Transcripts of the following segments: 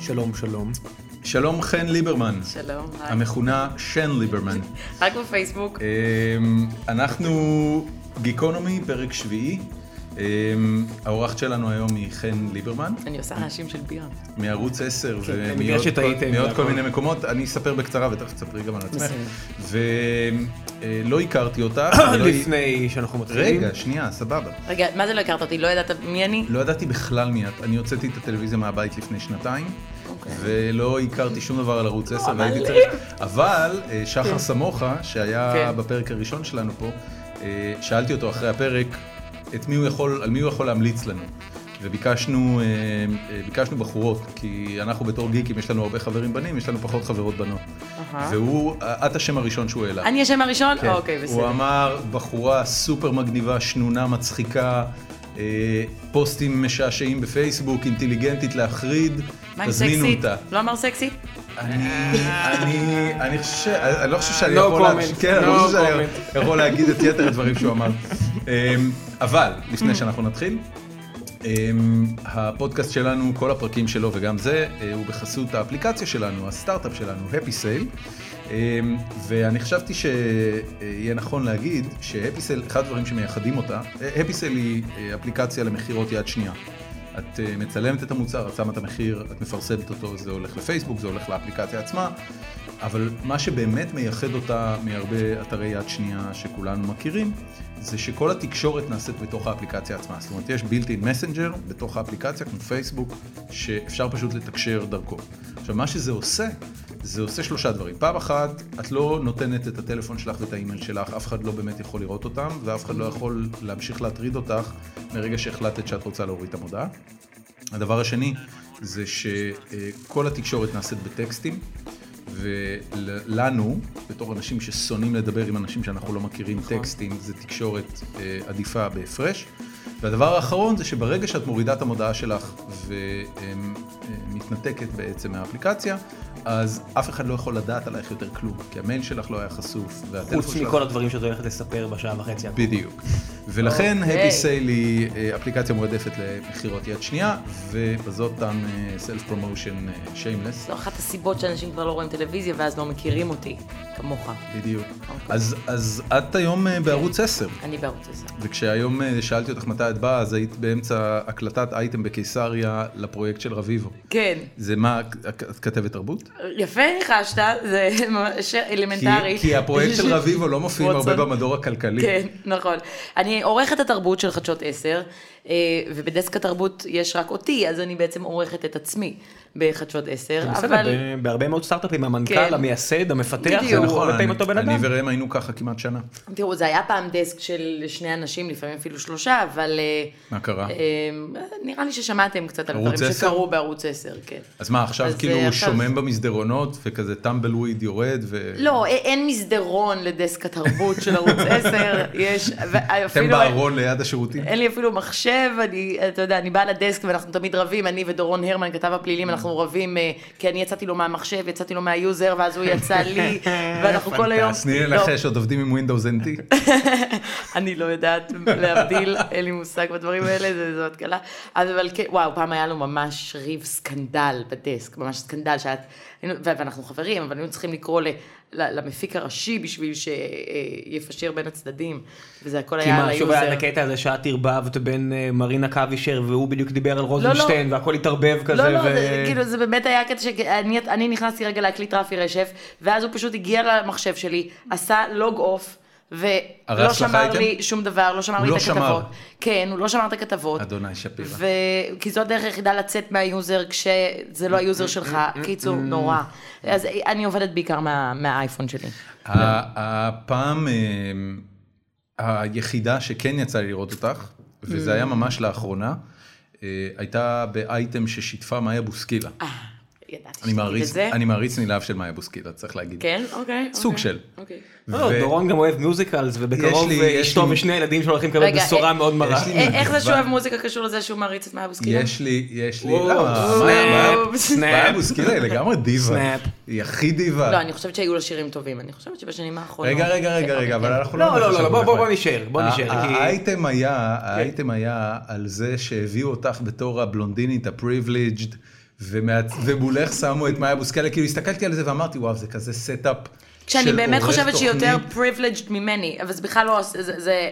שלום, שלום. שלום חן ליברמן, שלום, היי. המכונה שן ליברמן. רק בפייסבוק. אמ, אנחנו גיקונומי, פרק שביעי. אמ, האורחת שלנו היום היא חן ליברמן, אני עושה רעשים של בירה. מערוץ 10 אני מניח ומעוד כן, שטעיתם נכון. כל- מעוד כל בהכל. מיני מקומות. אני אספר בקצרה ותכף תספרי גם על עצמך. בסדר. ולא הכרתי אותך. ולא- לפני שאנחנו מתחילים. רגע, שנייה, סבבה. רגע, מה זה לא הכרת אותי? לא ידעת מי אני? לא ידעתי בכלל מי את. אני הוצאתי את הטלוויזיה מהבית לפני שנתיים, אוקיי. לא, ולא הכרתי שום דבר על ערוץ 10, אבל- והייתי צריך... אבל אה, שחר סמוכה, שהיה כן. בפרק הראשון שלנו פה, אה, שאלתי אותו אחרי הפרק, את מי הוא יכול, על מי הוא יכול להמליץ לנו. וביקשנו אה, אה, ביקשנו בחורות, כי אנחנו בתור גיקים, יש לנו הרבה חברים בנים, יש לנו פחות חברות בנות. אהה. והוא, אה, את השם הראשון שהוא העלה. אני השם הראשון? כן. אוקיי, הוא בסדר. אמר, בחורה סופר מגניבה, שנונה, מצחיקה, אה, פוסטים משעשעים בפייסבוק, אינטליגנטית להחריד, מה עם תזמינו סקסי? אותה. לא אמר סקסי? אני, אני, אני חושב, ש- אני לא חושב שאני No יכול, להגיד- comment. כן, אני לא No חושב שאני יכול להגיד את יתר הדברים שהוא אמר. אמ, אבל, Hmm. לפני שאנחנו נתחיל, אמ, הפודקאסט שלנו, כל הפרקים שלו וגם זה, אה, הוא בחסות האפליקציה שלנו, הסטארט-אפ שלנו, Happy Sale. אמ, ואני חשבתי שיהיה נכון להגיד שהפי סייל, אחד הדברים שמייחדים אותה, הפי סייל היא אה, אפליקציה למכירות יד שנייה. את אה, מצלמת את המוצר, את שמה את המחיר, את מפרסמת אותו, זה הולך לפייסבוק, זה הולך לאפליקציה עצמה, אבל מה שבאמת מייחד אותה מהרבה אתרי יד שנייה שכולנו מכירים, זה שכל התקשורת נעשית בתוך האפליקציה עצמה. זאת אומרת, יש בילט אין מסנג'ר בתוך האפליקציה, כמו פייסבוק, שאפשר פשוט לתקשר דרכו. עכשיו, מה שזה עושה, זה עושה שלושה דברים. פעם אחת, את לא נותנת את הטלפון שלך ואת האימייל שלך, אף אחד לא באמת יכול לראות אותם, ואף אחד לא יכול להמשיך להטריד אותך מרגע שהחלטת שאת רוצה להוריד את המודעה. הדבר השני זה שכל התקשורת נעשית בטקסטים, ולנו, בתור אנשים ששונאים לדבר עם אנשים שאנחנו לא מכירים נכון. טקסטים, זה תקשורת אה, עדיפה בהפרש. והדבר האחרון זה שברגע שאת מורידה את המודעה שלך ומתנתקת בעצם מהאפליקציה, אז אף אחד לא יכול לדעת עלייך יותר כלום, כי המייל שלך לא היה חשוף, והטלפון חוץ שלך... מכל הדברים שאת הולכת לספר בשעה וחצי. הקרובה. בדיוק. ולכן אוקיי. Happy Sale היא אה, אפליקציה מועדפת למכירות יד שנייה, ובזאת אה, תם סלף פרומושן שיימלס. זו אחת הסיבות שאנשים כבר לא רואים טלוויזיה ואז לא מכירים אותי, כמוך. בדיוק. אוקיי. כן. אז אז את היום אה, בערוץ 10, אני בערוץ הזה. וכשהיום אה, שאלתי אותך מתי את באה, אז היית באמצע הקלטת אייטם בקיסריה לפרויקט של רביבו. כן. זה מה, את את כתבת תרבות? יפה ניחשת, זה ממש כי- אלמנטרי. כי הפרויקט של רביבו לא מופיעים הרבה ווטסון. במדור הכלכלי. כן, נכון. אני עורכת התרבות של חדשות 10, אה, ובדסק התרבות יש רק אותי, אז אני בעצם עורכת את עצמי בחדשות 10, זה בסדר, אבל... ב- בהרבה מאוד סטארט-אפים, כן. המנכ"ל, המייסד, המפתח, בדיוק. זה נכון, נכון, הרבה פעמים אני- אותו בן אני אדם. וראם היינו ככה כמעט שנה. תראו, זה היה פעם דסק של שני אנשים, לפעמים אפילו שלושה, אבל... אה, מה קרה? אה, נראה לי ששמעתם קצת על ערוץ דברים 10? שקרו בערוץ 10, כן. אז מה, עכשיו אז, כאילו אה, הוא עכשיו- שומם במסדרונות, וכזה טמבל וויד יורד, ו... לא, אה, אין מסדרון לדסק התרבות של ערוץ 10, יש... אתם אתם בארון ליד השירותים? אין לי אפילו מחשב, אני, אתה יודע, אני באה לדסק ואנחנו תמיד רבים, אני ודורון הרמן, כתב הפלילים, אנחנו Mm. רבים, אה, כי אני יצאתי לו מהמחשב, יצאתי לו מהיוזר, ואז הוא יצא לי, ואנחנו כל היום... לא, אז תני לי לנחש, עוד עובדים עם Windows NT. אני לא יודעת להבדיל, אין לי מושג בדברים האלה, זה- זו התקלה. אז אבל כן, וואו, פעם היה לנו ממש ריב סקנדל בדסק, ממש סקנדל, שאת, היינו- ו- ואנחנו חברים, אבל היינו צריכים לקרוא ל- ל- למפיק הראשי בשביל שיפשר בין הצדדים, וזה הכל כי היה על מה, שוב היה היוזר. את הקטע הזה שאת ערבבת בין אה, מרינה קווישר, והוא בדיוק דיבר על רוזנשטיין, והכל התערבב כזה. לא, לא, ו- זה, כאילו, זה באמת היה קטע שאני אני נכנסתי רגע להקליט רפי רשף, ואז הוא פשוט הגיע למחשב שלי, עשה לוג אוף. ולא הרס לך לא שמר אייטם? לי שום דבר, לא שמר הוא לי לא את הכתבות. שמר. כן, הוא לא שמר את הכתבות. אדוני שפירא. ו... כי זו הדרך היחידה לצאת מהיוזר כשזה לא היוזר שלך. קיצור, נורא. אז אני עובדת בעיקר מה- מהאייפון שלי. ה- הפעם אמ, היחידה שכן יצא לי לראות אותך, וזה Mm. היה ממש לאחרונה, אה, הייתה באייטם ששיתפה מאיה בוסקילה. אה, ידעתי אני שתגיד מעריץ- את זה. אני מעריץ נלהב של מאיה בוסקילה, צריך להגיד. כן, אוקיי. סוג אוקיי, של. אוקיי. לא, ו- דורון גם אוהב מיוזיקלס, ובקרוב יש לי- אה, יש אשתו לי- ושני הילדים שלו הולכים לקבל רגע, בשורה אה, מאוד מרה. יש לי- אה, איך זה שהוא מגוון. אוהב מוזיקה קשור לזה שהוא מעריץ את מאיה בוסקילה? אוקיי. יש לי, יש לי, וואו, למה? סנאפ, מאיה- מאיה סנאפ. בוסקילה היא לגמרי דיבה. סנאפ. היא הכי דיבה. לא, אני חושבת שהיו לו שירים טובים, אני חושבת שבשנים האחרונות. רגע, רגע, רגע, כן, רגע, אוקיי, אבל כן. אנחנו לא, נלך לא, לא, לשם לא, בוא- בכלל. בוא נשאר, בוא ה- נשאר, כי- כן. האייטם היה, האייטם היה על זה שהביאו אותך בתור הבלונדינית הפריבליג'ד, ומה- ומולך שמו את מאיה בוסקאלה, כאילו הסתכלתי על זה ואמרתי, וואו, זה כזה סטאפ. כשאני של באמת עורך חושבת שהיא יותר תוכנית." privileged ממני, אבל זה בכלל לא, זה- זה- זה-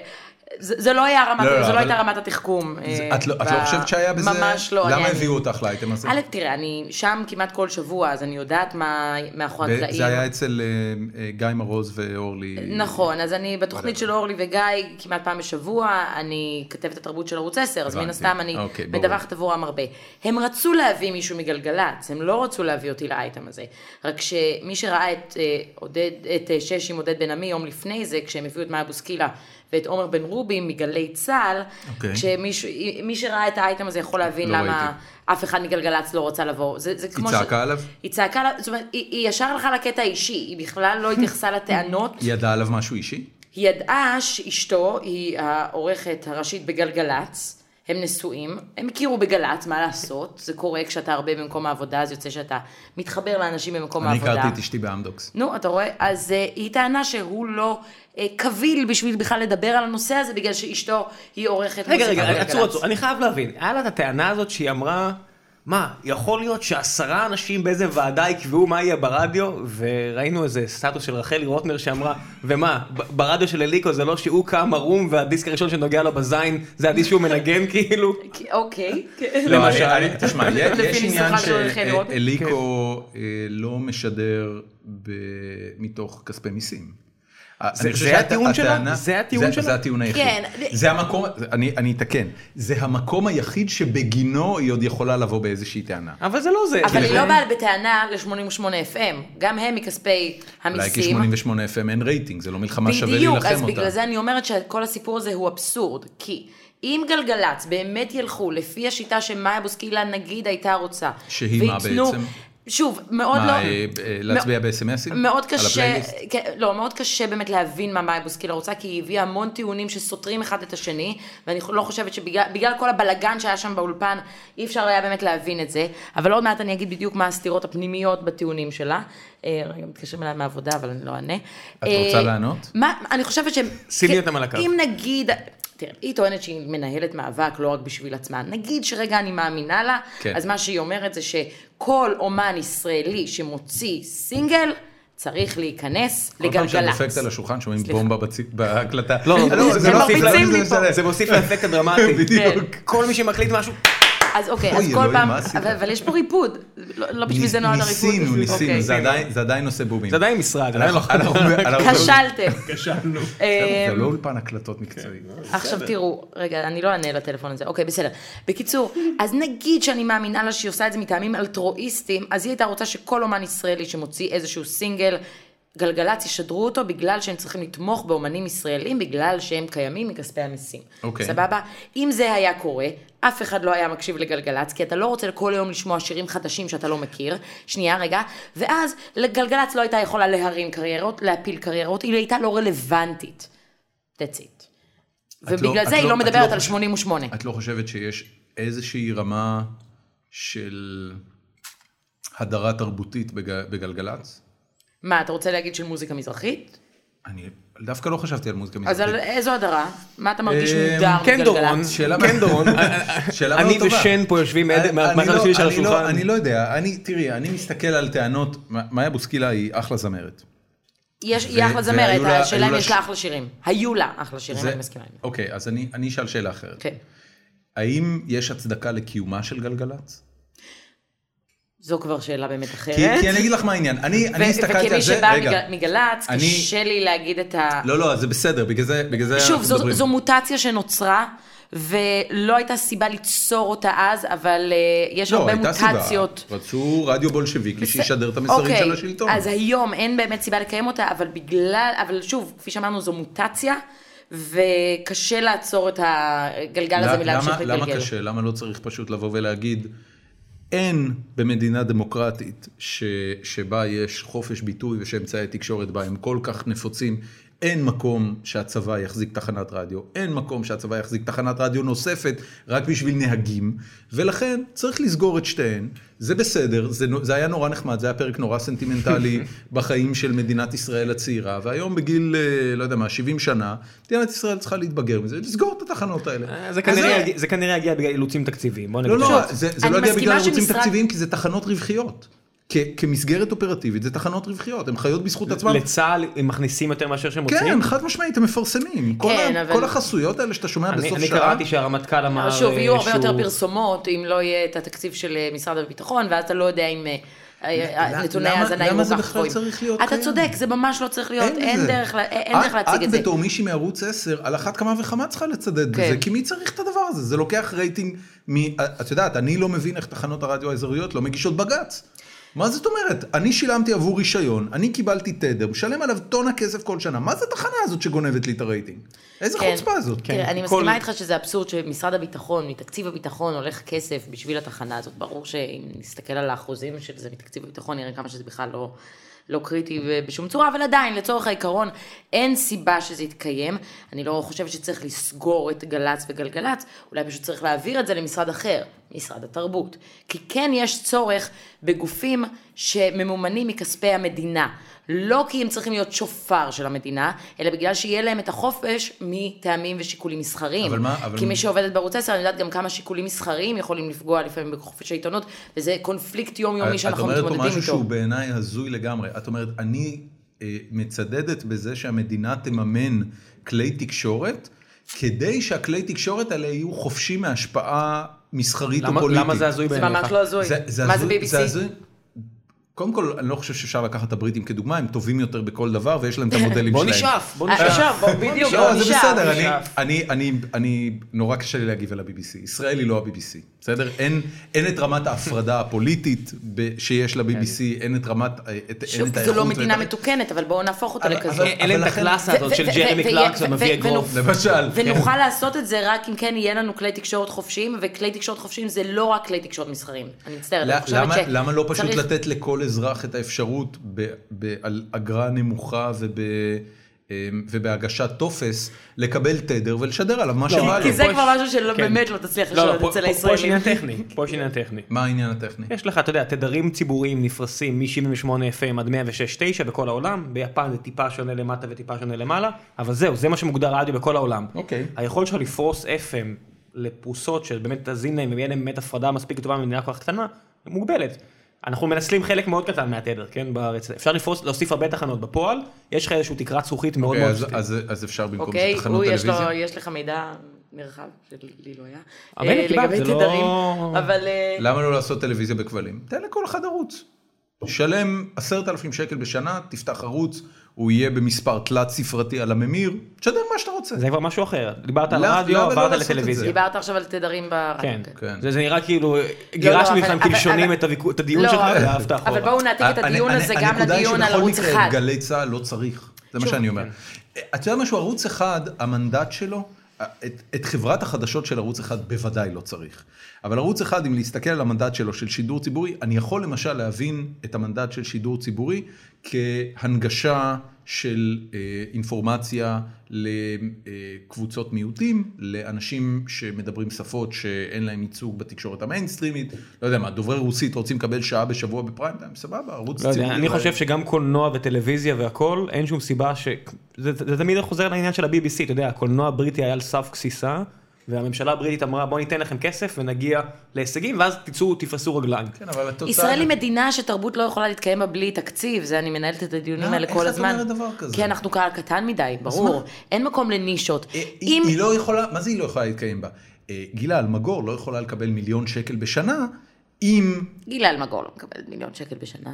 זה זה לא היה לא, רמת, לא, זה לא אבל- הייתה רמת התחכום. זה- אה, את לא את ב- לא חושבת שהיה בזה? ממש לא. אני- למה אני- הביאו אותך לאייטם הזה? א', תראה, אני שם כמעט כל שבוע, אז אני יודעת מה מאחורי ב- הקלעים. זה היה אצל אה, אה, גיא מרוז ואורלי. נכון, אז אני בתוכנית של אורלי וגיא כמעט פעם בשבוע, אני כתבת התרבות של ערוץ 10, אז מן הבנתי. הסתם אני אוקיי, ברור. מדווחת עבורם הרבה. הם רצו להביא מישהו מגלגלצ, הם לא רצו להביא אותי לאייטם הזה. רק שמי שראה את, אה, עודד, את אה, שש עם עודד בן עמי יום לפני זה, כשהם הביאו את מאיה בוסקילה ואת עומר בן רובין מגלי צה"ל, אוקיי. כשמישהו- אה, מי שראה את האייטם הזה יכול להבין לא למה ראיתי. אף אחד מגלגלצ לא רצה לבוא. זה, זה כמו היא צעקה עליו? היא צעקה עליו, זאת אומרת, היא, היא ישר הלכה לקטע האישי, היא בכלל לא התייחסה לטענות. היא ידעה עליו משהו אישי? היא ידעה שאשתו היא העורכת הראשית בגלגלצ, הם נשואים, הם הכירו בגל"צ, מה לעשות, זה קורה כשאתה הרבה במקום העבודה, אז יוצא שאתה מתחבר לאנשים במקום אני העבודה. הכרתי את אשתי באמדוקס. נו, אתה רואה? אז uh, היא טענה שהוא לא אה, קביל בשביל בכלל לדבר על הנושא הזה, בגלל שאשתו היא עורכת רגע, מוזיקה רגע, בגלגלצ. עצור, עצור, אני חייב להבין. היה לה את הטענה הזאת שהיא אמרה, מה, יכול להיות שעשרה אנשים באיזה ועדה יקבעו מה יהיה ברדיו, וראינו איזה סטטוס של רחלי רוטנר שאמרה, ומה, ב- ברדיו של אליקו זה לא שהוא קם ערום והדיסק הראשון שנוגע לו בזין זה הדיסק שהוא מנגן כאילו? כי- אוקיי. כן. לא, למשל. אני- אני- תשמע, יש- לפי יש עניין ניסוחה של רחלי רוטנר. שאליקו כן. לא משדר ב- מתוך כספי מיסים. אה, אני חושב זה שהט- הטיעון שלה? הטענה- זה הטיעון שלה? זה הטיעון היחיד. כן. זה המקום, אני אני אתקן, זה המקום היחיד שבגינו היא עוד יכולה לבוא באיזושהי טענה. אבל זה לא זה. אבל היא זה- לא כן. באה בטענה ל-88 FM, גם הם מכספי אולי כי המיסים. 88 FM אין רייטינג, זה לא מלחמה שווה בדיוק, להילחם אז אותה. בגלל זה אני אומרת שכל הסיפור הזה הוא אבסורד, כי אם גלגלצ באמת ילכו לפי השיטה שמאיה בוסקילה נגיד הייתה רוצה, שהיא מה וייתנו- בעצם? שוב, מאוד מה, לא... אה, אה, להצביע ב-SMS? מאוד קשה, כן, לא, מאוד קשה באמת להבין מה מאי בוסקילה רוצה, כי היא הביאה המון טיעונים שסותרים אחד את השני, ואני לא חושבת שבגלל בגלל כל הבלגן שהיה שם באולפן, אי אפשר היה באמת להבין את זה, אבל עוד מעט אני אגיד בדיוק מה הסתירות הפנימיות בטיעונים שלה. אה, רגע, מתקשרים אליי מהעבודה, אבל אני לא אענה. את אה, רוצה לענות? מה, אני חושבת שהם... שימי כן, אותם על הקו. אם נגיד... תראה, היא טוענת שהיא מנהלת מאבק לא רק בשביל עצמה. נגיד שרגע אני מאמינה לה, כן. אז מה שהיא אומרת זה שכל אומן ישראלי שמוציא סינגל, צריך להיכנס כל פעם שאת לגלגלצ. דופקת על השולחן שומעים סליחה. בומבה בצי- בהקלטה. לא, לא, לא, זה הם לא מוסיף מוסיף מרביצים לנו, לי לה- זה משנה. זה מוסיף לאפקט הדרמטי. כן. בדיוק. כל מי שמקליט משהו, אז אוקיי, אז אוי, כל אלוהים, פעם, מה עשית? אבל אבל יש פה ריפוד, לא לא בשביל זה נועד הריפוד. ניסינו, ניסינו, אוקיי. זה עדיין- זה עדיין נושא בובים. זה עדיין משרד. עדיין לא- אנחנו- אנחנו- אנחנו- כשלתם. כשלנו. אה, זה לא אולפן הקלטות מקצועי. עכשיו תראו, רגע, אני לא אענה לטלפון הזה, אוקיי, בסדר. בקיצור, אז נגיד שאני מאמינה לה שהיא עושה את זה מטעמים אלטרואיסטיים, אז היא הייתה רוצה שכל אומן ישראלי שמוציא איזשהו סינגל, גלגלצ ישדרו אותו בגלל שהם צריכים לתמוך באומנים ישראלים, בגלל שהם קיימים מכספי המיסים. אוקיי. סבבה? אם זה היה קורה, אף אחד לא היה מקשיב לגלגלצ, כי אתה לא רוצה כל יום לשמוע שירים חדשים שאתה לא מכיר. שנייה, רגע. ואז לגלגלצ לא הייתה יכולה להרים קריירות, להפיל קריירות, היא הייתה לא רלוונטית. That's it. את לא- ובגלל את זה היא לא- לא את מדברת לא על חושבת- 88. את לא חושבת שיש איזושהי רמה של הדרה תרבותית בג- בגלגלצ? מה, אתה רוצה להגיד של מוזיקה מזרחית? אני דווקא לא חשבתי על מוזיקה אז על מזרחית. איזו הדרה? מה אתה מרגיש אה, מודר כן דורון, מגלגלצ? שאלה כן מאוד- דורון, שאלה מאוד אני טובה. ושן פה יושבים אני- מהצד אני לא- השני של אני לא- השולחן. אני לא יודע, אני, תראי, אני מסתכל על טענות, מ- מאיה בוסקילה היא אחלה זמרת. יש- היא אחלה ו- והיו זמרת, לה- השאלה היו אם לה יש ש- לה אחלה שירים. היו לה אחלה שירים, זה- אני מסכימה עם זה. אוקיי, אז אני אני אשאל שאלה אחרת. כן. האם יש הצדקה לקיומה של גלגלצ? זו כבר שאלה באמת אחרת. כי כי אני אגיד לך מה העניין, אני אני ו- הסתכלתי על וכמי זה, שבאה רגע. מגל- מגל"צ, אני- קשה לי להגיד את ה... לא, לא, זה בסדר, בגלל זה בגלל זה שוב, אנחנו זו, מדברים. זו מוטציה שנוצרה, ולא הייתה סיבה ליצור אותה אז, אבל uh, יש לא, הרבה הייתה סיבה. מוטציות. רצו רדיו בולשביקי שישדר את המסרים אוקיי, של השלטון. אז היום אין באמת סיבה לקיים אותה, אבל בגלל, אבל שוב, כפי שאמרנו, זו מוטציה, וקשה לעצור את הגלגל הזה למה- מלהמשיך למה להתגלגל. קשה? למה לא צריך פשוט לבוא ולהגיד, אין במדינה דמוקרטית ש, שבה יש חופש ביטוי ושאמצעי תקשורת בה הם כל כך נפוצים, אין מקום שהצבא יחזיק תחנת רדיו, אין מקום שהצבא יחזיק תחנת רדיו נוספת רק בשביל נהגים, ולכן צריך לסגור את שתיהן, זה בסדר, זה, נו- זה היה נורא נחמד, זה היה פרק נורא סנטימנטלי בחיים של מדינת ישראל הצעירה, והיום בגיל, אה, לא יודע מה, 70 שנה, מדינת ישראל צריכה להתבגר מזה, לסגור את התחנות האלה. אה, זה כנראה אז- יגיע- זה כנראה יגיע בגלל אילוצים תקציביים, בוא נגיד. לא, לא, שוב. זה, זה אני לא יגיע מסכימה בגלל ערוצים שמשרד- תקציביים, כי זה תחנות רווחיות. כ, כמסגרת אופרטיבית זה תחנות רווחיות, הן חיות בזכות עצמן. לצה"ל הם מכניסים יותר מאשר שהם מוציאים. כן, חד משמעית, הם מפרסמים. כל, כן, ה- אבל- כל החסויות האלה שאתה שומע אני בסוף אני שעה. קראתי שהרמטכ"ל אמר... אבל שוב, אה, יהיו הרבה שהוא- יותר פרסומות, אם לא יהיה את התקציב של אה, משרד הביטחון, ואז אתה לא יודע אם אה, אה, למה- נתוני למה- ההאזנה יהיו למה כל זה כך בכלל גבוהים. צריך להיות אתה קיים? צודק, זה ממש לא צריך להיות, אין בזה. דרך לה- אין דרך את- להציג את זה. את בתור מישהי מערוץ 10, על אחת כמה וכמה צריכה לצדד כן. בזה, כי מי צריך את הדבר הזה? זה לוקח רייטינג מ... את יודעת, אני לא מבין איך תחנות הרדיו האזוריות לא מגישות בג"ץ. מה זאת אומרת? אני שילמתי עבור רישיון, אני קיבלתי תדר, משלם עליו טונה כסף כל שנה, מה זה התחנה הזאת שגונבת לי את הרייטינג? איזה כן. חוצפה זאת? תראה, אני כל- מסכימה איתך שזה אבסורד שמשרד הביטחון, מתקציב הביטחון הולך כסף בשביל התחנה הזאת. ברור שאם נסתכל על האחוזים של זה מתקציב הביטחון, נראה כמה שזה בכלל לא, לא קריטי בשום צורה, אבל עדיין, לצורך העיקרון, אין סיבה שזה יתקיים. אני לא חושבת שצריך לסגור את גל"צ וגלגלצ, אולי פשוט צריך להעביר את זה למשרד אחר, משרד התרבות. כי כן יש צורך בגופים שממומנים מכספי המדינה. לא כי הם צריכים להיות שופר של המדינה, אלא בגלל שיהיה להם את החופש מטעמים ושיקולים מסחריים. אבל מה- אבל- כי מי שעובדת בערוץ 10, אני יודעת גם כמה שיקולים מסחריים יכולים לפגוע לפעמים בחופש העיתונות, וזה קונפליקט יומיומי את לא שאנחנו אומרת פה מתמודדים משהו איתו. שהוא בעיניי הזוי לגמרי. את אומרת, אני אה, מצדדת בזה שהמדינה תממן כלי תקשורת, כדי שהכלי תקשורת האלה יהיו חופשי מהשפעה מסחרית או למה- פוליטית. למה זה הזוי זה בעיניך? ממש לא הזוי. מה זה הזוי- זה BBC? הזוי. קודם כל, אני לא חושב שאפשר לקחת את הבריטים כדוגמה, הם טובים יותר בכל דבר ויש להם את המודלים בוא שלהם. נשאף, בוא אה, נשאף. עכשיו, בוא, בדיוק, לא, בוא זה נשאר. בסדר, אני, נשאף. אני, אני, אני, נורא קשה לי להגיב על ה-BBC. ישראל היא לא ה-BBC, בסדר? אין, אין את רמת ההפרדה הפוליטית ב, שיש ל-BBC, אין את רמת, אה, את, אין אוקיי. שוב, את זו לא ואת- מדינה מתוקנת, אבל בואו נהפוך אותה אבל- לכזאת. אבל- אין להם את לכן- הקלאסה ו- הזאת ו- של ו- ג'רמי ו- קלארק ו- שמביא ו- אגרוף. ונופ- למשל. ונוכל לעשות את זה רק אם כן יהיה לנו כלי תקשורת חופשיים, וכלי תקשורות חופשיים זה לא רק כלי תקשורת מסחריים. אני מצטערת, אני ל- חושבת למה, ש... למה לא פשוט צריך- לתת לכל אזרח את האפשרות ב, ב, על אגרה נמוכה וב, אמ, ובהגשת טופס לקבל תדר ולשדר עליו מה שבא כי- לו? לא, כי זה פה כבר יש- משהו שלא כן. באמת לא תצליח לא, לא, לשנות פה- אצל פה- פה יש הישראלים. עניין טכני, פה יש עניין טכני. מה העניין הטכני? יש לך, אתה יודע, תדרים ציבוריים נפרסים מ-78 FM עד 106.9 בכל העולם, ביפן זה טיפה שונה למטה וטיפה שונה למעלה, אבל זהו, זה מה שמוגדר רדיו בכל העולם. אוקיי. היכולת שלך לפרוס FM לפרוסות שבאמת תזין להם ויהיה להם באמת הפרדה מספיק טובה ממדינה כל כך קטנה, מוגבלת. אנחנו מנצלים חלק מאוד קטן מהתדר, כן, בארץ. אפשר לפרוס, להוסיף הרבה תחנות בפועל, יש לך איזושהי תקרת זכוכית מאוד אוקיי, מאוד... אז, פשוטה. אז, אז אפשר במקום אוקיי, שתחנות הוא, יש טלוויזיה? לו- יש לך מידע נרחב, שלי לא היה. אבל הנה, אה, קיבלת, לגבי זה לא- תדרים, אבל... אה, למה לא לעשות טלוויזיה בכבלים? תן לכל אחד ערוץ. שלם עשרת אלפים שקל בשנה, תפתח ערוץ, הוא יהיה במספר תלת ספרתי על הממיר, תשדר מה שאתה רוצה. זה כבר משהו אחר. דיברת על למה- רדיו, למה לא עברת לעשות את לטלוויזיה. דיברת עכשיו על תדרים ברדיו. כן, כן. זה, זה נראה כאילו גירשנו לא, אבל- ממך אבל- כלשונים אבל- את, הוויכו- את הדיון לא, שלך אבל- ואהבת אחורה. אבל בואו נעתיק את אני- הדיון אני- הזה גם הנקודה היא לדיון על שבכל ערוץ מקרה את אחד. גלי צהל לא צריך, זה מה שאני אומר. אתה יודע משהו, ערוץ אחד, המנדט שלו, את, את חברת החדשות של ערוץ אחד בוודאי לא צריך. אבל ערוץ אחד, אם להסתכל על המנדט שלו של שידור ציבורי, אני יכול למשל להבין את המנדט של שידור ציבורי כהנגשה של אה, אינפורמציה לקבוצות מיעוטים, לאנשים שמדברים שפות שאין להם ייצוג בתקשורת המיינסטרימית, לא יודע מה, דוברי רוסית רוצים לקבל שעה בשבוע בפריים טיים, סבבה, ערוץ לא יודע, ציבורי. אני חושב שגם קולנוע וטלוויזיה והכל, אין שום סיבה ש... זה, זה תמיד חוזר לעניין של ה-BBC, אתה יודע, הקולנוע הבריטי היה על סף גסיסה, והממשלה הבריטית אמרה בוא ניתן לכם כסף ונגיע להישגים, ואז תצאו, תפרסו רגליים. כן, אבל התוצאה... ישראל היא מדינה שתרבות לא יכולה להתקיים בה בלי תקציב, זה אני מנהלת את הדיונים למה? האלה אה, איך כל את הזמן. אומרת דבר כזה? כי אנחנו קהל קטן מדי, מה? ברור. אין מקום לנישות. היא, אם... היא לא יכולה, מה זה היא לא יכולה להתקיים בה? אה, גילה אלמגור לא יכולה לקבל מיליון שקל בשנה, אם... גילה אלמגור לא מקבלת מיליון שקל בשנה.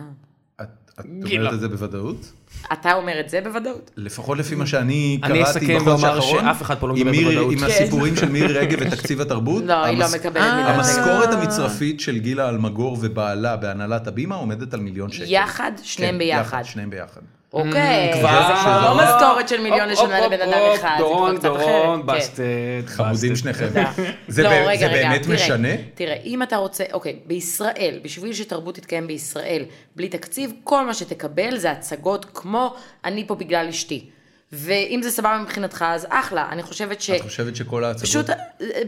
את, את גילה. אומרת את זה בוודאות? אתה אומר את זה בוודאות? לפחות לפי מה שאני אני אסכם קראתי בחודש ואומר האחרון, שאף אחד פה לא עם מדבר מירי- בוודאות. עם כן. הסיפורים של מירי רגב ותקציב התרבות, לא, היא לא המס- מקבלת מיליון המשכורת אה. המצרפית של גילה אלמגור ובעלה בהנהלת הבימה עומדת על מיליון שקל. יחד? שניהם כן, ביחד. שניהם ביחד. אוקיי, כבר- אז זה כבר לא משכורת של מיליון הופ, הופ, לשנה לבן הופ, אדם הופ, אחד, זה כבר דורון, קצת אחרת. דורון, אה, כן. בסטד. חמודים בסטד. שניכם. זה זה, לא, ב- רגע, זה רגע, באמת תראה, משנה? תראה, אם אתה רוצה, אוקיי, בישראל, בשביל שתרבות תתקיים בישראל בלי תקציב, כל מה שתקבל זה הצגות כמו אני פה בגלל אשתי. ואם זה סבבה מבחינתך, אז אחלה. אני חושבת ש... את חושבת שכל ההצגות... פשוט, אה,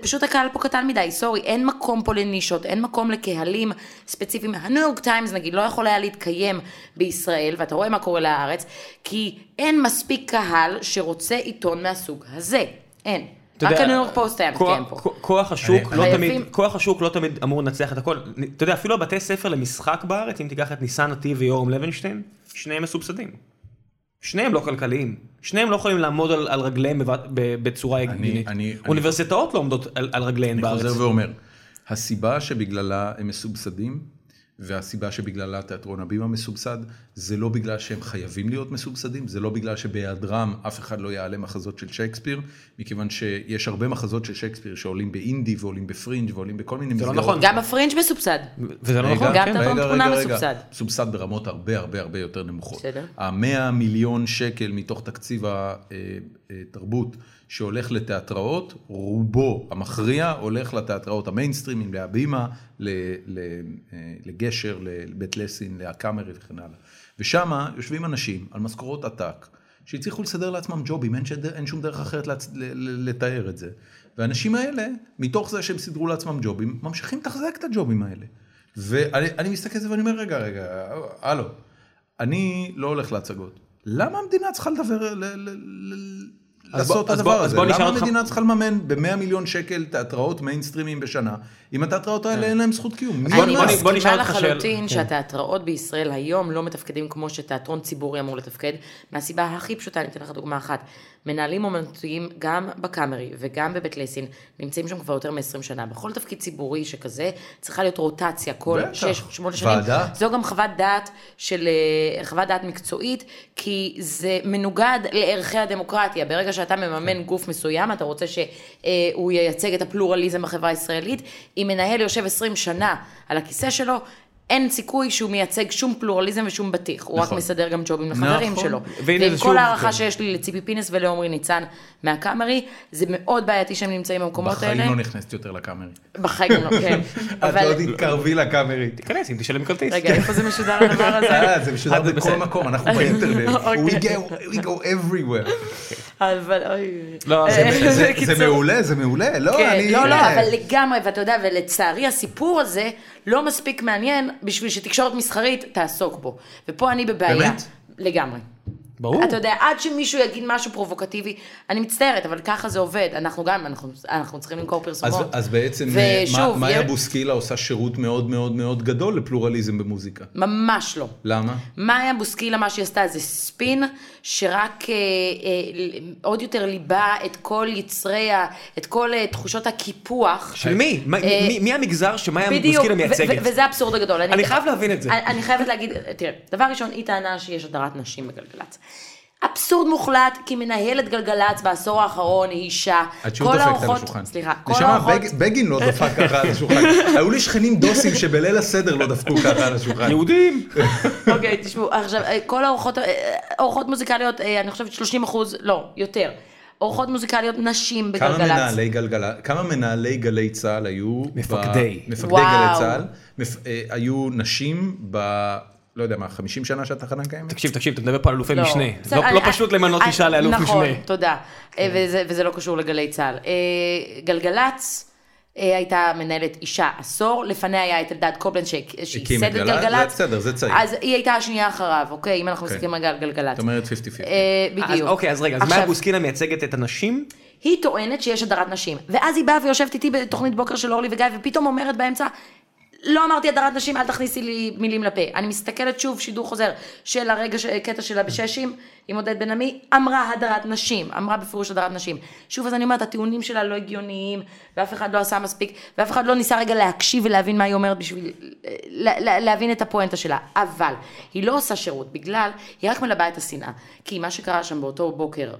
פשוט הקהל פה קטן מדי, סורי, אין מקום פה לנישות, אין מקום לקהלים ספציפיים. הניו יורק טיימס נגיד לא יכול היה להתקיים בישראל, ואתה רואה מה קורה לארץ, כי אין מספיק קהל שרוצה עיתון מהסוג הזה. אין. אתה רק יודע, הניו יורק פוסט היה כוח- מתקיים פה. כוח- כוח השוק אני- לא חייבים. תמיד, כוח השוק לא תמיד אמור לנצח את הכל. אתה יודע, אפילו בתי ספר למשחק בארץ, אם תיקח את ניסן נתיב ויורם לוינשטיין, שניהם מסובסדים. שניהם לא כלכליים. שניהם לא יכולים לעמוד על, על רגליהם בבת- ב- בצורה הגיונית. אני- אוניברסיטאות לא עומדות על, על רגליהן אני בארץ. חוזר ואומר, הסיבה שבגללה הם מסובסדים, והסיבה שבגללה תיאטרון הבימה מסובסד, זה לא בגלל שהם חייבים להיות מסובסדים, זה לא בגלל שבהיעדרם אף אחד לא יעלה מחזות של שייקספיר, מכיוון שיש הרבה מחזות של שייקספיר שעולים באינדי ועולים בפרינג' ועולים בכל מיני זה לא מסגרות. נכון. גם הפרינג' מסובסד. וזה לא נכון, גם כן. תיאטרון רגע, תמונה רגע, רגע. מסובסד. סובסד ברמות הרבה הרבה הרבה יותר נמוכות. בסדר. המאה מיליון שקל מתוך תקציב התרבות שהולך לתיאטראות, רובו המכריע הולך לתיאטראות המיינסטרימים, להבימה, ל- ל- אה, לגשר, לבית לסין, להקאמרי וכן הלאה. ושם יושבים אנשים על משכורות עתק. שהצליחו לסדר לעצמם ג'ובים, אין, שד... אין שום דרך אחרת לצ... ל... ל... לתאר את זה. והאנשים האלה, מתוך זה שהם סידרו לעצמם ג'ובים, ממשיכים לתחזק את הג'ובים האלה. ואני אני מסתכל על זה ואני אומר, רגע, רגע, הלו, אני לא הולך להצגות. למה המדינה צריכה לדבר, ל, ל, ל, אז בוא- לעשות את אז בוא- הדבר אז הזה? בוא נשאל למה אותך- המדינה צריכה לממן ב-100 מיליון שקל תיאטראות מיינסטרימים בשנה, אם התיאטראות האלה אין להם זכות קיום? מי בוא- אני בוא- בוא הולך? נשאל מסכימה אותך שאלה. כן. לחלוטין שהתיאטראות בישראל היום לא מתפקדים כמו שתיאטרון ציבורי אמור לתפקד, מהסיבה הכי פשוטה, אני אתן לך דוגמה אחת. מנהלים אומנותיים גם בקאמרי וגם בבית לסין, נמצאים שם כבר יותר מ-20 שנה. בכל תפקיד ציבורי שכזה, צריכה להיות רוטציה כל בטח. 6-8 שנים. ועדה. זו גם חוות דעת של, אה, חוות דעת מקצועית, כי זה מנוגד לערכי הדמוקרטיה. ברגע שאתה מממן גוף מסוים, אתה רוצה שהוא ייצג את הפלורליזם בחברה הישראלית. אם מנהל יושב 20 שנה על הכיסא שלו, אין סיכוי שהוא מייצג שום פלורליזם ושום בטיח. הוא רק נכון. מסדר גם ג'ובים לחברים נכון. שלו. והנה ועם זה שוב- כל הערכה כן. שיש לי לציפי פינס ולעומרי ניצן מהקאמרי, זה מאוד בעייתי שהם נמצאים במקומות האלה. בחיים לא נכנסת יותר לקאמרי. בחיים לא, כן. את אבל- לא תתקרבי לקאמרי. תיכנס, אם תשלם כרטיס. כן. רגע, איפה זה משודר הדבר הזה? אה, זה משודר אה, זה בכל בסדר. מקום, אנחנו באינטרנט. אוקיי. We go- We go everywhere. אבל אוי. לא, זה- אה, זה- בקיצור. זה מעולה, זה מעולה. לא, כן, אני... לא, לא, אה, אבל לגמרי, ואתה יודע, ולצערי הסיפור הזה לא מספיק מעניין בשביל שתקשורת מסחרית תעסוק בו. ופה אני בבעיה. באמת? לגמרי. ברור. אתה יודע, עד שמישהו יגיד משהו פרובוקטיבי, אני מצטערת, אבל ככה זה עובד. אנחנו גם, אנחנו, אנחנו צריכים למכור אז, פרסומות. אז בעצם ושוב, ושוב, מאיה יר- בוסקילה עושה שירות מאוד מאוד מאוד גדול לפלורליזם במוזיקה. ממש לא. למה? מאיה בוסקילה, מה שהיא עשתה זה ספין, שרק אה, אה, עוד יותר ליבה את כל יצרי, ה- את כל אה, תחושות הקיפוח. של מי? מה- אה, מי- מי המגזר שמאיה בדיוק, בוסקילה ו- מייצגת? ו- וזה אה, האבסורד הגדול. אני חייב להבין את זה. אני, אני חייבת להגיד, תראה, דבר ראשון, היא טענה שיש הדרת נשים בגלגלצ. אבסורד מוחלט, כי מנהלת גלגלצ בעשור האחרון היא אישה. עד שהוא כל דופק על האורחות- השולחן. סליחה, כל נשמה, האורחות... בג, בגין לא דפק ככה על השולחן. היו לי שכנים דוסים שבליל הסדר לא דפקו ככה על השולחן. יהודים. אוקיי, תשמעו, עכשיו, אה, כל האורחות, אה, אורחות מוזיקליות, אה, אני חושבת 30 אחוז, לא, יותר. אורחות מוזיקליות נשים כמה בגלגלצ. מנהלי, גלגל... כמה מנהלי גלי צה"ל היו... ב- מפקדי. מפקדי גלי וואו. צה"ל. מפ... אה, היו נשים ב... לא יודע מה, 50 שנה שהתחנה קיימת? תקשיב, תקשיב, אתה מדבר פה על אלופי לא. משנה. בסדר, לא אני- לא פשוט למנות אני- אישה לאלוף נכון, משנה. כן. תודה. אה, וזה- וזה לא קשור לגלי צה"ל. אה, גלגלצ אה, הייתה מנהלת אישה עשור, לפניה היה את אלדד קובלנץ שהק- שייסד את גלגלצ, גלגלצ. זה בסדר, זה צעיר. אז היא הייתה השנייה אחריו, אוקיי? אם אנחנו כן. מסתכלים רגע על גלגלצ. זאת אומרת 50-50. אה, אז בדיוק. אוקיי, אז רגע, אז עכשיו, מאיה בוסקילה מייצגת את הנשים? היא טוענת שיש הדרת נשים. ואז היא באה ויושבת איתי בתוכנית בוקר של אורלי וגיא, ופתאום אומרת באמצע, לא אמרתי הדרת נשים, אל תכניסי לי מילים לפה. אני מסתכלת שוב, שידור חוזר של הרגע, ש- קטע שלה בששים, עם עודד בן עמי, אמרה הדרת נשים, אמרה בפירוש הדרת נשים. שוב, אז אני אומרת, הטיעונים שלה לא הגיוניים, ואף אחד לא עשה מספיק, ואף אחד לא ניסה רגע להקשיב ולהבין מה היא אומרת בשביל לה, לה, להבין את הפואנטה שלה. אבל היא לא עושה שירות, בגלל, היא רק מלבה את השנאה. כי מה שקרה שם באותו בוקר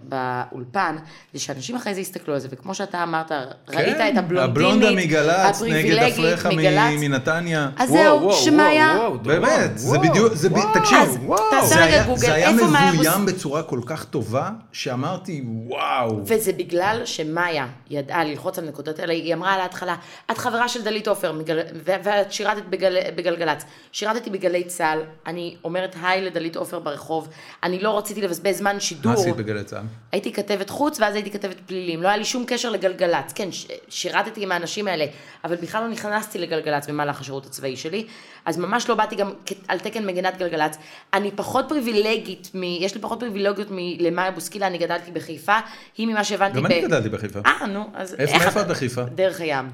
באולפן, זה שאנשים אחרי זה הסתכלו על זה, וכמו שאתה אמרת, ראית את הבלונדינית, כן, הבלונדה מגל"צ נגד הפריבילגית הפרחה מ- מגל"צ. מנתניה. אז זהו, שמאיה, באמת, זה בדיוק, זה ב- תקשיב, אז תעשה זה רגע היה- גוגל, זה היה איפה מאיה בוס- מבוים בצורה כל כך טובה, שאמרתי, וואו. וזה בגלל שמאיה ידעה ללחוץ על הנקודות האלה, היא אמרה על ההתחלה, את חברה של דלית עופר, מגל... ו- ואת שירתת בגל... בגלגלצ. שירתתי בגלי צה"ל, אני אומרת היי לדלית עופר ברחוב, אני לא רציתי לבזבז זמן שידור. מה עשית בגלי צה"ל? הייתי כתבת חוץ ואז הייתי כתבת פלילים, לא היה לי שום קשר לגלגלצ, כן, ש- שירתתי עם האנשים האלה, אבל בכלל לא נכנסתי לגלגלצ במהלך השירות הצבאי שלי, אז ממש לא באתי גם כ- על תקן מגנת גלגלצ. אני פחות פריבילגית, מ- יש לי פחות פריבילגיות מלמאיה בוסקילה, אני גדלתי בחיפה, היא ממה שהבנתי גם אני גדלתי בחיפה. אה, נו, אז איפה- איך מאיפה אתה- את בחיפה? דרך הים,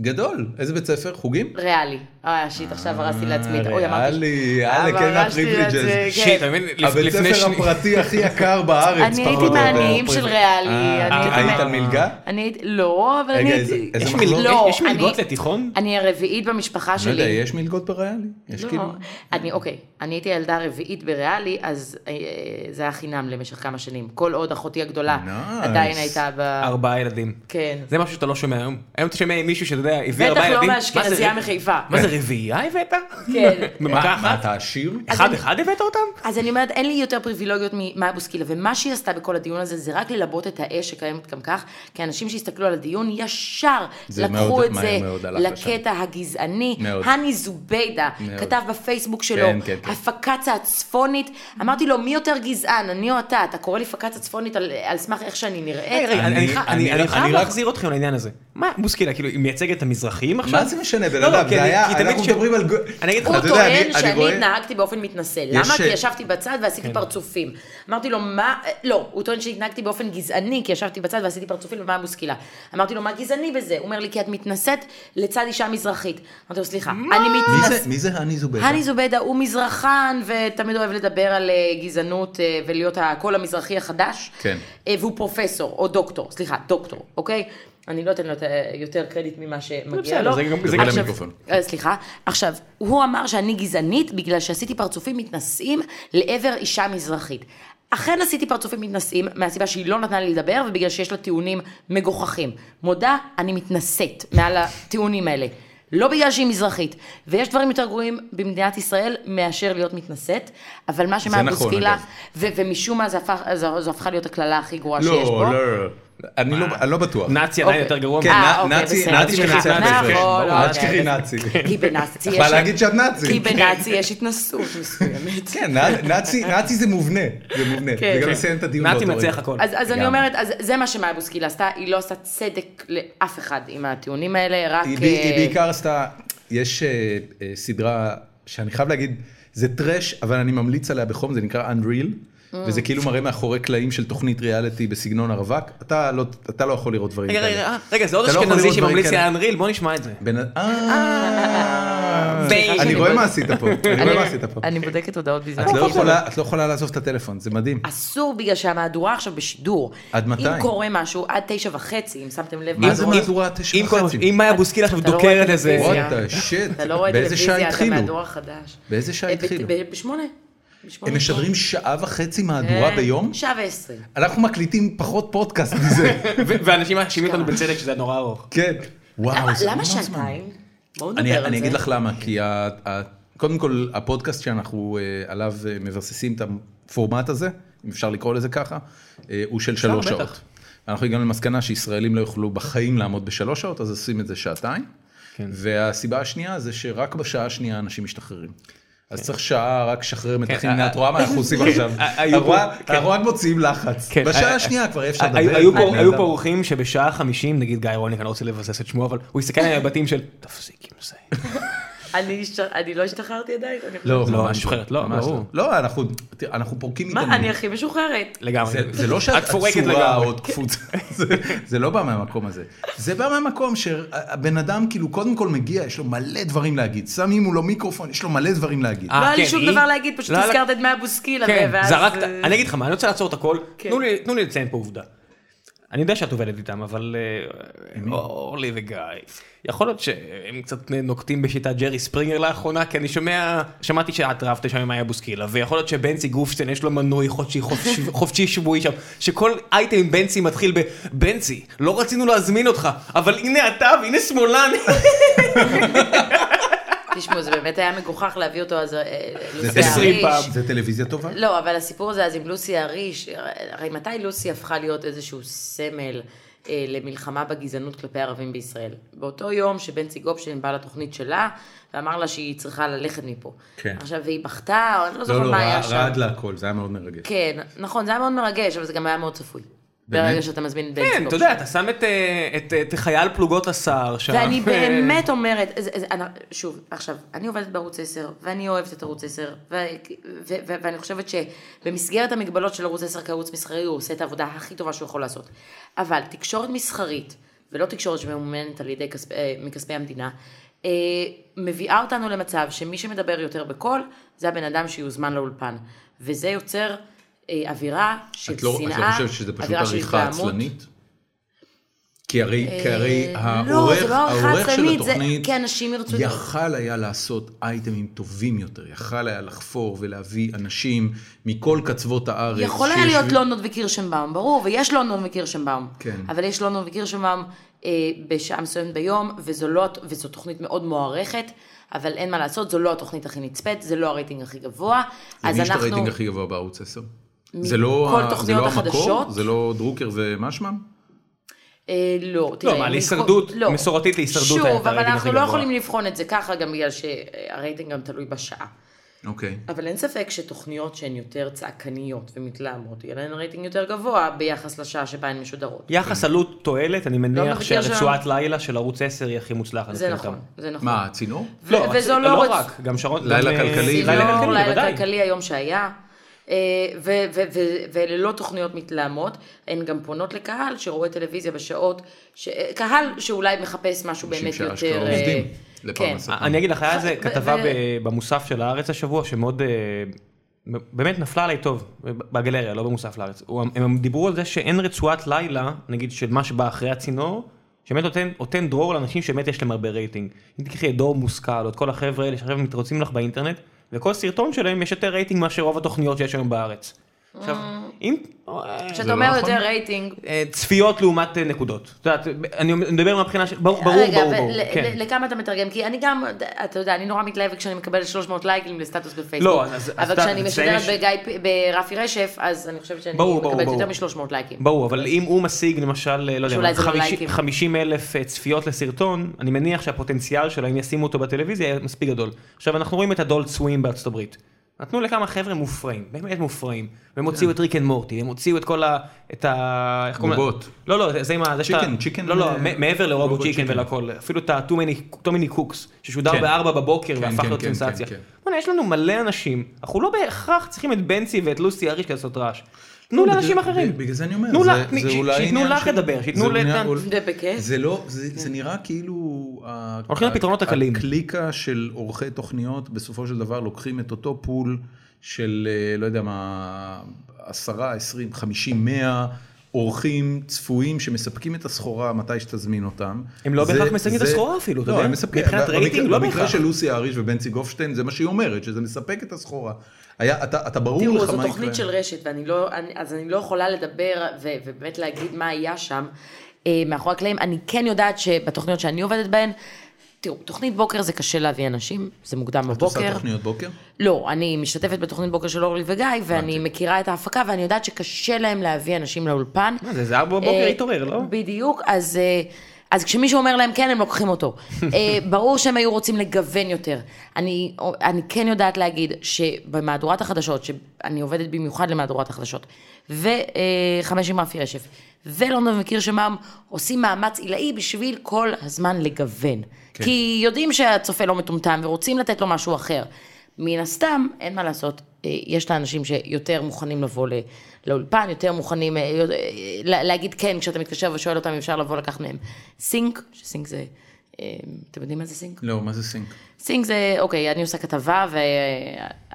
גדול. איזה בית ספר? חוגים? אה, ריאלי. אה, שיט, עכשיו הרסתי לעצמי את אוי, אמרתי. ריאלי, יאללה, כן, הרסתי את זה, הפריבילג'ז. כן. שיט, אתה מבין? לפ- הבית לפני ספר שני- הפרטי הכי יקר בארץ, אני פחות הייתי או יותר. מהעניים של ריאלי. לא אני אה, הייתי היית מה- על מלגה? אני הייתי, לא, אבל רגע, אני איזה- הייתי... איזה יש מחלוקת? מלגות- לא, יש מלגות אני- לתיכון? אני הרביעית במשפחה לא שלי. יודע, יש מלגות בריאלי? יש לא, כאילו... אני, אוקיי, אני הייתי הילדה הרביעית בריאלי, אז אה, אה, זה היה חינם למשך כמה שנים. כל עוד אחותי הגדולה Nice. אה, עדיין הייתה ב... ארבעה ילדים. כן. זה משהו שאתה לא שומע היום. היום אתה שומע עם מישהו שאתה יודע, הביא בטח ארבעה לא ילדים. מה זה מאשכנזיה רב- מחיפה. מה זה, רביעייה הבאת? כן. במכה מה, אחת? אתה עשיר? אחד אחד הבאת אותם? אז אני אומרת, אין לי יותר פריבילוגיות ממאיה בוסקילה, ומה שהיא עשתה בכל הדיון הזה, זה רק ללבות את האש שקיימת גם כך, כי אנשים שהסתכלו על הדיון ישר זה לקחו מאוד- את זה מהר מאוד הלך לקטע הגזעני. מאוד. הני זוביידה מאוד. כתב בפייסבוק שלו, כן, כן, כן. הפקצה הצפונית, אמרתי לו, מי יותר גזען, אני או אתה? אתה קורא לי פקצה צפונית על על סמך איך שאני נראית? רגע, רגע, אני- אני- אני- אני- אני אני חייב רק- להחזיר אתכם לעניין הזה. מה, בוסקילה, כאילו, היא מייצגת את המזרחיים עכשיו? מה זה משנה, בן לא, לא, אדם? כי זה אני- היה, כי תמיד אנחנו ש- מדברים על... גו- אני אגיד לך, הוא אתה יודע, טוען אני- אני שאני רואה- התנהגתי באופן מתנשא. למה? כי אה, ישבתי בצד ועשיתי פרצופים. אמרתי לו, מה... אה, לא, הוא טוען שהתנהגתי באופן גזעני, כי ישבתי בצד ועשיתי פרצופים, ומה המושכילה? אמרתי לו, מה גזעני בזה? הוא אומר לי, כי את מתנשאת לצד אישה מזרחית. אמרתי לו, סליחה, אני מי זה- מתנשאת... מי זה האני זובדה? הני זובדה הוא מזרחן, ותמיד אוהב לדבר על אה, גזענות אה, ולהיות הקול המזרחי החדש. כן. אה, והוא פרופסור, או דוקטור, סליחה, דוקטור, אוקיי? אני לא אתן לו את, אה, יותר קרדיט ממה שמגיע בסדר, לו. זה גם- זה גם לא. עכשיו- למיקרופון. אה, סליחה. עכשיו, הוא אמר שאני גזענית בגלל שעשיתי פרצופים מתנשאים לעבר אישה מזרחית. אכן עשיתי פרצופים מתנשאים, מהסיבה שהיא לא נתנה לי לדבר, ובגלל שיש לה טיעונים מגוחכים. מודה, אני מתנשאת מעל הטיעונים האלה. לא בגלל שהיא מזרחית. ויש דברים יותר גרועים במדינת ישראל מאשר להיות מתנשאת, אבל מה שמאיה נכון, בוסקילה, אגב. ו- ומשום מה זה הפך- זו זו הפכה להיות הקללה הכי גרועה שיש לא, פה. לא, לא, לא. אני לא- אני לא בטוח. נאצי אוקיי. עדיין יותר גרוע. כן, מה- אה, נ- אוקיי, נאצי בסדר. נאצי סליחה, מנצח את נכון, ההפרש. לא, אל אוקיי. תשכחי נאצי. כי בנאצי יש... בא להגיד שאת נאצי. כי בנאצי יש התנסות מסוימת. כן, נ- נאצי- נאצי זה מובנה. זה מובנה. כן. זה גם מסיים את הדיון. נאצי באותו מנצח רגע. הכל. אז, אז אני לגמרי. אומרת, אז זה מה שמאיה בוסקילה עשתה, היא לא עשתה צדק לאף אחד עם הטיעונים האלה, רק... היא ב- היא אה, בעיקר עשתה, יש אה, אה, סדרה שאני חייב להגיד, זה טרש, אבל אני ממליץ עליה בחום, זה נקרא Unreal, אה. וזה כאילו מראה מאחורי קלעים של תוכנית ריאליטי בסגנון הרווק. אתה לא- אתה לא יכול לראות דברים רגע, רגע, כאלה. אה, רגע, זה עוד אתה לא יכול אשכנזי לראות דברים שממליץ על כאלה. אנריל, בוא נשמע את זה. בן אדם... אה, סליחה אני שאני רואה בוד- מה עשית פה, אני רואה מה עשית פה. אני בודקת הודעות בזמן. את לא יכולה- את לא יכולה לעזוב את הטלפון, זה מדהים. אסור בגלל שהמהדורה עכשיו בשידור. עד מתי? אם קורה משהו, עד תשע וחצי, אם שמתם לב. מה זה אם- מהדורה תשע אם כל- וחצי? אם מאיה בוסקילה עכשיו אתה לא רואה דוקרת איזה... What טלוויזיה. the shit? אתה לא רואה באיזה שעה טלוויזיה, אתה התחילו? מהדור החדש. באיזה שעה אה, ב- התחילו? ב- בשמונה. בשמונה. הם משדרים שעה וחצי מהדורה כן, ביום? שעה ועשרים. אנחנו מקליטים פחות פודקאסט מזה. ו- ואנשים מאשימים אותנו בצדק שזה נורא ארוך. כן. למה- וואו, זה למה המון זמן. שעתיים? בואו נדבר אני, על זה. אני אגיד לך למה, כי ה, ה, קודם כל הפודקאסט שאנחנו אה, עליו אה, מבססים את הפורמט הזה, אם אפשר לקרוא לזה ככה, אה, הוא של שלוש בטח. שעות. אנחנו הגענו למסקנה שישראלים לא יוכלו בחיים לעמוד בשלוש שעות, אז עושים את זה שעתיים. כן. והסיבה השנייה זה שרק בשעה השנייה אנשים משתחררים. כן. אז צריך שעה רק לשחרר מתחים, ה- הנה, את רואה מה אנחנו עושים עכשיו. ה- אה, היו את רואה- פה- כן. אנחנו רק מוציאים לחץ. כן, בשעה ה- השנייה כבר אי אפשר היו- היו פה- לדבר. היו פה אורחים שבשעה 50, נגיד גיא רוניק, אני לא רוצה לבסס את שמו, אבל הוא הסתכל על הבתים של תפסיק עם זה. אני השת- אני לא השתחררתי עדיין. אני לא, לא, ממש משוחררת, לא, ממש ברור. לא, אנחנו תראה, אנחנו פורקים מה, עיתונים. אני הכי משוחררת. לגמרי. זה- זה לא שאת את פורקת עצורה לגמרי. או את קפוצה, זה- זה לא בא מהמקום הזה. זה בא מהמקום שהבן אדם כאילו קודם כל מגיע, יש לו מלא דברים להגיד. שמים מולו מיקרופון, יש לו מלא דברים להגיד. אה, לא היה לי כן, שום היא? דבר להגיד, פשוט לא היה לה- הזכרת את מאיה בוסקילה, כן, ואז... זרקת, אה, אני אגיד לך מה, אני רוצה לעצור את הכל, כן. תנו לי- תנו לי לציין פה עובדה. אני יודע שאת עובדת איתם, אבל אה, אורלי וגיא, יכול להיות שהם קצת נוקטים בשיטת ג'רי ספרינגר לאחרונה, כי אני שומע, שמעתי שאת רבת שם עם מאיה בוסקילה, ויכול להיות שבנצי גופשטיין יש לו מנוי חודשי חופשי- חופשי שבועי שם, שכל אייטם עם בנצי מתחיל ב, בנצי, לא רצינו להזמין אותך, אבל הנה אתה והנה שמאלן. תשמעו, זה באמת היה מגוחך להביא אותו אז, אה, לוסי זה 20 אהריש. פעם. זה טלוויזיה טובה? לא, אבל הסיפור הזה אז עם לוסי אהריש, הרי מתי לוסי הפכה להיות איזשהו סמל אה, למלחמה בגזענות כלפי ערבים בישראל? באותו יום שבנצי גופשטיין בא לתוכנית שלה, ואמר לה שהיא צריכה ללכת מפה. כן. עכשיו, והיא בכתה, או אני לא לא, זוכרת לא, מה היה רע- שם. רעד להכל, זה היה מאוד מרגש. כן, נכון, זה היה מאוד מרגש, אבל זה גם היה מאוד צפוי. באמת? ברגע שאתה מזמין את בנצי גופשטיין. כן, אתה יודע, אתה שם את, אה, את, אה, את חייל פלוגות הסער שם. ואני באמת אומרת, זה, זה, אני, שוב, עכשיו, אני עובדת בערוץ 10, ואני אוהבת את ערוץ 10, ו, ו, ו, ואני חושבת שבמסגרת המגבלות של ערוץ 10 כערוץ מסחרי, הוא עושה את העבודה הכי טובה שהוא יכול לעשות. אבל תקשורת מסחרית, ולא תקשורת שממומנת על ידי כספ, אה, מכספי המדינה, אה, מביאה אותנו למצב שמי שמדבר יותר בקול, זה הבן אדם שיוזמן לאולפן. וזה יוצר אה, אווירה של את לא שנאה, את לא חושבת שזה פשוט אווירה של עריכה התלהמות. עצלנית? כי הרי, כי הרי אה, לא, העורך, זה לא עריכה העורך של עצלנית, זה- התוכנית, כי אנשים ירצו לראות. יכל היה לעשות אייטמים טובים יותר, יכל היה לחפור ולהביא אנשים מכל קצוות הארץ. יכול היה להיות לא- שיושבים- לונדון וקירשנבאום, ברור, ויש לא לונדון וקירשנבאום. כן. אבל יש לא לונדון וקירשנבאום אה, בשעה מסוימת ביום, וזו, לא, הת- וזו תוכנית מאוד מוערכת, אבל אין מה לעשות, זו לא התוכנית הכי נצפית, זה לא הרייטינג הכי גבוה. אז למי יש את אנחנו- הרייטינג הכי גבוה בערוץ 10? זה לא, כל ה- זה תוכניות לא המקור? החדשות? זה לא דרוקר ומשמם? אה, לא, תראה. מה, מי- להישרדות, לא. מסורתית להישרדות היה את שוב, אבל הרייטינג הכי אנחנו לא גבוה. יכולים לבחון את זה ככה, גם בגלל שהרייטינג גם תלוי בשעה. אוקיי. אבל אין ספק שתוכניות שהן יותר צעקניות ומתלהמות, יהיה להן רייטינג יותר גבוה ביחס לשעה שבה הן משודרות. כן. יחס עלות תועלת, אני לא מניח מבקר שהרצועת לילה של ערוץ 10 היא הכי מוצלחת. זה מבחינתם. נכון, זה נכון. כן, מה, הצינור? ו- לא, וזו הצ- לא לא רצ- רק, גם שרון... לילה גם, אה, כלכלי, לילה לילה כלכלי, כלכלי, לילה בוודאי. כלכלי היום שהיה, אה, ו- ו- ו- ואלה לא תוכניות מתלהמות, הן גם פונות לקהל שרואה טלוויזיה בשעות, ש- אה, קהל שאולי מחפש משהו אנשים באמת שאשכרה יותר... אה, עובדים כן. לפרנסה. אני אגיד לך, היה איזה ו- כתבה ו- ב- במוסף של הארץ השבוע שמאוד... אה, באמת נפלה עליי טוב, בגלריה, לא במוסף לארץ. הוא- הם דיברו על זה שאין רצועת לילה, נגיד, של מה שבא אחרי הצינור, שבאמת נותן, נותן דרור לאנשים שבאמת יש להם הרבה רייטינג. אם תקחי את דור מושכל, או את כל החבר'ה האלה שעכשיו מתרוצים לך באינטרנט, וכל סרטון שלהם יש יותר רייטינג מאשר רוב התוכניות שיש היום בארץ. עכשיו, אם... לא כשאתה אומר נכון. יותר רייטינג... אה, צפיות לעומת אה, נקודות. את יודעת, אני מדבר מהבחינה של... ברור, ברור, רגע, ברור. ו- ברור, ל- כן. ל- לכמה אתה מתרגם? כי אני גם, אתה יודע, אני נורא מתלהבת כשאני מקבלת 300 לייקים לסטטוס בפייסבוק. לא, אז- אז- אז אבל אתה- כשאני אצלנו משדרת יש- בגיא פ- ברפי רשף, אז אני חושבת שאני ברור, ברור, מקבלת יותר ברור. מ-300 לייקים. ברור, אבל אם הוא משיג למשל, אה, לא שאולי יודע, זה לא 50 לייקים. 50 אלף אה, צפיות לסרטון, אני מניח שהפוטנציאל שלו, אם ישימו אותו בטלוויזיה, יהיה מספיק גדול. עכשיו, אנחנו רואים את הדולט סווים בארצות הברית. נתנו לכמה חבר'ה מופרעים, באמת מופרעים. והם כן. הוציאו את ריק אנד מורטי, הם הוציאו את כל ה... את ה... איך קוראים לזה? בובות. לא, לא, זה עם ה... זה שאתה- צ'יקן, צ'יקן, לא, לא, אה, מ- מעבר לרובו רובוט צ'יקן צ'יקן. ולכל. אפילו את ה-Too Many Cooks, ששודר כן. ב-4 בבוקר כן, והפך כן, להיות כן, סנסציה. כן, כן. בוא'נה, יש לנו מלא אנשים, אנחנו לא בהכרח צריכים את בנצי ואת לוסי אריש כדי לעשות רעש. תנו לא, לאנשים בגלל- אחרים. בגלל זה אני אומר, תנו זה- לה- זה ש- אולי שייתנו עניין לך של- לדבר, שייתנו זה ל- עניין- דן. אול- זה בכיף. זה לא, זה זה נראה כאילו... ה- הולכים ה- לפתרונות הקלים. הקליקה של עורכי תוכניות, בסופו של דבר לוקחים את אותו פול של, אה, לא יודע מה, 10, 20, 50, 100 עורכים צפויים שמספקים את הסחורה מתי שתזמין אותם. הם לא זה- בהכרח מספקים את זה- הסחורה אפילו, אתה לא, יודע? הם מספקים. מבחינת במקרה- רייטינג, לא במקרה בהכרח. של לוסי אהריש ובנצי גופשטיין, זה מה שהיא אומרת, שזה מספק את הסחורה. היה, אתה, אתה ברור לך מה תראו, יקרה. זו תוכנית של רשת, ואני לא, אני, אז אני לא יכולה לדבר ו, ובאמת להגיד מה היה שם אה, מאחורי הקלעים. אני כן יודעת שבתוכניות שאני עובדת בהן, תראו, תוכנית בוקר זה קשה להביא אנשים, זה מוקדם את עושה בבוקר. תוכניות בוקר? לא, אני משתתפת בתוכנית בוקר של אורלי וגיא, ואני מכירה את ההפקה, ואני יודעת שקשה להם להביא אנשים לאולפן. מה זה, זה ארבע בבוקר אה, התעורר, לא? בדיוק, אז, אה, אז כשמישהו אומר להם כן, הם לוקחים אותו. אה, ברור שהם היו רוצים לגוון יותר. אני, אני כן יודעת להגיד שבמהדורת החדשות, שאני עובדת במיוחד למהדורת החדשות, וחמש עם רפי רשף, ולונדון וקירשמם עושים מאמץ עילאי בשביל כל הזמן לגוון. כן. כי יודעים שהצופה לא מטומטם ורוצים לתת לו משהו אחר. מן הסתם, אין מה לעשות, אה, יש את האנשים שיותר מוכנים לבוא ל- לאולפן, יותר מוכנים אה, אה, לה- להגיד כן כשאתה מתקשר ושואל אותם אם אפשר לבוא לקחת מהם סינק, שסינק זה, אה, אתם יודעים מה זה סינק? לא, מה זה סינק? סינק זה, אוקיי, אני עושה כתבה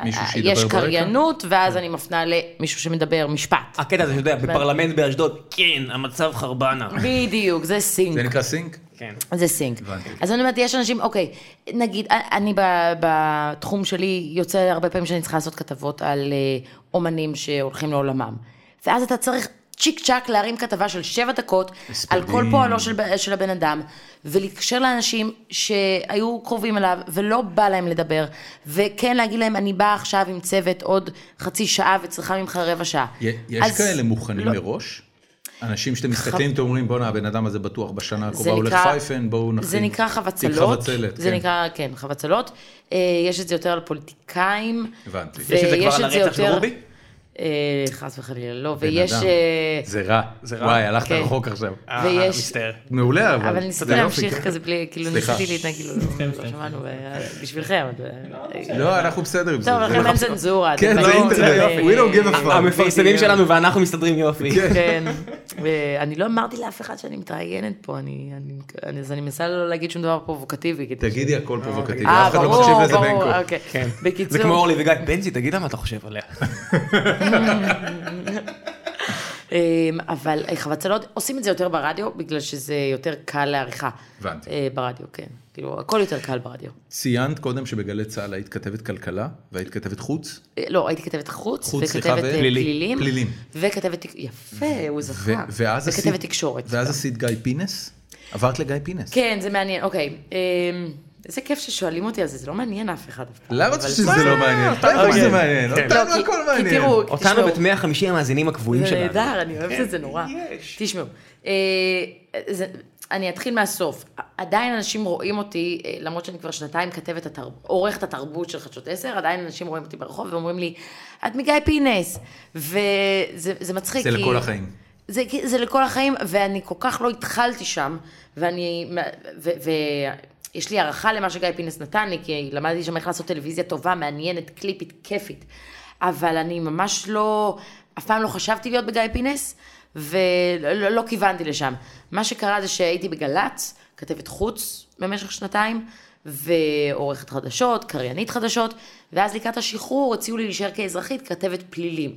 מישהו שידבר ויש ברקע? קריינות, ואז אני מפנה למישהו שמדבר משפט. הקטע הזה, שאתה יודע, בפרלמנט באשדוד, כן, המצב חרבנה. בדיוק, זה סינק. אה. זה נקרא סינק? כן. זה סינק. הבנתי. אז אני אומרת, יש אנשים, אוקיי, נגיד, אני ב- בתחום שלי, יוצא הרבה פעמים שאני צריכה לעשות כתבות על אה, אומנים שהולכים לעולמם. ואז אתה צריך צ'יק צ'אק להרים כתבה של שבע דקות, על הספדים. כל פועלו של, ב- של הבן אדם, ולהתקשר לאנשים שהיו קרובים אליו, ולא בא להם לדבר, וכן להגיד להם, אני באה עכשיו עם צוות עוד חצי שעה וצריכה ממך רבע שעה. י- יש אז כאלה מוכנים לא- מראש? אנשים שאתם מסתכלים, אתם אומרים, בואנה, הבן אדם הזה בטוח בשנה זה הקרובה הולך נקרא- פייפן, בואו נכין. זה נקרא חבצלות. תיק חבצלת, זה כן. נקרא, כן, חבצלות. אה, יש את זה יותר על פוליטיקאים. הבנתי. יש ויש את זה כבר את על הרצח של יותר- רובי? אה, חס וחלילה, לא. בן ויש... אדם. אה, זה רע. זה רע. וואי, הלכת כן. רחוק עכשיו. אה, ויש- מצטער. מעולה, אבל... לא כן. אבל ניסיתי להמשיך כזה בלי, כאילו סליחה. ניסיתי להתנהג, כאילו, לא שמענו, אה, בשבילכם. אבל- אה, לא, אנחנו בסדר עם זה. טוב, זה לכם לא- אין צנזורה. אתם כן, זה באים, אינטרנט. אה, We don't give a fuck. המפרסמים בדיוק. שלנו ואנחנו מסתדרים יופי. כן, ואני לא אמרתי לאף אחד שאני מתראיינת פה, אני, אני- אני- אז אני מנסה לא להגיד שום דבר פרובוקטיבי. כדי ש- תגידי הכל פרובוקטיבי, אה, אף אחד לא מקשיב ברור, לזה בין ברור, כה. אוקיי. כן. בקיצור, זה כמו אורלי וגיא, בנזי, תגיד לה מה אתה חושב עליה. אמ, אבל אה, חבצלות, עושים את זה יותר ברדיו, בגלל שזה יותר קל לעריכה. הבנתי. אה, ברדיו, כן. כאילו, הכל יותר קל ברדיו. ציינת קודם שבגלי צה"ל היית כתבת כלכלה והיית כתבת חוץ, אה, לא, הייתי כתבת חוץ, חוץ, סליחה, וכתבת ו- אה, פלילי. פלילים. פלילים. וכתבת, תק- יפה, הוא זכר. ו- ואז עשית... אה, וכתבת תקשורת. ואז עשית גיא פינס? עברת לגיא פינס. כן, זה מעניין, אוקיי. אמ, איזה כיף ששואלים אותי על זה, זה לא מעניין אף אחד אף פעם. למה את אבל- חושבת שזה לא מעניין? אוקיי. אותנו זה מעניין, כן. אותנו לא, כי- הכל כי מעניין. תראו, אותנו תשמעו. ואת 150 המאזינים הקבועים זה שלנו. כן, נהדר, אני אוהבת את זה נורא. יש. תשמעו, אה, זה- אני אתחיל מהסוף. עדיין אנשים רואים אותי, אה, למרות שאני כבר שנתיים כתבת, התר- עורכת התרבות של חדשות 10, עדיין אנשים רואים אותי ברחוב ואומרים לי, את מגיא פינס. וזה זה מצחיק. זה כי- לכל החיים. זה, זה לכל החיים, ואני כל כך לא התחלתי שם, ואני, ו, ו, יש לי הערכה למה שגיא פינס נתן לי, כי למדתי שם איך לעשות טלוויזיה טובה, מעניינת, קליפית, כיפית. אבל אני ממש לא, אף פעם לא חשבתי להיות בגיא פינס, ולא לא, לא כיוונתי לשם. מה שקרה זה שהייתי בגל"צ, כתבת חוץ במשך שנתיים, ועורכת חדשות, קריינית חדשות, ואז לקראת השחרור הציעו לי להישאר כאזרחית כתבת פלילים.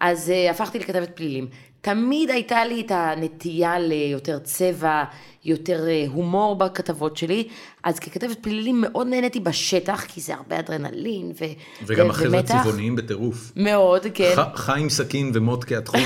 אז uh, הפכתי לכתבת פלילים. תמיד הייתה לי את הנטייה ליותר צבע, יותר uh, הומור בכתבות שלי, אז ככתבת פלילים מאוד נהניתי בשטח, כי זה הרבה אדרנלין ו- וגם ו- אחרי זה צבעוניים בטירוף. מאוד, כן. ח- חיים סכין ומוטקה התחום.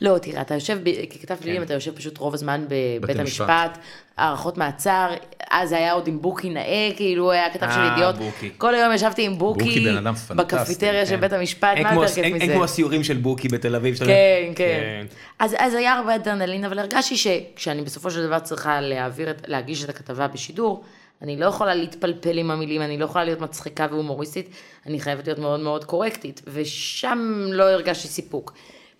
לא, תראה, אתה יושב, ב- ככתב פלילים, אתה יושב פשוט רוב הזמן כן. בתי בבית משפט. המשפט, הארכות מעצר, אז היה עוד עם בוקי נאה, כאילו, היה כתב של אה, ידיעות. בוקי. כל היום ישבתי עם בוקי בוקי, בן אדם פנטסטי, בקפיטריה של כן. בית המשפט, אין מה כמו- יותר כיף אין- מזה? אין כמו הסיורים של בוקי בתל אביב. שאתה כן, אומר, כן. אז, אז היה הרבה אדרנלין, אבל הרגשתי שכשאני בסופו של דבר צריכה להעביר, את, להגיש את הכתבה בשידור, אני לא יכולה להתפלפל עם המילים, אני לא יכולה להיות מצחיקה והומוריסטית, אני חייבת להיות מאוד מאוד קורקטית, ושם לא הרגשתי סיפוק.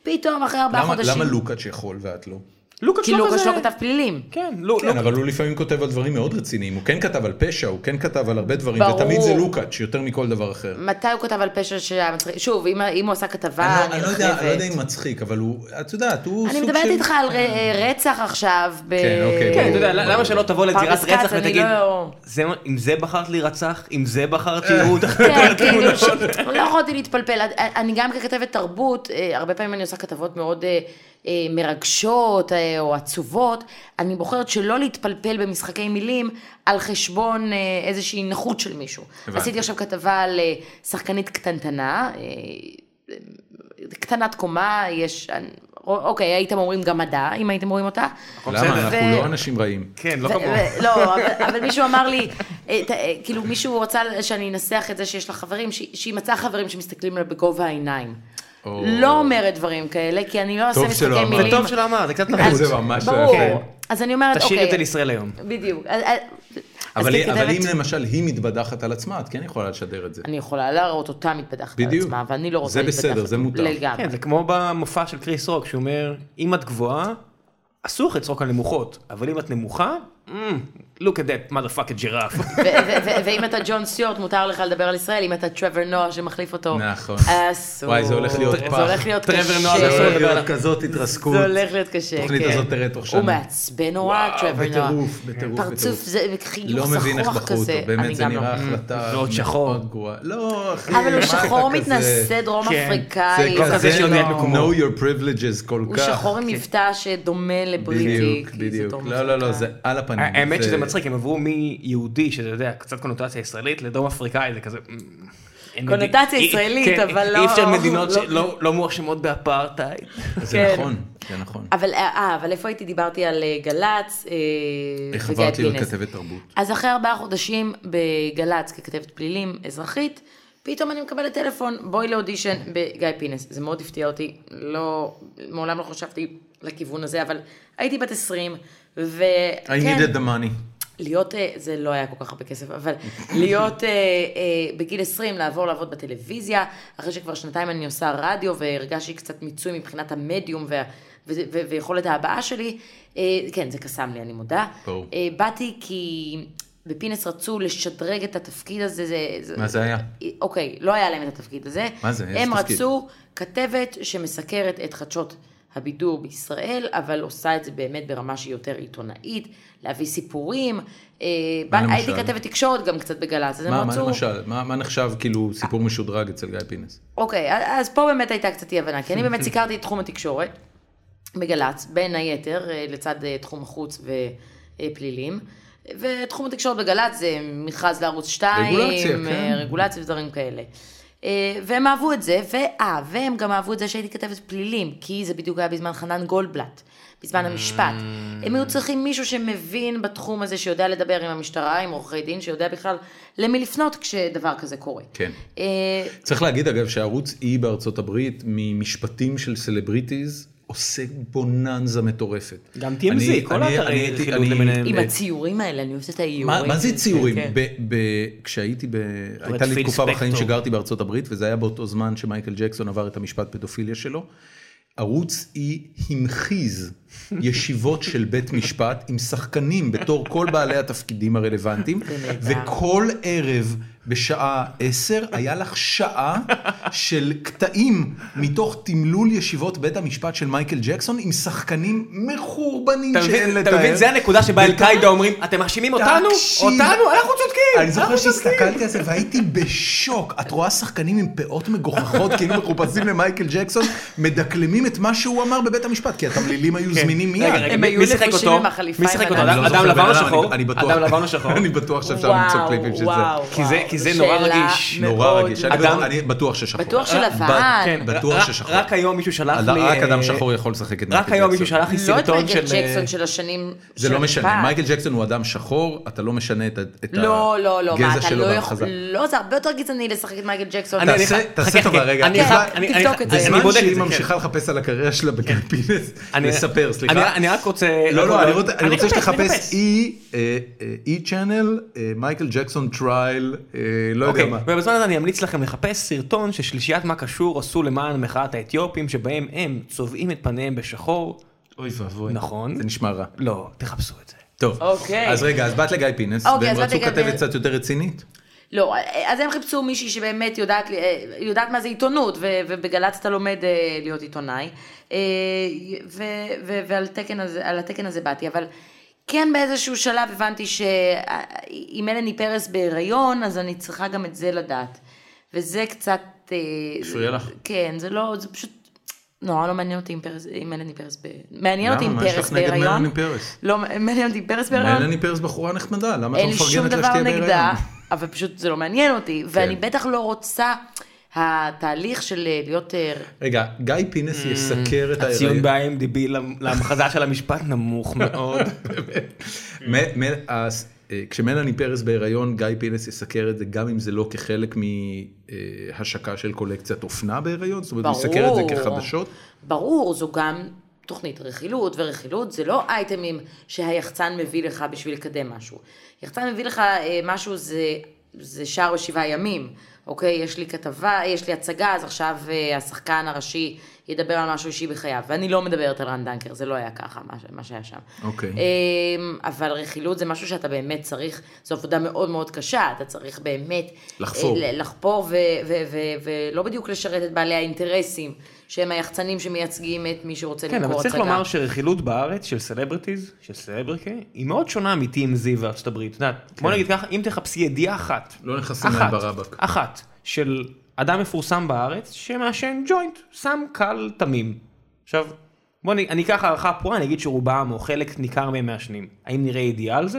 פתאום אחרי ארבעה למה- חודשים, למה לוקאץ' יכול ואת לא? לוקאץ' כי לוקאץ' לא כזה- כתב פלילים. כן, לוק- כן, אבל הוא לפעמים כותב על דברים מאוד רציניים. הוא כן כתב על פשע, הוא כן כתב על הרבה דברים, ברור. ותמיד זה לוקאץ' יותר מכל דבר אחר. מתי הוא כתב על פשע שהיה מצחיק? שוב, אם, אם הוא עשה כתבה אני לא- אני לא יודע- אני לא יודע אם מצחיק, אבל הוא, את יודעת, הוא סוג אני של... מדברת איתך על ר, אה, רצח עכשיו. ב... כן, אוקיי, כן, אתה יודע, למה שלא תבוא לזירת פרדס כץ, רצח אני ותגיד, לא- "זה מה- עם זה בחרת להירצח, עם זה בחרת לראות, כן, כאילו, ש- לא יכולתי להתפלפל. אני גם ככתבת תרבות, אה, הרבה פעמים אני עושה כתבות מאוד אה, אה, מרגשות אה, או עצובות, אני בוחרת שלא להתפלפל במשחקי מילים על חשבון אה, איזושהי נכות של מישהו. הבנתי. עשיתי עכשיו כתבה על אה, שחקנית קטנטנה, אה, קטנת קומה, יש... אוקיי, הייתם אומרים גמדה, אם הייתם רואים אותה. למה? בסדר. אנחנו ו- לא אנשים רעים. כן, לא ו- כמוהו. ו- לא, אבל- אבל מישהו אמר לי, אה, ת- אה, כאילו מישהו רצה שאני אנסח את זה שיש לה חברים, שהיא שהיא מצאה חברים שמסתכלים עליה בגובה העיניים. או. לא אומרת דברים כאלה, כי אני לא אעשה טוב שלא משחקי אמרת. מילים. טוב שלא אמרת, זה קצת אז- נחוץ. זה ממש לא ברור. יפה. אז אני אומרת, תשאיר את זה אוקיי, לישראל היום. בדיוק. אז- אז- אז אבל אבל ככתבת- אם למשל היא מתבדחת על עצמה, את כן יכולה לשדר את זה. אני יכולה להראות אותה מתפתחת על בדיוק. עצמה, ואני לא זה רוצה להתפתח. בסדר, זה מותר. לגמרי. כן, זה כמו במופע של קריס רוק, שהוא אומר, אם את גבוהה, אסור לך לצחוק על נמוכות, אבל אם את נמוכה, "Mm, look at that motherfucker ג'ירף. ו- ו- ו- ואם אתה ג'ון סטיורט, מותר לך לדבר על ישראל, אם אתה טרוור נועה שמחליף אותו, נכון. אסור. וואי, זה הולך להיות פח. זה הולך להיות טרוור קשה. נועה זה הולך להיות כזאת התרסקות. זה הולך להיות קשה, כן. התוכנית הזאת תראה תוך שנה. הוא מעצבן נורא, וואו, טרוור נועה. בטירוף, בטירוף, פרצוף בטירוף. זה, חיוך לא זחוח כזה. מבין איך בחרו אותו, אני באמת זה גם לא. נראה החלטה ועוד שחור. מאוד גרועה. לא, אחי, אבל מה הוא אתה שחור כזה? מתנשא דרום כן. אפריקאי. לא כזה שיודע את לא. מקומו. know your privileges כל הוא כך. שחור עם מבטא שדומה לבריטי. כן. בדיוק, כי זה בדיוק. דרום לא, לא, לא, אפריקאי. זה על הפנים. האמת זה- שזה מצחיק, הם עברו מיהודי, שזה, אתה יודע, קצת קונוטציה ישראלית, לדרום אפריקאי, זה כזה... "Mm, קונוטציה אי- ישראלית, כן, אבל לא... אי אפשר מדינות לא- שלא לא מואשמות באפרטהייד. זה כן. נכון, זה נכון. אבל, אה, אבל איפה הייתי? דיברתי על אה, גל"צ אה, איך וגיא עברתי להיות פינס. כתבת תרבות? אז אחרי ארבעה חודשים בגל"צ ככתבת פלילים אזרחית, פתאום אני מקבלת טלפון, בואי לאודישן בגיא פינס. זה מאוד הפתיע אותי, לא, מעולם לא חשבתי לכיוון הזה, אבל הייתי בת 20, ו... I כן. needed the money. להיות, אה, זה לא היה כל כך הרבה כסף, אבל להיות אה, אה, בגיל 20, לעבור לעבוד בטלוויזיה, אחרי שכבר שנתיים אני עושה רדיו, והרגשתי קצת מיצוי מבחינת המדיום וה, ו, ו, ויכולת ההבעה שלי, אה, כן, זה קסם לי, אני מודה. ברור. אה, באתי כי בפינס רצו לשדרג את התפקיד הזה, זה... זה מה זה היה? אוקיי, לא היה להם את התפקיד הזה. מה זה? איזה הם תפקיד? רצו כתבת שמסקרת את חדשות הבידור בישראל, אבל עושה את זה באמת ברמה שהיא יותר עיתונאית, להביא סיפורים. אה, מה בא- למשל? הייתי כתבת תקשורת גם קצת בגל"צ, אז הם מה, מה רצו... למשל? מה מה נחשב כאילו סיפור משודרג אצל גיא פינס? אוקיי, אז- אז פה באמת הייתה קצת אי הבנה, כי אני באמת סיקרתי את תחום התקשורת בגל"צ, בין היתר, אה, לצד אה, תחום החוץ ופלילים. ותחום התקשורת בגל"צ זה מכרז לערוץ 2, רגולציה, כן. רגולציה ודברים כאלה. אה, והם אהבו את זה, ואה, והם גם אהבו את זה שהייתי כתבת פלילים, כי זה בדיוק היה בזמן חנן גולדבלט, בזמן המשפט. Mm. הם היו צריכים מישהו שמבין בתחום הזה, שיודע לדבר עם המשטרה, עם עורכי דין, שיודע בכלל למי לפנות כשדבר כזה קורה. כן. אה, צריך להגיד אגב שערוץ E בארצות הברית ממשפטים של סלבריטיז עושה בוננזה מטורפת. גם TMZ, אני- כל אני- האתרי אני הייתי- חילוץ אני- למיניהם. עם אה, הציורים האלה, אני אוהבת את כן, מה האיורים. מה זה ציורים? כן. ב- ב- כשהייתי ב... הייתה לי פיל תקופה בחיים ספקטור. שגרתי בארצות הברית, וזה היה באותו זמן שמייקל ג'קסון עבר את המשפט פדופיליה שלו. ערוץ E המחיז ישיבות של בית משפט עם שחקנים בתור כל בעלי התפקידים הרלוונטיים, נהדר. וכל ערב בשעה 10 היה לך שעה של קטעים מתוך תמלול ישיבות בית המשפט של מייקל ג'קסון עם שחקנים מחורבנים אתה שאין מבין- לתאר. אתה מבין, זה הנקודה שבה אל-קאידה אומרים, אתם מאשימים אותנו? תקשיב. אותנו? אנחנו כן, צודקים. אני זוכר אנחנו צודקים." שהסתכלתי על זה והייתי בשוק. את רואה שחקנים עם פאות מגוחכות, כאילו מחופשים למייקל ג'קסון, מדקלמים את מה שהוא אמר בבית המשפט, כי התמלילים היו זמינים מיד. כן. רגע, רגע, הם מי- היו מי שיחק לבושים אותו? עם החליפה מי עם שיחק אותו? הנעל. אני לא אדם זוכר לבן או בן אדם, שחור? אני בטוח- אדם לבן או שחור? אני בטוח שאפשר למצוא קליפים של זה. כי זה- כי זה נורא שאלה רגיש. נורא מאוד לא, רגיש. מאוד. אני בטוח- אדם- אני בטוח ששחור. בטוח שלבן. ב- כן, בטוח רק- ששחור. לא, רק היום מישהו שלח לי... רק אה, אדם שחור יכול לשחק את מייקל רק היום מישהו ג'קסון. שלח לי לא את סרטון של... מייקל ג'קסון של השנים אה, זה של לא משנה, פעם. מייקל ג'קסון הוא אדם שחור, אתה לא משנה את ה- את לא, לא, לא, מה, הגזע אתה שלו לא בהמחזה. יכול... לא, זה הרבה יותר גזעני לשחק את מייקל ג'קסון. אני- אני- תעשה- חכה, תעשה חכה, טובה חכה. רגע, אני את חכה, יודעת- אני- תבדוק אני- את זה. אני בזמן בודק את שהיא זה, כן. ממשיכה כן. לחפש על הקריירה שלה בקרפינס, אני- לספר, אני- סליחה. אני רק רוצה... לא, לא, אני רוצה- אני רוצה מחפש, שתחפש E, אה, מחפש. E-Channel, מייקל ג'קסון טרייל, לא יודע אוקיי, מה. ובזמן הזה אני אמליץ לכם לחפש סרטון ששלישיית מה קשור עשו למען מחאת האתיופים, שבהם הם צובעים את פניהם בשחור. אוי ואבוי. נכון. זה נשמע רע. לא, תחפשו את זה. טוב. אוקיי. אז רגע, אז באת לגיא פינס, אוקיי, והם אז רצו באתי לגיא כתבת פינס. קצת יותר רצינית. לא, אז הם חיפשו מישהי שבאמת יודעת, אה, יודעת מה זה עיתונות, ו- ובגל"צ אתה לומד אה, להיות עיתונאי. אה, ו- ו- ועל תקן הזה, על התקן הזה באתי, אבל כן באיזשהו שלב הבנתי אה, שאם אלני פרס בהיריון, אז אני צריכה גם את זה לדעת. וזה קצת... אה, הפריע זה- לך? כן, זה לא, זה פשוט... נורא לא מעניין אותי אם פרס, אם אלני פרס ב... מעניין למה? אותי אם מה יש פרס לך נגד בהיריון. מלאני פרס? לא, מעניין אותי אם פרס בהיריון. אלני פרס בחורה נחמדה, למה את אין לא לי שום מפרגנת לה שתהיה דבר נגדה, בהיריון? כן. אבל פשוט זה לא מעניין אותי, ואני בטח לא רוצה, התהליך של אה, להיות... אה, רגע, גיא פינס יסקר את ההיריון. הציון ב-IMDb למ- להמחזה של המשפט נמוך מאוד. מ- מ- אז, אה, כשמלאני פרס בהיריון, גיא פינס יסקר את זה, גם אם זה לא כחלק מהשקה של קולקציית אופנה בהיריון, זאת אומרת, הוא ברור. יסקר את זה כחדשות. ברור, זו גם תוכנית רכילות, ורכילות זה לא אייטמים שהיחצן מביא לך בשביל לקדם משהו. יחצן מביא לך אה, משהו, זה, זה שער בשבעה ימים, אוקיי? יש לי כתבה, יש לי הצגה, אז עכשיו אה, השחקן הראשי ידבר על משהו אישי בחייו, ואני לא מדברת על רן דנקר, זה לא היה ככה, מה, ש- מה שהיה שם. אוקיי. אה, אמ, אבל רכילות זה משהו שאתה באמת צריך, זו עבודה מאוד מאוד קשה, אתה צריך באמת... לחפור. אה, ל- לחפור ו- ו- ו- ולא בדיוק לשרת את בעלי האינטרסים, שהם היחצנים שמייצגים את מי שרוצה כן, אבל למכור צריך הצגה. לומר שרכילות בארץ של סלבריטיז, של סלברקי, היא מאוד שונה מ-TMZ וארצות הברית. את יודעת, בוא נגיד ככה, אם תחפשי ידיעה אחת, לא נכנסים אחת, להם ברבק. אחת, של אדם מפורסם בארץ שמעשן ג'וינט, סם קל תמים. עכשיו, בוא נ... אני אקח הערכה פרועה, אני אגיד שרובם או חלק ניכר מהם מעשנים. האם נראה ידיעה על זה?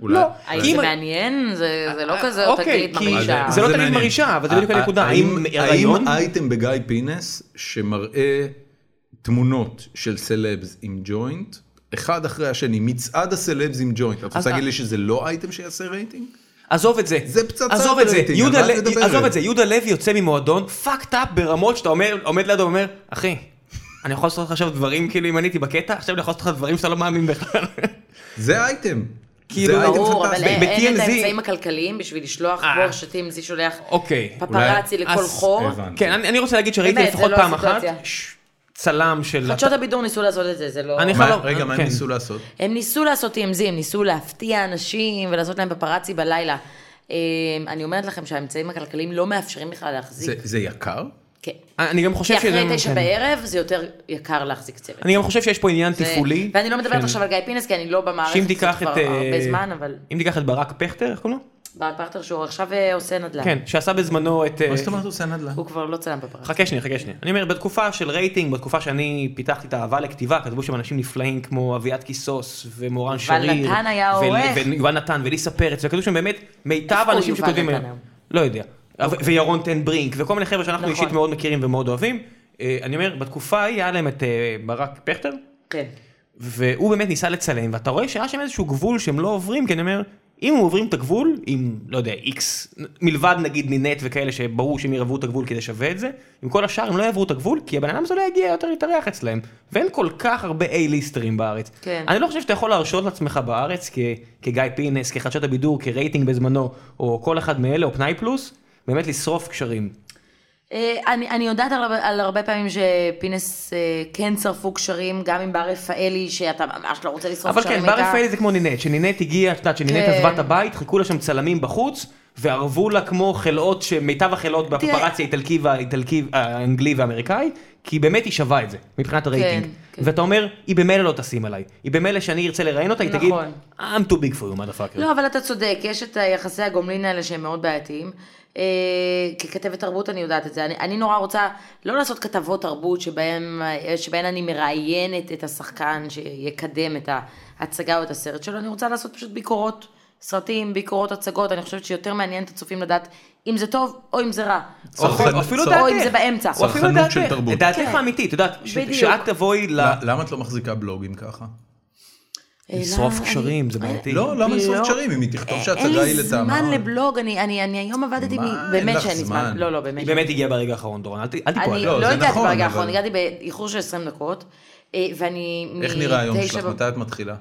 אולי. לא. האם אם- זה מעניין? זה זה לא אה, כזה, אוקיי, תגיד, כי- מרגישה. זה לא תמיד מעניין. מרעישה, אבל זה בדיוק ה- ה- הנקודה. האם הריון? האם אייטם בגיא פינס שמראה תמונות של סלבס עם ג'וינט, אחד אחרי השני, מצעד הסלבס עם ג'וינט, את רוצה להגיד לי שזה לא אייטם שיעשה רייטינג? עזוב את זה. זה פצצת עזוב את זה. רייטינג, יהודה על מה את לוי- מדברת? עזוב את זה. יהודה לוי יוצא ממועדון fucked up ברמות שאתה אומר, עומד לידו ואומר, אחי, אני יכול לעשות לך עכשיו דברים כאילו אם אני הייתי בקטע, עכשיו אני יכול לעשות לך דברים שאתה לא מאמין בכלל. זה אייטם. כאילו, זה אייטם ברור, אבל פנטסטי. אין ב- אין את ב-TMZ האמצעים הכלכליים בשביל לשלוח אה. בור שטים, זה שולח אוקיי. פפראצי אולי- לכל אז- חור. הבנתי. כן, אני אני רוצה להגיד שראיתי באמת, זה לפחות לא פעם אחת הסיטואציה. ש- צלם של... חדשות הבידור ניסו לעשות את זה, זה לא... אני מה- חלום, רגע, מה הם כן. ניסו לעשות? הם ניסו לעשות TMZ, הם ניסו להפתיע אנשים ולעשות להם פפראצי בלילה. אה, אני אומרת לכם שהאמצעים הכלכליים לא מאפשרים בכלל זה- להחזיק. זה יקר? כן. אני גם כי חושב שזה... אחרי תשע כן. בערב זה יותר יקר להחזיק צוות. אני גם חושב שיש פה עניין זה- תפעולי. ואני לא מדברת של- עכשיו על גיא פינס, כי אני לא במערכת שאם הזאת תיקח כבר את... אה, הרבה זמן, אבל... אם תיקח את ברק פכטר, איך קוראים לו? ברק פרטר שהוא עכשיו אה, עושה נדל"ן. כן, שעשה בזמנו את... מה זאת אומרת עושה נדל"ן? הוא כבר לא צלם בפרק. חכה שנייה, חכה שנייה. אני אומר, בתקופה של רייטינג, בתקופה שאני פיתחתי את האהבה לכתיבה, כתבו שם אנשים נפלאים כמו אביעד קיסוס ומורן שריר. נתן היה ול- העורך. ויובל נתן וליסה פרץ, וכתבו שם באמת מיטב איפה האנשים יובל שכותבים נתן היום. היום? לא אוקיי. יודע. ו- וירון טן ברינק, וכל מיני חבר'ה שאנחנו נכון. אישית מאוד מכירים ומאוד אוהבים. אה, אני אומר, בתקופה ההיא היה להם את אה, ברק פכטר, כן. והוא באמת ניסה לצלם, ואתה רואה שהיה שם איזשהו גבול שהם לא עוברים, כי אני אומר, אם הם עוברים את הגבול, עם, לא יודע, איקס, מלבד נגיד נינט וכאלה, שברור שהם יעברו את הגבול כי זה שווה את זה, עם כל השאר הם לא יעברו את הגבול, כי הבן אדם הזה לא יגיע יותר להתארח אצלהם. ואין כל כך הרבה A-ליסטרים בארץ. כן. אני לא חושב שאתה יכול להרשות לעצמך בארץ, כ, כגיא פינס, כחדשות הבידור, כרייטינג בזמנו, או כל אחד מאלה, או פנאי פלוס, באמת לשרוף קשרים. אה, אני, אני יודעת על, הרבה- על הרבה פעמים שפינס אה, כן צרפו קשרים, גם עם בר רפאלי, שאתה ממש לא רוצה לשרוף אבל קשרים כן, איתה. בר רפאלי זה כמו נינט, שנינט הגיעה, את יודעת, שנינט כן. עזבה את הבית, חיכו לה שם צלמים בחוץ, וערבו לה כמו חלאות, שמיטב החלאות בפפרצי האיטלקי והאיטלקי, האנגלי והאמריקאי, כי באמת היא שווה את זה, מבחינת הרייטינג. כן. ואתה אומר, היא במילא לא תשים עליי, היא במילא שאני ארצה לראיין אותה, היא תגיד, נכון. I'm too big for you, motherfucker. לא, אבל אתה צודק, יש את היחסי הגומלין האלה שהם מאוד בעייתיים. אה, ככתבת תרבות אני יודעת את זה. אני, אני נורא רוצה לא לעשות כתבות תרבות שבהן, אה, שבהן אני מראיינת את השחקן שיקדם את ההצגה או את הסרט שלו, אני רוצה לעשות פשוט ביקורות סרטים, ביקורות הצגות, אני חושבת שיותר מעניין את הצופים לדעת אם זה טוב או אם זה רע. או אפילו- אפילו צרכנות דעתך. או אם זה באמצע. או אפילו צרכנות של דעתך. תרבות. דעתך כן. האמיתית, את יודעת, ש- בדיוק. שאת תבואי ל... למה- למה את לא מחזיקה בלוגים ככה? אה, לשרוף למה קשרים, אני- זה בעייתי. לא, למה לא. אה, לשרוף קשרים אם היא תכתוב אין שההצגה לי היא לטעמה? זמן לבלוג, אני, אני, אני היום עבדתי, מה, מ- אין באמת לך שאין לי זמן. זמן. לא, לא, באמת. היא באמת הגיעה ברגע האחרון, דורון, אל ת- אל תיפול. אני עליה. לא, לא זה הגעתי נכון, ברגע אבל- האחרון, הגעתי באיחור של 20 דקות, אה, ואני... איך מ- נראה היום תשע שלך? בב- מתי את מתחילה?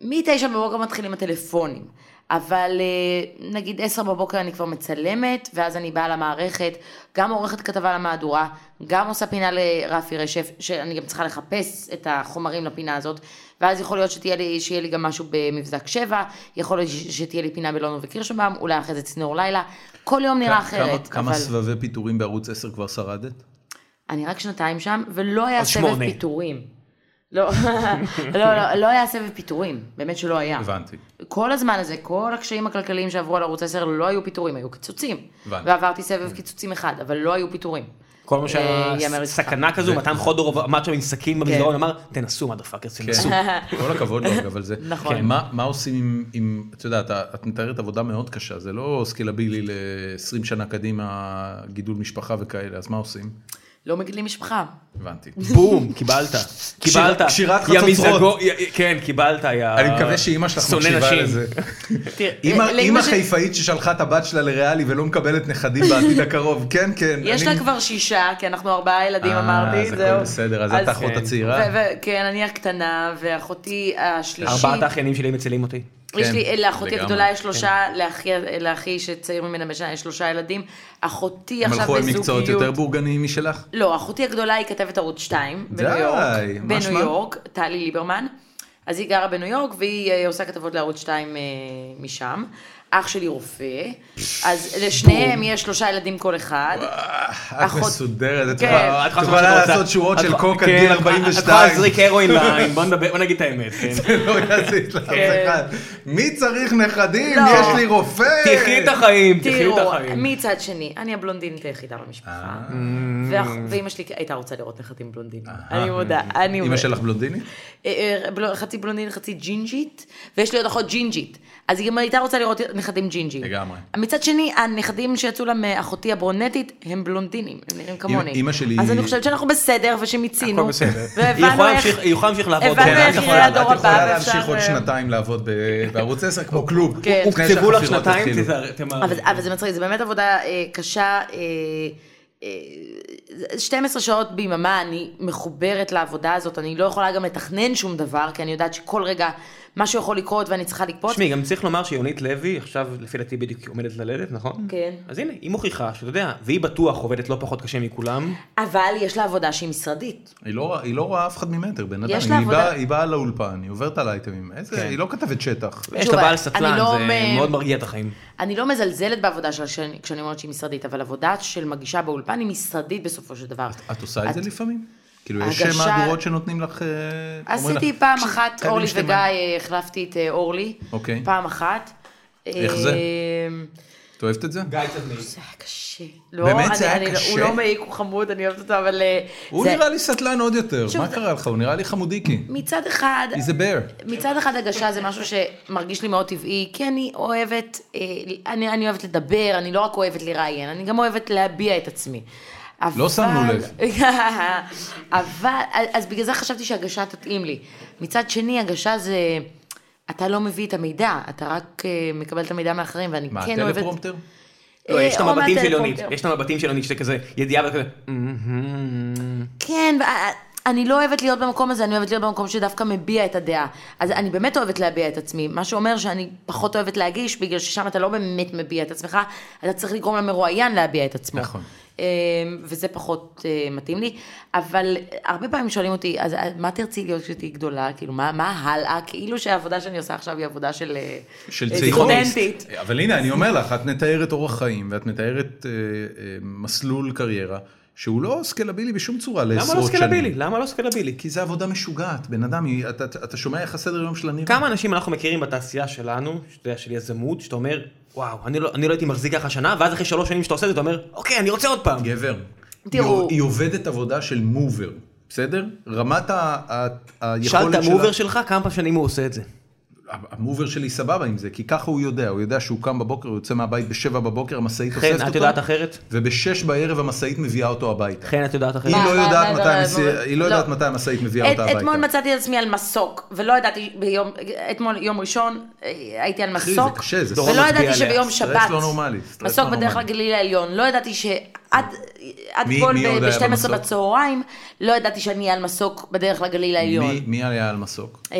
מתשע בבוקר מתחילים הטלפונים, אבל אה, נגיד עשר בבוקר אני כבר מצלמת, ואז אני באה למערכת, גם עורכת כתבה למהדורה, גם עושה פינה לרפי רשף, שאני גם צריכה לחפש את החומרים לפינה הזאת, ואז יכול להיות שתהיה לי, שיהיה לי גם משהו במבזק שבע, יכול להיות ש- שתהיה לי פינה בלונו וקירשנבאום, אולי אחרי זה צינור לילה, כל יום נראה כמה- אחרת. כמה אבל- אה. סבבי פיטורים בערוץ 10 כבר שרדת? אני רק שנתיים שם, ולא היה אז סבב שמונה. פיטורים. לא, לא, לא, לא היה סבב פיטורים, באמת שלא היה. הבנתי. כל הזמן הזה, כל הקשיים הכלכליים שעברו על ערוץ 10 לא היו פיטורים, היו קיצוצים. הבנתי. Mm. ועברתי סבב קיצוצים אחד, אבל לא היו פיטורים. כל מה אה, כן. ייאמר שהיה לזכותך. סכנה כזו, מתן חודורוב עמד שם עם סכין במסדרון, אמר, תנסו מה דפאקר, כן. תנסו. כל הכבוד לו, אבל זה... נכון. כן, מה מה עושים עם- עם... את יודעת, את מתארת עבודה מאוד קשה, זה לא סקלבילי ל-20 שנה קדימה, גידול משפחה וכאלה, אז מה עושים? לא מגדלים משפחה. הבנתי. אה, בום, קיבלת. קיבלת. קשירת יא חצוצרות. מזגו- יא- יא- כן, קיבלת, יא... אני מקווה שאימא שלך שונא מקשיבה נשים. לזה. תראה, אימא- אה, לאמא אימא שלי- חיפאית ששלחה את הבת שלה לריאלי ולא מקבלת נכדים בעתיד הקרוב, כן, כן. יש אני- לה כבר שישה, כי אנחנו ארבעה ילדים, אה, אמרתי, אז זהו. הכל בסדר, אז את האחות כן. הצעירה. ו- ו- כן, אני הקטנה, ואחותי השלישית. ארבעת האחיינים שלי מצלים אותי. יש כן, לי, אה, לאחותי לגמרי. הגדולה יש שלושה, לאחי- אה, לאחי שצעיר ממנה בשנה יש שלושה ילדים. אחותי הם עכשיו הלכו על בזוגיות. מקצועות יותר בורגניים משלך? לא, אחותי הגדולה היא כתבת ערוץ 2, די, בניו יורק. מה בניו שמה? יורק, טלי ליברמן. אז היא גרה בניו יורק, והיא אה, עושה כתבות לערוץ 2 אה, משם. אח שלי רופא, אז לשניהם יש שלושה ילדים כל אחד. אה, את אחות- מסודרת, את כן. יכולה אה, את את יכולה יכולה לעשות לעשות את- שורות את של יכולה- קוק עד כן, גיל את יכולה 42. להזריק הרואין לעין, בוא נדבר- בוא נגיד את האמת. כן. לא יזיז לאף כן. אחד. מי צריך נכדים? לא. יש לי רופא. תחי את החיים, תחי את תראו, החיים. מצד שני, אני הבלונדינית היחידה במשפחה. אה. ואח- ואימא שלי הייתה רוצה לראות נכדים בלונדינים. אני מודה, אני אמא אה. שלך בלונדינית? אה, אה, בל- חצי בלונדינית, חצי ג'ינג'ית, ויש לי עוד אחות ג'ינג'ית. אז היא גם הייתה רוצה לראות נכדים ג'ינג'ים. לגמרי. מצד שני, הנכדים שיצאו לה מאחותי הברונטית, הם בלונדינים, הם נראים כמוני. אמא שלי- אז אני חושבת שאנחנו בסדר, ושמיצינו. הכל בסדר. היא והבנו יכולה איך- להמשיך- היא יכולה להמשיך לעבוד. הבנו כן, איך את את יראה יכולה- הדור יכולה- את יכולה הבא, להמשיך ואפשר, עוד אה, שנתיים לעבוד ב- בערוץ 10 כמו כלוב. כן. לפני הוקצבו לך שהחפירות שנתיים, התחילו. תיזהר, תמהרי. אבל, אבל זה מצחיק, זה באמת עבודה אה, קשה. אה, אה, 12 שעות ביממה, אני מחוברת לעבודה הזאת, אני לא יכולה גם לתכנן שום דבר, כי אני יודעת שכל רגע משהו יכול לקרות ואני צריכה לקפוץ. תשמעי, גם צריך לומר שיונית לוי עכשיו, לפי דעתי בדיוק עומדת ללדת, נכון? כן. אז הנה, היא מוכיחה, שאתה יודע, והיא בטוח עובדת לא פחות קשה מכולם. אבל יש לה עבודה שהיא משרדית. היא לא רואה- היא לא רואה אף אחד ממטר, בן אדם. יש לה היא עבודה. באה- היא באה לאולפן, היא עוברת על אייטמים. איזה, כן. היא לא כתבת שטח. יש שוב, לה בעל אני סטלן, לא זה מ- מאוד מרגיע את החיים. אני לא מזלזלת בעבודה שלה כשאני- כשאני אומרת שהיא משרדית, אבל עבודה של מגישה באולפן היא משרדית בסופו של דבר. את עושה את זה לפעמים? כאילו, יש הגשה- מהדורות שנותנים לך... אה, אומרים עשיתי לך, פעם "פשוט אחת, חייבים אורלי שתי וגיא, מים." אה, החלפתי את אה, אורלי. אוקיי. פעם אחת. איך זה? אה, את אוהבת את זה? גיא קצת מעיק. זה היה קשה. לא, באמת אני, זה היה אני, קשה? הוא לא מעיק, הוא חמוד, אני אוהבת אותו, אבל... אה, הוא זה- נראה לי סטלן עוד יותר. שוב, מה זה- כן, קרה לך? הוא נראה לי חמודיקי. מצד אחד, He's a bear. מצד אחד הגשה זה משהו שמרגיש לי מאוד טבעי, כי אני אוהבת, אה, אני, אני אוהבת לדבר, אני לא רק אוהבת לראיין, אני גם אוהבת להביע את עצמי. אבל... לא שמנו לב. אבל, אז בגלל זה חשבתי שהגשה תתאים לי. מצד שני, הגשה זה, אתה לא מביא את המידע, אתה רק אה, מקבל את המידע מאחרים, ואני מה, כן אוהבת... הטלפרומפטר? לא, יש את אה, או המבטים של יונית, מהטלפרומפטר. יש את המבטים של יונית, שאתה כזה ידיעה וכזה, "מהמם". כן, ו- אני לא אוהבת להיות במקום הזה, אני אוהבת להיות במקום שדווקא מביע את הדעה. אז אני באמת אוהבת להביע את עצמי, מה שאומר שאני פחות אוהבת להגיש, בגלל ששם אתה לא באמת מביע את עצמך, אתה צריך לגרום למרואיין להביע את עצמו. נכון. אמ, וזה פחות אה, מתאים לי, אבל הרבה פעמים שואלים אותי, אז אה, מה תרצי להיות כשתהיי גדולה? כאילו, מה, מה הלאה? כאילו שהעבודה שאני עושה עכשיו היא עבודה של, אה, של אה, צעירות. סטודנטית. אבל הנה, אני אומר לך, את מתארת אורח חיים, ואת מתארת אה, אה, מסלול קריירה, שהוא לא סקלבילי בשום צורה לעשרות למה שנים. לא סקלבילי? למה לא סקלבילי? כי זה עבודה משוגעת, בן אדם, היא- אתה- אתה אתה שומע איך הסדר יום שלה נראה? כמה אנשים אנחנו מכירים בתעשייה שלנו, שאתה יודע, של יזמות, שאתה אומר, וואו, אני לא אני לא הייתי מחזיק ככה שנה, ואז אחרי שלוש שנים שאתה עושה את זה, אתה אומר, אוקיי, אני רוצה עוד פעם. גבר. תראו. היא- היא עובדת עבודה של מובר, בסדר? רמת ה- ה- היכולת שלה... שאל את המובר שלך כמה פעמים שנים הוא עושה את זה. המובר שלי סבבה עם זה, כי ככה הוא יודע, הוא יודע שהוא קם בבוקר, הוא יוצא מהבית בשבע בבוקר, המשאית חן, אוספת אותו. את יודעת אחרת? ובשש בערב המשאית מביאה אותו הביתה. חן, את יודעת אחרת? היא מה, לא מה, יודעת מה, מתי מה, המסי- מה? היא לא לא. יודעת מתי המשאית מביאה אותה את- אתמול הביתה. מצאתי את עצמי על מסוק, ולא ידעתי ביום, אתמול יום ראשון אה, הייתי על אחי, מסוק, זה קשה, זה סטרס ולא ידעתי מצביע שביום עליה. סטרס שבת, לא נורמלי, סטרס מסוק לא בדרך נורמלי. לגליל העליון, לא ידעתי שעד עד מי- אתמול מי עוד היה ב-12 במסוק? בצהריים, לא ידעתי שאני אהיה על מסוק בדרך לגליל העליון. מי- מי היה על מסוק? אה,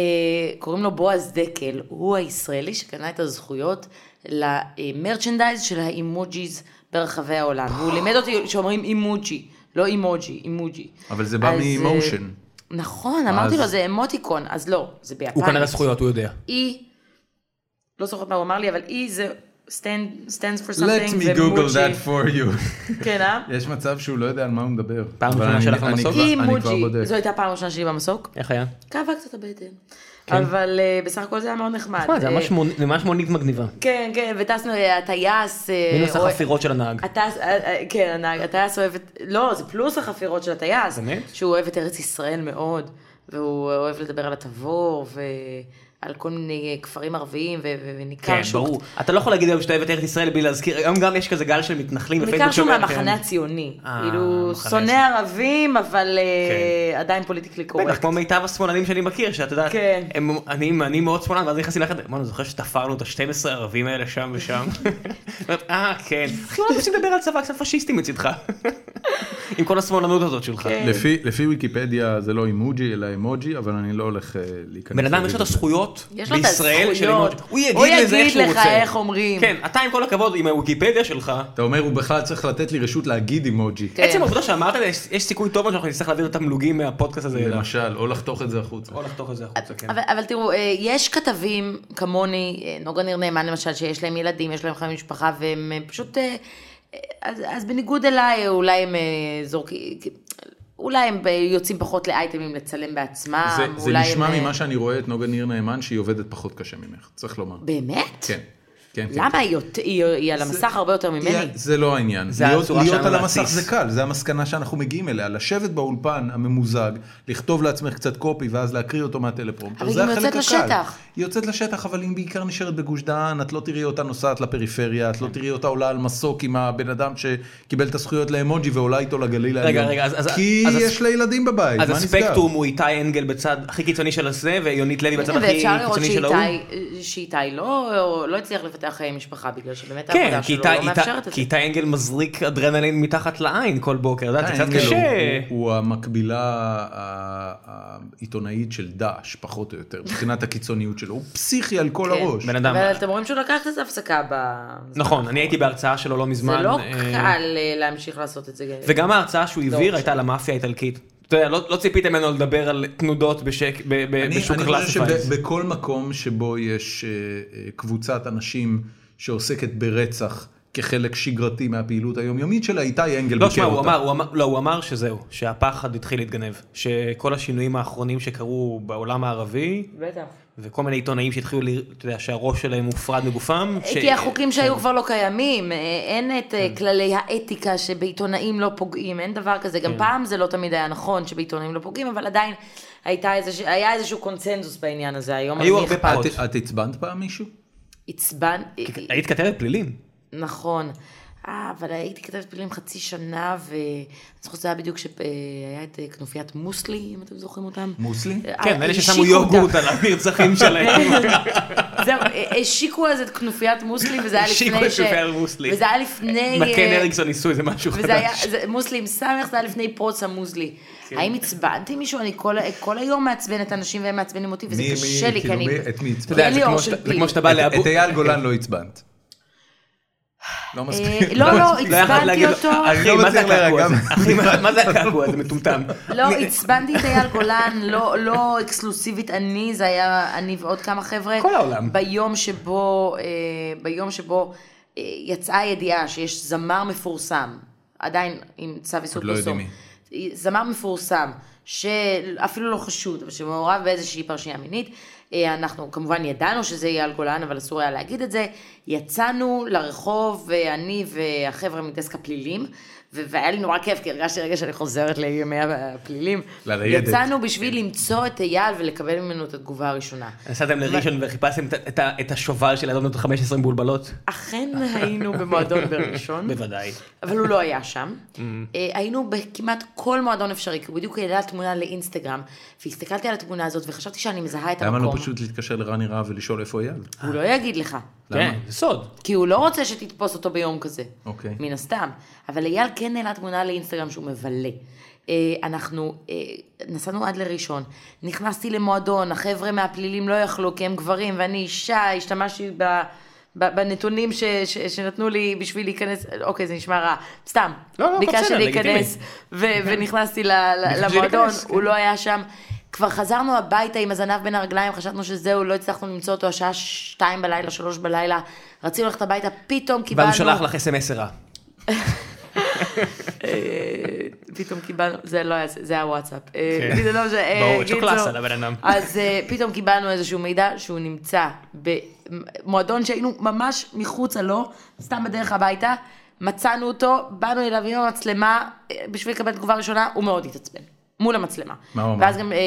קוראים לו בועז דקל, הוא הישראלי שקנה את הזכויות למרצ'נדייז של האימוג'יז ברחבי העולם, והוא לימד אותי שאומרים אימוג'י, לא אימוג'י, אימוג'י. אבל זה בא אז, מ-emotion. אה, נכון, אמרתי אז- לו זה אמוטיקון, אז לא, זה ביפנית. הוא קנה את הזכויות, הוא יודע. אי, לא זוכרת מה הוא אמר לי, אבל אי זה stand- stands for something, Let me google that for you. כן, אה? יש מצב שהוא לא יודע על מה הוא מדבר. פעם אבל ראשונה אני- שהלך אני למסוק? כבר- אני כבר אימוג'י, בודק. זו הייתה הפעם הראשונה שלי במסוק, איך היה? כאבה קצת הבטן, אבל אה, בסך הכל זה היה מאוד נחמד. מה, זה אה, ממש מונ- זה ממש מונית מגניבה. כן, כן, וטסנו, אה, הטייס... אה, מינוס אוה- החפירות של הנהג. הטייס, אה, אה, כן, הנהג, הטייס אוהב את... לא, זה פלוס החפירות של הטייס. באמת? שהוא אוהב את ארץ ישראל מאוד, והוא אה, אוהב לדבר על התבור, ועל כל מיני אה, כפרים ערביים, ו- ו- כן, וניכר ברור. אתה לא יכול להגיד היום שאתה אוהב את ארץ ישראל בלי להזכיר, היום גם יש כזה גל של מתנחלים. ניכר בפייסבוק שהוא שאומר, מהמחנה כן. הציוני. אה, כאילו, המחנה שונא הציוני. כן. ערבים, אבל אה, עדיין פוליטיקלי בטח, קורקט. כמו מיטב השמאלנים שאני מכיר, שאת יודעת, כן. הם- אני אני מאוד שמאלן, ואז נכנסים לחדר, מה, אני זוכר שתפרנו את ה-12 ערבים האלה שם ושם? אומרת, אה, כן. אחי, אולי תפסיק לדבר על צבא קצת פשיסטי מצידך. עם כל השמאלנות הזאת שלך. כן. לפי- לפי ויקיפדיה זה לא אימוג'י אלא אמוג'י, אבל אני לא הולך אה, להיכנס. בן אדם יש לזה. לו את הזכויות יש לו את בישראל של הזכויות. לימוד. הוא הוא יגיד לזה איך יגיד שהוא לך רוצה. איך אומרים. כן, אתה עם כל הכבוד, עם הוויקיפדיה שלך. אתה אומר, הוא בכלל צריך לתת לי רשות להגיד אימוג'י. כן. עצם העובדה שאמרת, יש- יש סיכוי טוב מאוד שאנחנו נצטרך להעביר את התמלוגים מהפודקאסט הזה. אליו. למשל, או לחתוך את זה החוצה. או לחתוך את זה החוצה, כן. אבל, אבל תראו, אה, יש כתבים כמוני, אה, נוגה ניר נאמן למשל, שיש להם ילדים, יש להם חיי משפחה, והם אה, פשוט... אה, אה, אז, אז בניגוד אליי, אולי הם אה, זורקים... אולי הם ב- יוצאים פחות לאייטמים לצלם בעצמם, זה- זה אה, אולי הם... נשמע אה, ממה שאני רואה את נוגה ניר נאמן, שהיא עובדת פחות קשה ממך, צריך לומר. באמת? כן. כן, כן. למה היא יות- היא היא על המסך הרבה יותר ממני? זה- זה לא העניין. זה להיות, הצורה להיות שלנו על המסך להתסיס. זה קל, זה המסקנה שאנחנו מגיעים אליה. לשבת באולפן הממוזג, לכתוב לעצמך קצת קופי ואז להקריא אותו מהטלפרומפטר. אבל זה היא החלק יוצאת הקל. לשטח. היא יוצאת לשטח, אבל היא בעיקר נשארת בגוש דן, את לא תראי אותה נוסעת לפריפריה, את לא תראי אותה עולה על מסוק עם הבן אדם שקיבל את הזכויות לאמוג'י ועולה איתו לגליל רגע, העליון. רגע, אז- אז- כי אז הס- יש לה ילדים בבית, מה אז נסגר? הספקטרום הוא איתי אנגל בצד הכי קיצוני של הזה, ויונית לוי בצד הכי ואפשר כן, לראות קיצוני של ההוא. שאיתי- שאיתי לא לא הצליח לפתח חיי משפחה, בגלל שבאמת כן, העבודה כי שלו איתי- לא מאפשרת איתי- את כי זה. איתי אנגל מזריק אדרנלין מתחת לעין כל בוקר, אתה יודע, זה קצת האנגל קשה. הוא- הוא המקבילה ה- העיתונאית של דאעש, פחות או יותר, מבחינת הקיצוניות שלו. הוא פסיכי על כל כן. הראש. בן אדם. אבל אתם רואים שהוא לקח איזה הפסקה ב... נכון, אני הייתי בהרצאה שלו לא זה מזמן. לא אה, קל אה, להמשיך לעשות את זה. וגם ההרצאה שהוא העביר לא, הייתה על המאפיה האיטלקית. אתה יודע, לא לא ציפיתם ממנו לדבר על תנודות בשק- ב- ב- אני, בשוק אני חושב הקלאספייז. שבכל מקום שבו יש אה, אה, קבוצת אנשים שעוסקת ברצח כחלק שגרתי מהפעילות היומיומית שלה, איתי אנגל לא, ביקר שמע, הוא אותה. אמר, הוא אמר, לא, הוא אמר שזהו, שהפחד התחיל להתגנב. שכל השינויים האחרונים שקרו בעולם הערבי, בטח. וכל מיני עיתונאים שהתחילו, ל- אתה יודע, שהראש שלהם הופרד מגופם. ש- כן. כי החוקים שהיו כבר לא קיימים, אה, אין את אה, כללי האתיקה שבעיתונאים לא פוגעים, אין דבר כזה. כן. גם פעם זה לא תמיד היה נכון שבעיתונאים לא פוגעים, אבל עדיין הייתה איזוש- היה איזשהו קונצנזוס בעניין הזה. היום היו אני הרבה אכפת. פעמים. את- את עצבנת פעם מישהו? עצבן... היית כתבת פלילים. אה, נכון. אה, אבל הייתי כתבת פעילים חצי שנה, ואני זוכרת שזה היה בדיוק שהיה את אה, כנופיית מוסלי, אם אתם זוכרים אותם. מוסלי? אה, כן, אלה השיקו ששמו אותם. יוגורט על הנרצחים שלהם. זהו, אה, השיקו אז את כנופיית מוסלי, וזה היה השיקו לפני את כנופיית מוסלי. וזה היה לפני... מקן אה, אריקסון ניסו איזה משהו וזה היה, חדש. כן. זה- מוסלם סמך, זה היה לפני פרוץ המוזלי. האם עצבנתי מישהו? אני כל- כל היום מעצבנת אנשים והם מעצבנים אותי, וזה מי- קשה מי- לי, כי כאילו, אני... מי- את מי אתה עצבנת? יודע, אין לי זה כמו אור שאתה- של זה פיל. כמו שאתה בא את- לאבו... אה, את אייל גולן לא עצבנת. לא מספיק. אה, לא, לא, לא יכולת עצבנתי להגיד לו, אותו. אחי, לא מה זה מצליח הקעקוע הזה? להירגע. אחי, מה- מה זה הקעקוע הזה? מטומטם. לא, עצבנתי את אייל גולן, לא- לא אקסקלוסיבית אני, זה היה אני ועוד כמה חבר'ה. כל העולם. ביום שבו, אה, ביום שבו אה, יצאה הידיעה שיש זמר מפורסם, עדיין עם צו איסור עוד לא יודעים פרסום. זמר מפורסם, שאפילו לא חשוד, אבל שמעורב באיזושהי פרשייה מינית. אה, אנחנו כמובן ידענו שזה אייל גולן, אבל אסור היה להגיד את זה. יצאנו לרחוב, אה, אני והחבר'ה מדסק הפלילים, ו- והיה לי נורא כיף, כי הרגשתי רגע שאני חוזרת לימי הפלילים. לניידת. כן. יצאנו בשביל למצוא את אייל ולקבל ממנו את התגובה הראשונה. נסעתם לראשון וחיפשתם את ה- את ה- את השובל של אדום 15 מבולבלות? אכן היינו במועדון בראשון. בוודאי. אבל הוא לא היה שם. אה, היינו בכמעט כל מועדון אפשרי, כי הוא בדיוק העלה תמונה לאינסטגרם, והסתכלתי על התמונה הזאת וחשבתי שאני מזהה את למה המקום. לא פשוט להתקשר לרני רהב ולשאול איפה אייל? הוא לא יגיד לך, למה? כן, זה סוד. כי הוא לא רוצה שתתפוס אותו ביום כזה. אוקיי. מן הסתם. אבל אייל כן העלה תמונה לאינסטגרם שהוא מבלה. אה, אנחנו אה, נסענו עד לראשון, נכנסתי למועדון, החבר'ה מהפלילים לא יכלו כי הם גברים ואני אישה, השתמשתי ב... ב- בנתונים ש, ש, שנתנו לי בשביל להיכנס, אוקיי זה נשמע רע, סתם, לא, לא, ביקשתי בסדר, כן. להיכנס, ו, ונכנסתי ל, ל, ביקשתי למועדון, להיכנס, כן. הוא לא היה שם. כבר חזרנו הביתה עם הזנב בין הרגליים, חשבנו שזהו, לא הצלחנו למצוא אותו, השעה שתיים בלילה, שלוש בלילה, רצינו ללכת הביתה, פתאום קיבלנו... ואז הוא שלח לך אס.אם.אס רע. אה, פתאום קיבלנו, זה לא היה, זה זה היה וואטסאפ. אה, כן. זה לא משנה, אה, ברור, יש לו קיצור, קלאס על הבן אדם. אז אה, פתאום קיבלנו איזשהו מידע שהוא נמצא במועדון שהיינו ממש מחוצה לו, סתם בדרך הביתה, מצאנו אותו, באנו אליו עם המצלמה, אה, בשביל לקבל תגובה ראשונה, הוא מאוד התעצבן, מול המצלמה. מה הוא אמר? ואז גם, אה,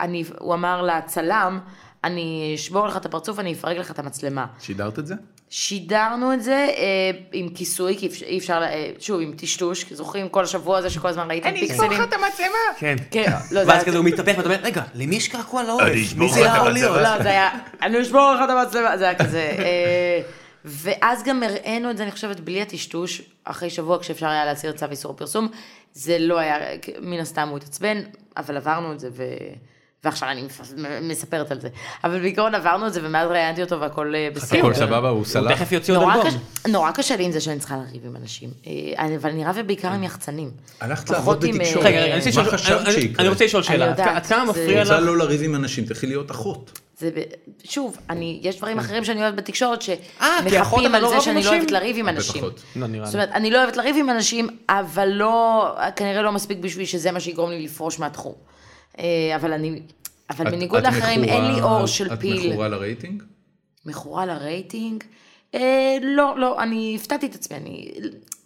אני, הוא אמר לצלם, אני אשבור לך את הפרצוף, אני אפרק לך את המצלמה. שידרת את זה? כן. שידרנו את זה אה, עם כיסוי, כי אפשר- אי אפשר, אה, שוב, עם טשטוש, כי זוכרים כל השבוע הזה שכל הזמן ראיתם פיקסלים. המצלמה! כן. כן, לא, זה ואז היה- כזה הוא מתהפך ואתה אומר, רגע, למי יש קעקוע לעורף? אני אשבור מי לך זה את יכול להיות? המצבה. לא, זה היה, אני אשבור לך את המצלמה, זה היה כזה. אה, ואז גם הראינו את זה, אני חושבת, בלי הטשטוש, אחרי שבוע כשאפשר היה להסיר צו איסור פרסום, זה לא היה, מן הסתם הוא התעצבן, אבל עברנו את זה, ו... ועכשיו אני מפ- מספרת על זה. אבל בעיקרון עברנו את זה, ומאז ראיינתי אותו והכל אה, בסדר. הכל סבבה, הוא הוא סלח. תכף יוציא עוד נורא אלבום. קשה- נורא קשה לי עם זה שאני צריכה לריב עם אנשים, אה, אני- אבל נראה ובעיקר עם יחצנים. הלכת פחות לעבוד עם, אה, בתקשורת. רגע, רגע, אני מה רוצה לשאול- חשבת אני- שיקרה? אני רוצה לשאול אני שאלה. יודעת, עד כמה זה- מפריע רוצה לך? לא לריב עם אנשים, תלכי להיות אחות. זה ב- שוב, אני, יש כן. דברים אחרים שאני אוהבת בתקשורת, אה, כי אחות שמחפים אתה על לא זה רב שאני עם לא אוהבת נשים? לריב עם הרבה אנשים. פחות. לא נראה זאת לי. אומרת, אני לא אוהבת לריב עם אנשים, אבל לא, כנראה לא מספיק בשביל שזה מה שיגרום לי לפרוש מהתחום. אה, אבל אני, אבל את- בניגוד את לאחרים, מכורה- אין לי אור של את פיל. מכורה לרייטינג? מכורה לרייטינג? אה, לא, לא, אני הפתעתי את עצמי, אני...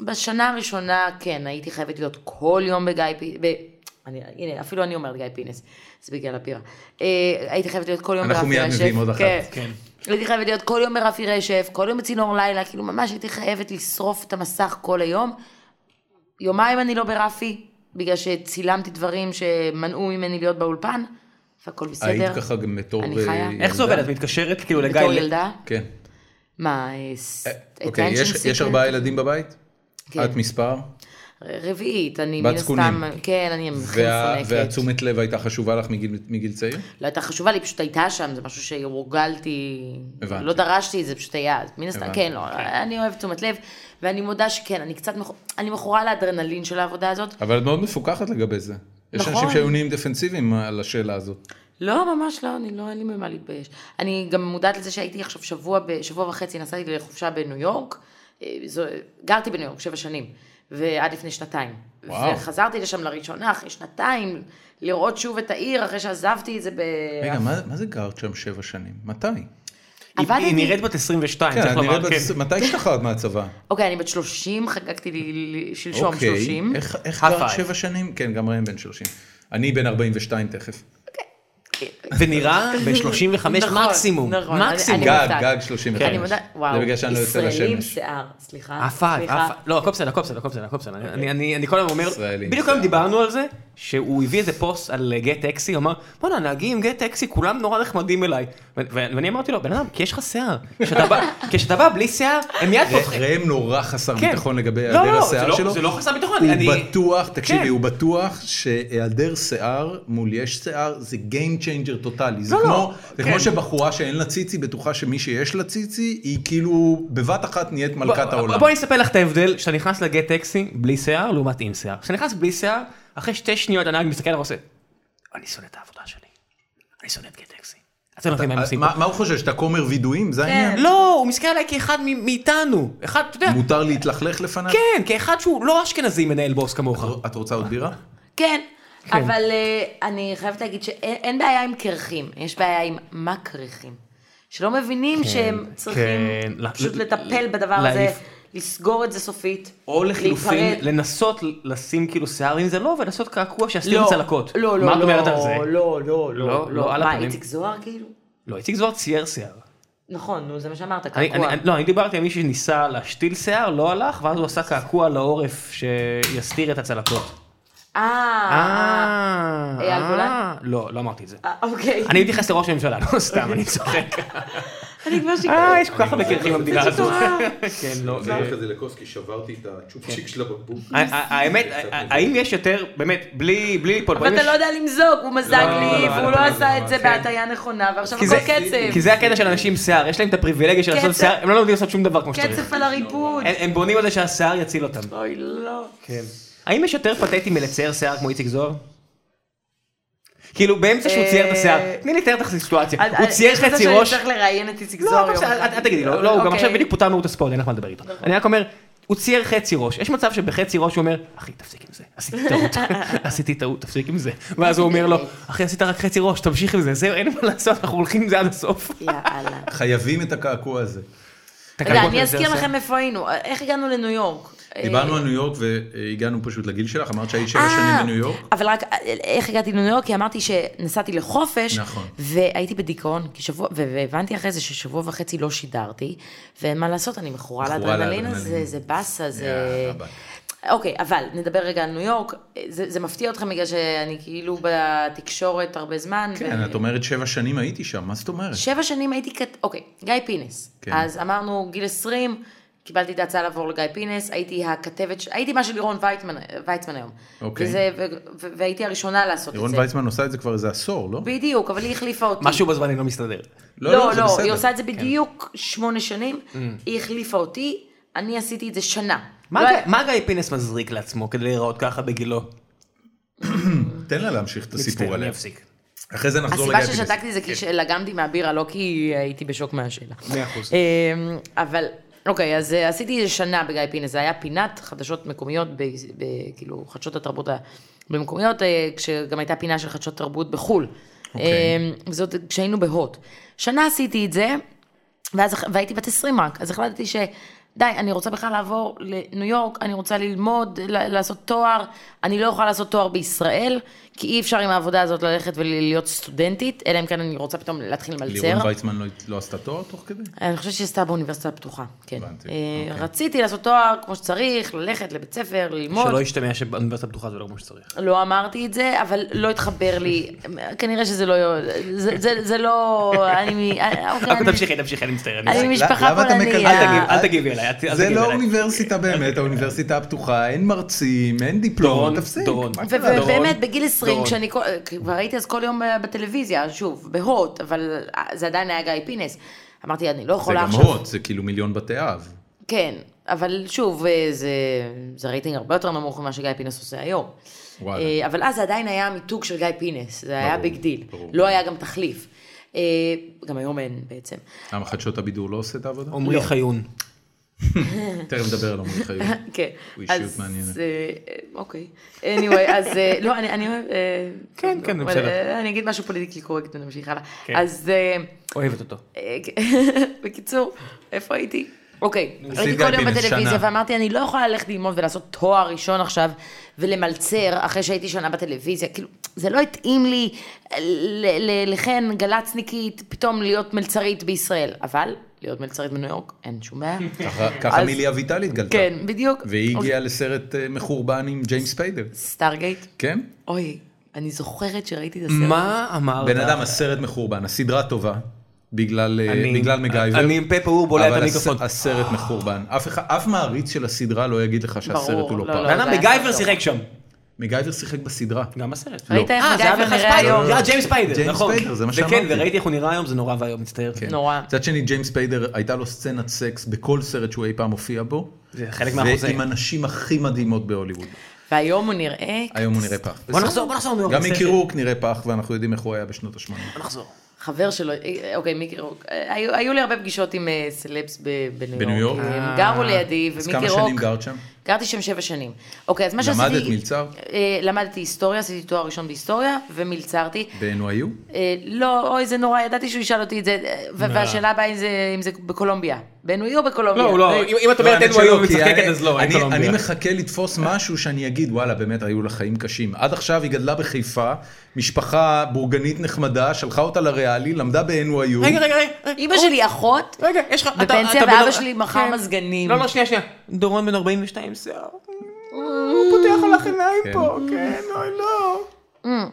בשנה הראשונה, כן, הייתי חייבת להיות כל יום בגיא פינס, ב... אני, הנה, אפילו אני אומרת גיא פינס, זה בגלל הבירה. אה, הייתי חייבת להיות כל יום אנחנו מיד רשף, מביאים עוד אחת, כן. הייתי חייבת להיות כל יום ברפי רשף, כל יום בצינור לילה, כאילו ממש הייתי חייבת לשרוף את המסך כל היום. יומיים אני לא ברפי, בגלל שצילמתי דברים שמנעו ממני להיות באולפן, והכל בסדר. היית ככה גם בתור... אני חיה. אה, איך איך זה עובד? ילדה? את מתקשרת כאילו לגיא... בתור ל- ילדה? כן. מה, אה, ס- אוקיי, attention יש- יש seeker? ארבעה ילדים בבית? כן. את מספר? רביעית, אני בת מן הסתם, זקונים. כן, אני וה- מפונקת. והתשומת לב הייתה חשובה לך מגיל- מגיל צעיר? לא הייתה חשובה לי, פשוט הייתה שם, זה משהו שהורגלתי, הבנתי. לא דרשתי את זה, פשוט היה, אז מן הסתם, הבנתי. כן, לא, אני אוהבת תשומת לב, ואני מודה שכן, אני קצת, מכו- אני מכורה לאדרנלין של העבודה הזאת, אבל את מאוד מפוקחת לגבי זה. יש אנשים נכון. שהיו נהיים דפנסיביים אה, על השאלה הזאת. לא, ממש לא, אני לא, אין לי ממה להתבייש. אני גם מודעת לזה שהייתי עכשיו שבוע, ב, שבוע וחצי נסעתי לחופשה בניו יורק. אה, זו, גרתי בניו יורק שבע שנים, ועד לפני שנתיים. וואו. וחזרתי לשם לראשונה אחרי שנתיים, לראות שוב את העיר אחרי שעזבתי את זה ב... רגע, מה מה זה גרת שם שבע שנים? מתי? היא- עבדתי. היא נראית בת 22, כן, צריך אני לומר. רואה כן. בצ- מתי השתחררת מהצבא? אוקיי, אני בת 30, חגגתי לי- לי שלשום אוקיי, 30. איך- איך High גרת five. שבע שנים? כן, גם ראם בן 30. אני בן 42 תכף. ונראה ב-35 נכון, מקסימום. נכון, אני- מקסימום. אני גג, מודעת. גג 35. אני מודה, וואו, זה בגלל שאני לא יוצא ישראלים לשמש. שיער, סליחה, עפה, סליחה. עפה. לא, הכל בסדר, הכל בסדר, הכל בסדר, הכל בסדר. אני- אני- אני אני כל הזמן אומר, ישראלים, בדיוק בסדר. היום דיברנו על זה, שהוא הביא איזה פוסט על אה, גט טקסי, הוא אמר, בואנה, הנהגים גט טקסי, כולם נורא נחמדים אליי. ו- ו- ואני אמרתי לו, בן אדם, כי יש לך שיער. כשאתה בא- כשאתה בא בלי שיער, הם מיד פותחים. ראם נורא חסר כן. ביטחון לגבי לא, היעדר לא, זה השיער לא- שלו. זה לא חסר ביטחון, הוא אני- בטוח, תקשיבי, כן. הוא בטוח שהיעדר שיער מול יש שיער זה Game Changer טוטאלי. זה לא, כמו- לא, זה כן. כמו שבחורה שאין לה ציצי בטוחה שמי שיש לה ציצי, היא כאילו בבת אחת נהיית מלכת העולם. בוא אני אספר לך את ההבדל, כשאתה נכנס לגט טקסי, בלי שיער, לעומת עם שיער. כשאתה נכנס בלי שיער, אחרי שתי שניות הנהג מסתכל עליו ועושה, אני שונא את העבודה שלי, אני שונא את גט טקסי. אתם לא יודעים מה הם מה- עושים פה. מה הוא חושב, שאתה כומר וידויים? זה כן. העניין? לא, הוא מסתכל עליי כאחד מ- מאיתנו. אחד, אתה יודע, מותר להתלכלך לפניו? כן, כאחד שהוא לא אשכנזי מנהל בוס כמוך. את רוצה עוד בירה? כן, אבל אה, אני חייבת להגיד שאין אין בעיה עם קרחים, יש בעיה עם מקריחים. שלא מבינים שהם צריכים כן. פשוט ל- לטפל ל- בדבר הזה, להעיף. לסגור את זה סופית. או לחילופין, להיפרד. אה, לנסות לשים כאילו שיער, אם זה לא עובד, לעשות קעקוע שיסתיר לא, צלקות. לא, לא, מה את אומרת על לא, זה? לא, לא, לא, לא, לא, לא. על מה, הפנים. איציק זוהר כאילו? לא, איציק זוהר צייר שיער. נכון, נו, זה מה שאמרת, אני- קעקוע. אני- לא, אני דיברתי על מישהו שניסה להשתיל שיער, לא הלך, ואז הוא עשה קעקוע לעורף שיסתיר את הצלקות. אה, אה, אייל אה, גולן? לא, לא אמרתי את זה. אה, אוקיי. אני מתייחס לראש הממשלה, לא סתם, אני צוחק. אני כבר אה, שיקרתי. יש כל כך הרבה קרחים במדינה זה הזו. מטורף. כן, לא. אני לוקח את זה לכוס כי שברתי את הצ'ופצ'יק של הבקבוק. ה- ה- האמת, ה- ה- האם יש יותר, באמת, בלי בלי ליפול פה, האם ואתה יש- לא יודע למזוג, הוא מזג לא, לי, לא, והוא לא, לא לא, עשה לא, את זה כן. בהטייה נכונה, ועכשיו כי זה- הכל קצב. כי זה הקטע של אנשים עם שיער, יש להם את הפריבילגיה של לעשות קצב. שיער, הם לא לומדים לעשות שום דבר כמו שצריך. קצף על הריפוד. הם הם בונים על זה שהשיער יציל אותם. כן. אוי, לא. האם יש יותר פתטי מלצייר שיער כמו איציק זוהר? כאילו באמצע שהוא אה, צייר את השיער, תני לי לתאר לך את הסיטואציה, אז- הוא אז- צייר יש מצב חצי שאני ראש, צריך לראיין את איציק לא, זוהר אבל יום בסדר, אחד. אל אל תגידי לו, לא, הוא גם אוקיי. עכשיו בדיוק פוטר מערוץ הספורט, אין לך מה לדבר איתו. אני רק אומר, הוא צייר חצי ראש, יש מצב שבחצי ראש הוא אומר, אחי, תפסיק עם זה, עשיתי טעות, עשיתי טעות, תפסיק עם זה. ואז הוא אומר לו, אחי, עשית רק חצי ראש, תמשיך עם זה, זהו, אין מה לעשות, אנחנו הולכים עם זה עד הסוף. יאללה. חייבים את הקעקוע הזה. רגע, אני אזכיר לכם איפה היינו. איך הגענו לניו יורק? אה. דיברנו על ניו יורק והגענו פשוט לגיל שלך, אמרת שהיית אה, שבע שנים בניו יורק. אבל רק, אה, איך הגעתי לניו יורק? כי אמרתי שנסעתי לחופש, נכון. והייתי בדיכאון, כי שבוע, ו- והבנתי אחרי זה ששבוע וחצי לא שידרתי, ומה לעשות, אני מכורה מכורה לאדרנלין לאדרנלין. הזה, זה באסה, זה... יאללה, ביי. אוקיי, אבל נדבר רגע על ניו יורק. זה, זה מפתיע אתכם בגלל שאני כאילו בתקשורת הרבה זמן. כן, את אומרת שבע שנים הייתי שם, מה זאת אומרת? שבע שנים הייתי כת... אוקיי, גיא פינס. כן. כן. אז אמרנו, גיל 20, קיבלתי את ההצעה לעבור לגיא פינס, הייתי הכתבת, ש... הייתי מה שלירון ויצמן, ויצמן היום. אוקיי. וזה, ו... ו... והייתי הראשונה לעשות את לירון זה. ויצמן עושה את זה כבר איזה עשור, לא? בדיוק, אבל היא החליפה אותי. משהו בזמנים לא מסתדר. לא, לא, זה לא, בסדר. כן. Mm. היא עושה את זה בדיוק שמונה שנים, היא החליפה אותי, אני עשיתי את זה שנה. מה לא גיא- היה- מה גיא פינס מזריק לעצמו כדי להיראות ככה בגילו? תן לה להמשיך את מצטער, הסיפור אני עליה. אפסיק. אחרי זה נחזור לגיא הסיבה פינס. ששתקתי זה כי שלגמתי מהבירה, לא כי הייתי בשוק מהשאלה. מאה אחוז. אמ, אבל, אוקיי, אז אה, עשיתי איזה שנה בגיא פינס, זה היה פינת חדשות מקומיות, ב- ב- כאילו חדשות התרבות ה- במקומיות, אה, כשגם הייתה פינה של חדשות תרבות בחו"ל. אוקיי. אמ, זאת כשהיינו בהוט. שנה עשיתי את זה, ואז, אח- והייתי בת 20 רק, אז החלטתי ש... די, אני רוצה בכלל לעבור לניו יורק, אני רוצה ללמוד, ל- לעשות תואר. אני לא יכולה לעשות תואר בישראל, כי אי אפשר עם העבודה הזאת ללכת ולהיות סטודנטית, אלא אם כן אני רוצה פתאום להתחיל למלצר. לירון ויצמן לא- לא עשתה תואר תוך כדי? אני חושבת שהיא עשתה באוניברסיטה הפתוחה, כן. הבנתי, אה, אוקיי. רציתי לעשות תואר כמו שצריך, ללכת לבית ספר, ללמוד. שלא ישתמע שבאוניברסיטה הפתוחה זה לא כמו שצריך. לא אמרתי את זה, אבל לא התחבר לי, כנראה שזה לא, זה, זה, זה לא, אני, מ- אוקיי, אני- תמשיכי, תמשיכי, אני מצטער. אני אני מצטער. משפחה למה אתה מקלל? אל פולניה. תגיב- אל תגיבי עליי. אל זה תגיבי לא עליי. האוניברסיטה באמת, האוניברסיטה הפתוחה, אין מרצים, אין דיפלומות, דורון, תפסיק. דורון. מה קרה? דורון, ובאמת, בגיל 20, דורון. כשאני כל- כבר הייתי אז כל יום אה, בטלוויזיה, שוב, בהוט, אבל אה, זה עדיין היה גיא פינס. אמרתי, אני לא זה יכולה גם עכשיו... הוט, זה כאילו מיליון בתי אב. כן, אבל שוב, אה, זה, זה רייטינג הרבה יותר נמוך ממה שגיא פינס עושה היום. וואלה. אה, אבל אז זה עדיין היה מיתוג של גיא פינס, זה היה ברור, ביג דיל. ברור. לא היה גם תחליף. אה, גם היום אין בעצם. למה חדשות הבידור לא עושה את העבודה? עמרי חיון. תכף נדבר על עמרי חיון. כן. הוא אישיות אז, מעניינת. אה, אוקיי. anyway, אז אה, לא, אני- אני... אוהב, אה, כן, כן, אבל, בסדר. אה, אני אגיד משהו פוליטיקלי קורקט ונמשיך הלאה. כן. אז אה, אוהבת אותו. אה, בקיצור, איפה הייתי? אוקיי, עשית ראיתי כל גיא יום פינס, בטלוויזיה שנה. ואמרתי, אני לא יכולה ללכת ללמוד ולעשות תואר ראשון עכשיו ולמלצר אחרי שהייתי שנה בטלוויזיה. כאילו, זה לא התאים לי ל- ל- לכן גלצניקית פתאום להיות מלצרית בישראל. אבל להיות מלצרית בניו יורק, אין שום בעיה. ככה- ככה אז- מילי אביטל התגלתה. כן, בדיוק. והיא הגיעה לסרט אה, מחורבן עם ג'יימס ספיידר. סטארגייט. כן? אוי, אני זוכרת שראיתי את הסרט. מה אמרת? בן אדם, הסרט מחורבן, הסדרה טובה, בגלל אה, אני- בגלל מגייבר. אני עם פה פעור בולע את אבל הס- המיקרופון. הסרט מחורבן. אף אחד- אף מעריץ של הסדרה לא יגיד לך שהסרט ברור, הוא לא לא, פעם. לא. בן אדם זה היה מגייבר טוב. שיחק שם. מגייבר שיחק בסדרה. גם בסרט. ראית איך אה, זה היה מגייבר בכלל נראה ספיידר. היום? זה היה ג'יימס ספיידר, ג'יימס נכון. ספיידר, זה מה וכן, שאמרתי. וראיתי איך הוא נראה היום, זה נורא ואיום, מצטער. כן. נורא. מצד שני, ג'יימס פיידר, הייתה לו סצנת סקס בכל סרט שהוא אי פעם הופיע בו. זה חלק מהחוזה. ועם הנשים הכי מדהימות בהוליווד. והיום הוא נראה... היום הוא נראה פח. בוא נחזור, בוא נחזור. נו, גם בסדר. מיקי רורק נראה פח, ואנחנו יודעים איך הוא היה בשנות ה-80. בוא נחזור. חבר שלו, אה, אוקיי, מיקי רוק. אה, היו, היו לי הרבה פגישות עם אה, סלבס ב- בניו בניו יורק. יורק? הם אה. גרו לידי, אז ומיקי כמה רוק... שנים גרת שם? גרתי שם שבע שנים. אוקיי, אז מה למדת שעשיתי... מלצר? אה, למדתי היסטוריה, עשיתי תואר ראשון בהיסטוריה, ומלצרתי. ב-NYU? אה, לא, אוי, זה נורא, ידעתי שהוא ישאל אותי את זה, אה, ו- והשאלה הבאה אם זה, אם זה בקולומביה. בניו יורק בקולומביה. אה, לא, אם את לא, האמת שלא, היום, כי מצחקת, אני- אז לא, אין אני- קולומביה. אני מחכה לתפוס משהו שאני אגיד, וואלה, באמת, היו לה חיים קשים. עד עכשיו היא גדלה בחיפה, משפחה בורגנית נחמדה, שלחה אותה לריאלי, למדה ב-NYU. רגע, רגע, רגע. אימא שלי אחות, רגע, יש לך... אתה- בפנסיה, אתה בן- ואבא שלי מכר כן. מזגנים. לא, לא, שנייה, שנייה. דורון בן 42 שיער. הוא פותח עליך עיניים כן. פה, כן, אוי לא.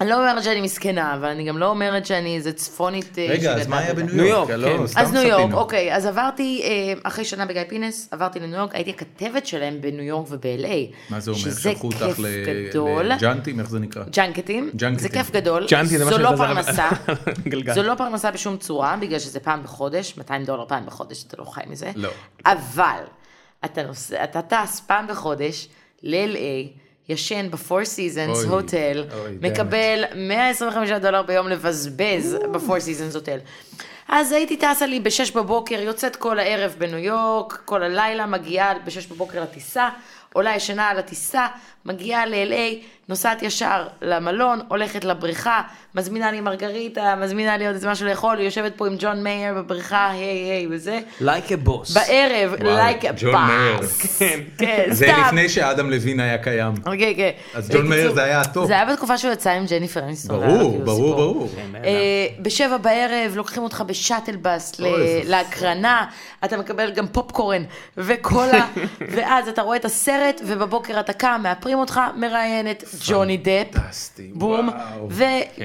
אני לא אומרת שאני מסכנה, אבל אני גם לא אומרת שאני איזה צפונית... אה, רגע, אז שגדלה מה היה בזה. בניו יורק? יורק, לא, כן. סתם אז ניו יורק, סטינו. אוקיי, אז עברתי, אה, אחרי שנה בגיא פינס, עברתי לניו יורק, הייתי הכתבת שלהם בניו יורק וב-LA. מה זה אומר? שזה שלחו אותך כיף ל- גדול. לג'אנטים, איך זה נקרא? ג'אנקטים, זה ג'אנקטים. כיף גדול, ג'אנטי זה מה זו לא שזה זרם- פרנסה, גלגל. זו לא פרנסה בשום צורה, בגלל שזה פעם בחודש, 200 דולר פעם בחודש, אתה לא חי מזה, לא. אבל אתה נוסע, אתה טס פעם בחודש ל-LA, ישן בפור סיזנס אוי, הוטל, אוי, באמת. מקבל 125 דולר ביום לבזבז בפור סיזנס הוטל. אז הייתי טסה לי ב-6 בבוקר, יוצאת כל הערב בניו יורק, כל הלילה, מגיעה ב-6 בבוקר לטיסה, עולה ישנה על הטיסה, מגיעה ל-LA, נוסעת ישר למלון, הולכת לבריכה, מזמינה לי מרגריטה, מזמינה לי עוד איזה משהו לאכול, יושבת פה עם ג'ון מאייר בבריכה, היי היי וזה. לייק א בוס. בערב, וואו, לייק ג'ון מאיר. פאס. כן, זה לפני שאדם לוין היה קיים. כן, כן. אז ג'ון מאיר בקיצור, זה היה הטופ. זה היה בתקופה שהוא יצא עם ג'ניפר אניסטון. היה ברור, לו כאילו ברור, סיפור. ברור. אה, בשבע בערב לוקחים אותך בשאטל בס ל- אוי, איזה להקרנה, אתה מקבל גם פופקורן וקולה, ואז אתה רואה את הסרט, ובבוקר אתה קם, מאפרים אותך, מראיינת ג'וני דפ. פנטסטי, בום, וואו.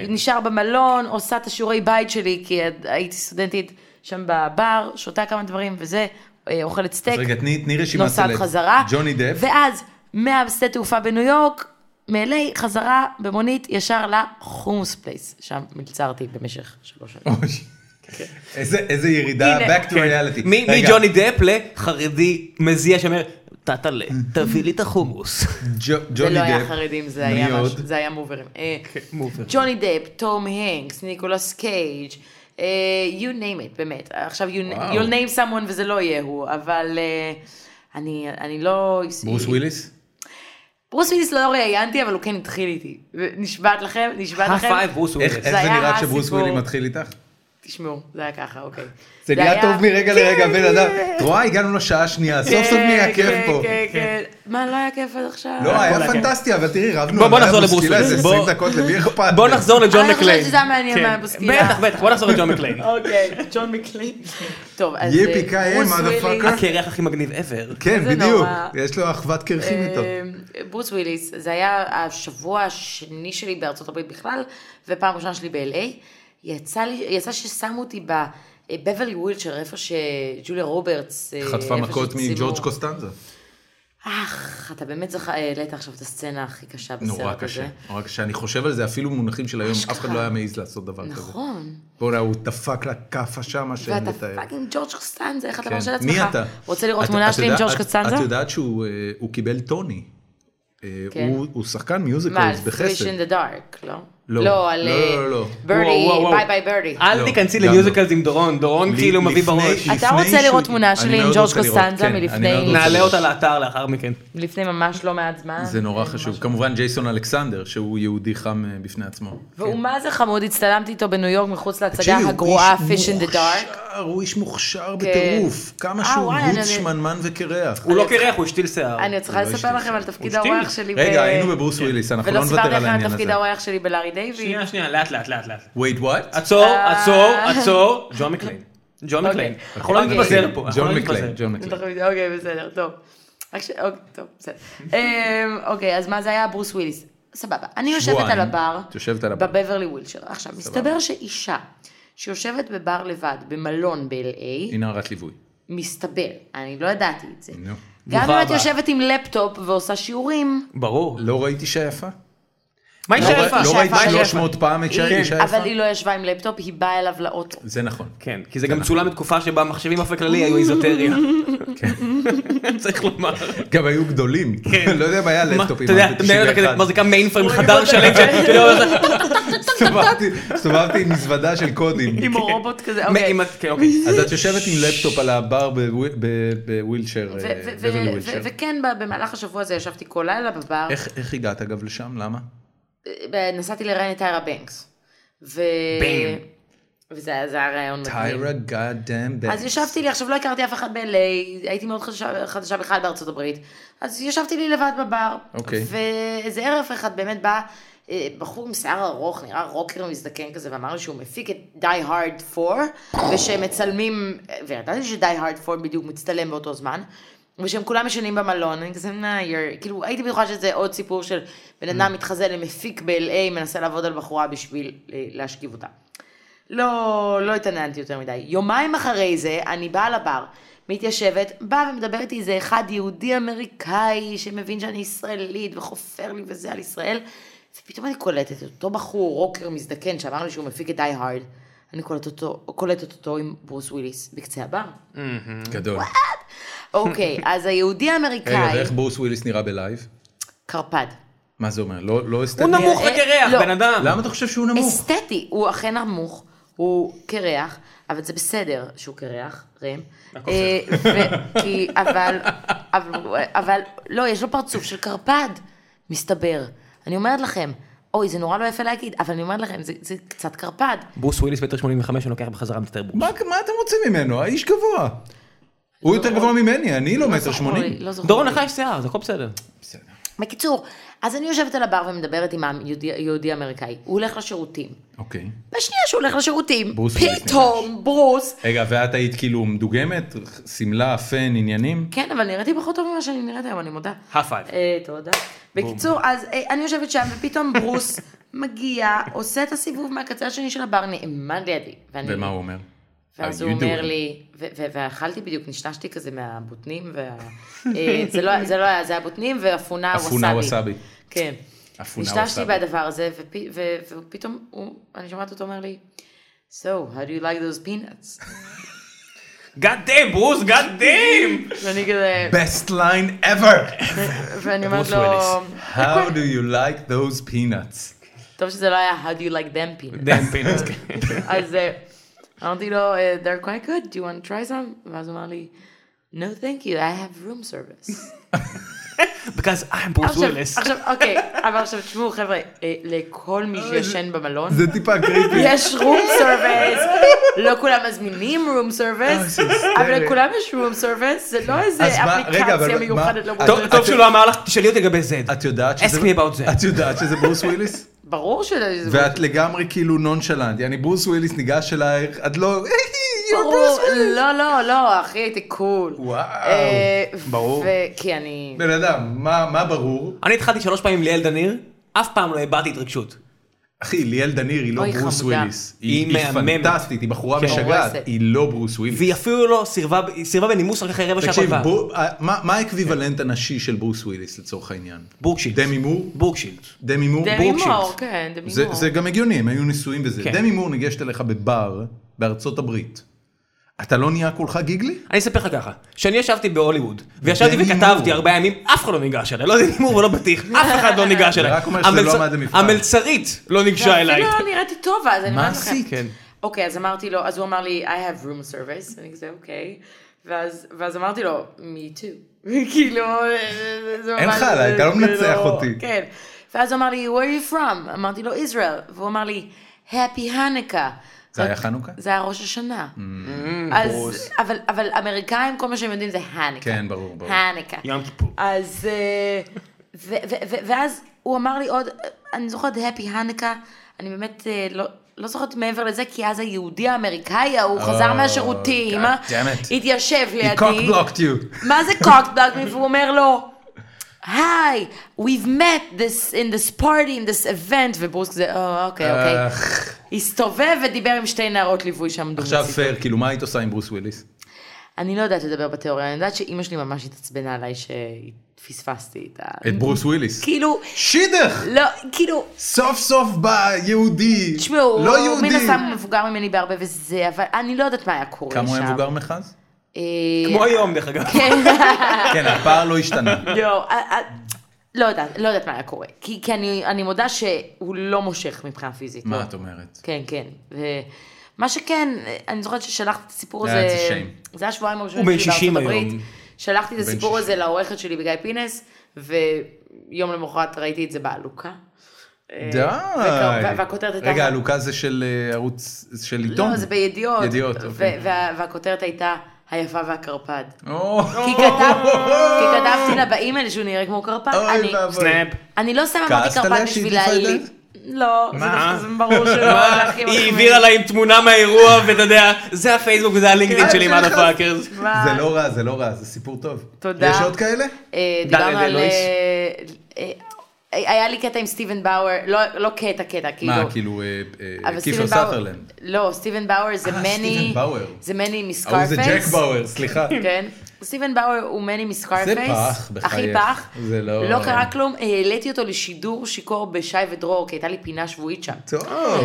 ונשאר במלון, עושה את השיעורי בית שלי, כי הייתי סטודנטית שם בבר, שותה כמה דברים וזה, אה, אוכלת סטייק. אז רגע, תני תני רשימת סלב. נוסעת חזרה. ג'וני דפ. ואז מהשדה תעופה בניו יורק, מ-LA, חזרה במונית ישר לחומוס פלייס, שם מלצרתי במשך שלוש שנים. אוי. איזה- איזה ירידה, הנה. כן. back to reality. רגע, מג'וני דפ לחרדי מזיע שאומר, תתלה, Mm-hmm. תביא לי את החומוס. ג'ו- זה ג'וני לא היה דפ. חרדים, זה מי היה עוד? אוקיי, משהו, זה היה מוברים. אה, מוברים. ג'וני דפ, תום הנקס, ניקולס קייג', אה, you name it, באמת. עכשיו, you- וואו. you'll name someone וזה לא יהיה הוא, אבל אה, אני אני לא... ברוס וויליס? ברוס וויליס לא ראיינתי, אבל הוא כן התחיל איתי. נשבעת לכם, נשבעת High לכם. five, ברוס איך וויליס. איך זה זה היה נראה כשברוס הסיפור. ווילי מתחיל איתך? תשמעו, זה היה ככה, אוקיי. זה נהיה היה- טוב מרגע לרגע, כן, בן אדם. כן. את רואה, הגענו לשעה השנייה, סוף סוף נהיה כיף כן, פה. כן, כן. מה, לא היה כיף עד עכשיו? לא, היה להקל. פנטסטי, אבל תראי, רבנו, בוא- בוא על בעיה נחזור לברוס מושכילה וויליס. איזה בוא- 20 דקות, למי אכפת? בוא נחזור לג'ון אני אה, מקליין. חושבת שזה היה מעניין כן. מהבוסקילה. בטח, בטח, בוא נחזור לג'ון מקליין. אוקיי, ג'ון מקליין. טוב, אז... אה, יפי קאי, ברוס motherfucker. וויליס, הקרח הכי מגניב ever. כן, זה בדיוק. נורא. יש לו אחוות קרחים איתו. אה, ברוס וויליס, זה היה השבוע השני שלי בארצות הברית בכלל, ופעם ראשונה שלי ב-LA. יצא, לי, יצא ששמו אותי בבברלי ווילצ'ר, איפה שג'וליה רוברטס... אה, חטפה איפה מכות שצילמו. מג'ורג' קוסטנזה. אך, אתה באמת זכה, העלית עכשיו את הסצנה הכי קשה בסרט הזה. נורא קשה. נורא קשה. אני חושב על זה, אפילו במונחים של היום, אף אחד לא היה מעז לעשות דבר כזה. נכון. בוא'נה, הוא דפק לה כאפה שמה שאין ואתה לתאר. פאקינג ג'ורג' קוסטנזה, איך אתה כן. מרשה לעצמך? מי אתה? רוצה לראות את- תמונה את שלי עם יודעת- ג'ורג' את- קוסטנזה? את יודעת שהוא אה, הוא קיבל טוני. אה, כן. הוא- הוא שחקן מה, מיוזיקלס Fish בחסד. in the Dark, לא? לא. לא, על לא, אה, לא, לא, לא. ברדי, וואו, וואו, וואו. ביי ביי ברדי. לא, אל תיכנסי גם לא. למיוזיקלס עם דורון, דורון לי- כאילו מביא לפני- בראש. לפני אתה רוצה לראות שהוא- תמונה שלי אני עם מאוד ג'ורג' רוצה לראות, קוסטנזה כן, אני מאוד מלפני- רוצה נעלה לראות. אותה לאתר לאחר מכן. לפני ממש לא מעט זמן. זה נורא ממש חשוב. לא. כמובן ג'ייסון אלכסנדר, שהוא יהודי חם אה, בפני עצמו. והוא מה זה חמוד, הצטלמתי איתו בניו יורק מחוץ להצגה הגרועה Fish in the Dark. הוא איש מוכשר כן. בטירוף, כמה אה, שהוא וואי, אני- רוץ שמנמן וקרח. הוא לא קרח, הוא השתיל שיער. אני עוד צריכה לא לספר השתיל, לכם על תפקיד הוא כן. השתיל. האורח שלי. ב- רגע, היינו בברוס וויליס, אנחנו לא ולא נוותר סיפרתי על לכם על העניין הזה. אה, תפקיד האורח שלי בלארי דיוויד. שנייה, שנייה, לאט, לאט, לאט, לאט. wait what? עצור, אה. עצור, עצור. ג'ון מקליין. ג'ון אוקיי. מקליין. אנחנו לא אוקיי. נתבזר פה. אנחנו ג'ון לא מקליין, נתבזר. ג'ון אתה מקליין. יכול לבדוק, אוקיי, בסדר, טוב. רק ש- אוקיי, טוב, בסדר. אמ, אוקיי, אז מה זה היה ברוס וויליס? סבבה. אני יושבת שבועיים. על הבר. את יושבת על הבר. בבברלי ווילצ'ר. עכשיו, מסתבר שאישה שיושבת בבר לבד, במלון ב-LA, היא נערת ליווי. מסתבר, אני לא ידעתי את זה. נו. גם אם ברוכה את הבאה. יושבת עם לפטופ ועושה שיעורים, ברור. לא ראיתי אישה יפה? מה היא לא שאיפה? ראית- לא אישה ראית יפה. 300 פעם אישה כן. אישה אבל יפה? היא לא ישבה עם לפטופ, היא באה אליו לאוטו. זה נכון. כן, כי זה גם צולם בתקופה שבה מחשבים באופן כללי היו איזוטריה. צריך לומר. גם היו גדולים. כן. לא יודע מה היה מה, לפטופים. אתה יודע, אז אתה מנהל אותה כזה, ב- כמו זה גם מיין פריים, נכון. חדר שלם, שאתה יודע, הסתובבתי- הסתובבתי עם מזוודה של קודים. עם רובוט כזה, מה- אוקיי. אם את- כן, אוקיי. אז את יושבת עם לפטופ על הבר בוו- ב- בווילצ'ר. ו- אה, ו- ו- בבלי ו- ווילצ'ר. וכן, ב- במהלך השבוע הזה ישבתי כל לילה בבר. איך איך הגעת אגב לשם? למה? אה, נסעתי לראיין את טיירה בנקס. ו... בן. וזה היה- זה היה ראיון מדהים. טיירה גאדם אז ישבתי לי, עכשיו לא הכרתי אף אחד ב-LA, הייתי מאוד חדשה, חדשה בכלל בארצות הברית. אז ישבתי לי לבד בבר. אוקיי. ואיזה ערב אחד באמת בא אה, בחור עם שיער ארוך, נראה רוקר מזדקן כזה, ואמר לי שהוא מפיק את Die Hard 4, ושמצלמים, וידעתי ש-Die Hard 4 בדיוק מצטלם באותו זמן. ושהם כולם ישנים במלון, אני כזה, nah, you're... כאילו, הייתי בטוחה שזה עוד סיפור של בן אדם מתחזה למפיק ב-LA, מנסה לעבוד על בחורה בשביל אה, להשכיב אותה. לא, לא התעניינתי יותר מדי. יומיים אחרי זה, אני באה לבר, מתיישבת, באה ומדברת איתי איזה אחד יהודי אמריקאי שמבין שאני ישראלית וחופר לי וזה על ישראל, ופתאום אני קולטת את אותו בחור, רוקר מזדקן, שאמר לי שהוא מפיק את די הרד, אני קולטת אותו, קולטת אותו עם ברוס וויליס בקצה הבר. גדול. אוקיי, אז היהודי רגע, האמריקאי, ואיך ברוס וויליס נראה בלייב? קרפד. מה זה אומר? לא לא אסתטי? הוא נמוך אה, וקרח, לא. בן אדם. למה אתה חושב שהוא נמוך? אסתטי, הוא אכן נמוך, הוא קרח, אבל זה בסדר שהוא קרח, ראם. הכל אה, ו- כי- אבל, אבל, אבל, לא, יש לו פרצוף של קרפד, מסתבר. אני אומרת לכם, אוי, זה נורא לא יפה להגיד, אבל אני אומרת לכם, זה, זה קצת קרפד. ברוס וויליס מטר 85, אני לוקח בחזרה מטר ברוס. מה מה אתם רוצים ממנו? האיש גבוה. הוא יותר גבוה ממני, אני לא מטר אוי, שמונים. לא זוכר. דורון לך יש שיער, זה הכל בסדר. בסדר. בקיצור, אז אני יושבת על הבר ומדברת עם היהודי האמריקאי, הוא הולך לשירותים. אוקיי. בשנייה שהוא הולך לשירותים, ברוס וויליס פתאום ברוס רגע, ואת היית כאילו מדוגמת? שמלה, פן, עניינים? כן, אבל נראיתי פחות טוב ממה שאני נראית היום, אני מודה. הפייב. אה, תודה. בקיצור, אז אה, אני יושבת שם, ופתאום ברוס מגיע, עושה את הסיבוב מהקצה השני של הבר, נעמד לידי. ואני- ומה הוא אומר? ואז How הוא you אומר doing? לי, ו- ו- ואכלתי בדיוק, נשנשתי כזה מהבוטנים, וה- אה, זה לא זה לא היה, זה היה בוטנים ואפונה ווסאבי. אפונה ווסאבי. כן. אפונה נשתשתי ווסאבי. בדבר הזה, ופ- ו- ופתאום הוא- אני שומעת אותו אומר לי, So, how do you like those peanuts? גאד דאם, ברוס, גאד דאם! ואני כזה, best line ever! ואני אומרת ברוס לו, וויליס. How do you like those peanuts? טוב שזה לא היה How do you like them peanuts? דאם פינס, כן. אז אה, אמרתי לו, אה, they're quite good, do you want to try some? ואז הוא אמר לי, no thank you, I have room service. because I'm Bruce עכשיו, Willis. עכשיו, אוקיי, אבל עכשיו תשמעו חבר'ה, אה, לכל מי שישן במלון, זה טיפה קריפי. יש רום סרוויס, לא כולם מזמינים רום סרוויס, אה, זה היסטרי. אבל לכולם יש רום סרוויס, זה לא איזה אז מה- רגע, אבל אפליקציה מה- מיוחדת לרום טוב- סרוויס. טוב שלא אמר לך, תשאלי אותי לגבי Z. את יודעת שזה... Ask me about that. את יודעת שזה ברוס וויליס? ברור שזה... ואת לגמרי כאילו נונשלנט. יעני ברוס וויליס ניגש אלייך, את לא... "היי, you're ברור, Bruce Willis." לא, לא, לא, אחי, הייתי קול. וואו, אה, ברור. ו- כי אני... בן אדם, מה מה ברור? אני התחלתי שלוש פעמים ליאל דניר, אף פעם לא הבעתי התרגשות. אחי, ליאל דניר היא לא אוי, ברוס חמודה. וויליס. היא היא היא מהממת. פנטסטית, היא בחורה כן. משגעת, הורסת. היא לא ברוס והיא וויליס. אפילו לא סירבה, היא סירבה בנימוס רק אחרי רבע שעה תקשיב, פרווה. בו- אה, מה מה האקוויוולנט הנשי של ברוס וויליס לצורך העניין? בורקשילד. דמי מור? בורקשילד. דמי מור? דמי בורקשילד. מור, כן, דמי זה, מור. זה גם הגיוני, הם היו נשואים וזה. כן. דמי מור ניגשת אליך בבר בארצות הברית. אתה לא נהיה כולך גיגלי? אני אספר לך ככה, שאני ישבתי בהוליווד, וישבתי בנימור. וכתבתי ארבעה ימים, אף אחד לא ניגש אליי, לא יודע אם הוא ולא בטיח, אף אחד לא ניגש זה אליי. רק אומר שזה לא המלצ- עמד למבחן. המלצרית לא ניגשה אליי. אפילו לא נראיתי טוב אז, אני מה אומרת לכם. עשית? כן. אוקיי, אז אמרתי לו, אז הוא אמר לי, I have room service, אני כזה, אוקיי. ואז, ואז אמרתי לו, me too. כאילו, זה- זה אין ממש- לך עליי, אתה לא זה מנצח אותי. כן. ואז הוא אמר לי, where are you from? אמרתי לו, Israel. והוא אמר לי, happy Hanukkah. זה היה חנוכה? Mm. זה היה ראש השנה. אז, אבל, אבל אמריקאים, כל מה שהם יודעים זה הניקה. כן, ברור, ברור. הניקה. ים כיפור. אז, אה, ו- ו- ו- ואז הוא אמר לי עוד, אני זוכרת הפי הניקה, אני באמת אה, לא... לא זוכרת מעבר לזה, כי אז היהודי האמריקאי ההוא Oh, חזר מהשירותים, God אה? damn it. התיישב He לידי, cock-blocked you. מה זה קוקבלק? והוא אומר לו, היי, we've met this in this party, in this event, וברוס כזה, "אה, אוקיי, אוקיי. אך, הסתובב ודיבר עם שתי נערות ליווי שעמדו עכשיו מצידו. פייר, כאילו מה היית עושה עם ברוס וויליס? אני לא יודעת לדבר בתיאוריה, אני יודעת שאימא שלי ממש התעצבנה עליי שפספסתי את ה... את ברוס וויליס. כאילו, שידך! לא, כאילו, סוף סוף בא יהודי, תשמעו, לא הוא מן יהודי. הסתם מבוגר ממני בהרבה וזה, אבל אני לא יודעת מה היה קורה שם. כמה הוא היה מבוגר ממך אז? אה, כמו היום דרך אגב. כן, הפער לא השתנה. לא, אה, אה, לא יודעת, לא יודעת מה היה קורה. כי כי אני אני מודה שהוא לא מושך מבחינה פיזית. מה לא. את אומרת? כן, כן. ומה שכן, אה, אני זוכרת ששלחתי את הסיפור זה הזה, היה איזה shame. זה היה שבועיים הראשונים הוא בן שלי בארצות 60 הברית. היום. שלחתי את בן הסיפור 60. הזה לעורכת שלי בגיא פינס, ויום למחרת ראיתי את זה בעלוקה. אה, די. וכ- והכותרת הייתה... רגע, הלוקה זה של אה, ערוץ, של עיתון? לא, זה בידיעות. ידיעות, ו- אוקיי. וה- והכותרת הייתה היפה והקרפד. או, כי כתב- כי כתבתי לה באימייל שהוא נראה כמו קרפד. אני- אוי ואבוי. סנאפ. אני לא סתם אמרתי כעסת עליה קרפד שהיא בשביל הדליפה את להעליב. זה? לא, זה מה? דווקא- זה ברור שלא. זה הכי היא מחמיא. העבירה לה עם תמונה מהאירוע, ואתה יודע, זה הפייסבוק וזה הלינקדאין שלי, מה הפאקרס. מה? זה לא רע, זה לא רע, זה סיפור טוב. תודה. יש עוד כאלה? אה, דן דיברנו על... אלוהיס. אה, אה, היה לי קטע עם סטיבן באואר, לא לא קטע, קטע, כאילו. מה, כאילו, אה, אה, קיפר אבל סטיבן באואר... סאטרלנד. לא, סטיבן באואר זה אה, מני... סטיבן באואר. זה מני ההוא זה מסקארפייס. ג'ק באואר, סליחה. כן. סטיבן באואר הוא מני מסקארפייס. זה פח, בחייך. הכי פח. זה לא- לא קרה כלום. העליתי אותו לשידור שיכור בשי ודרור, כי הייתה לי פינה שבועית שם. טוב.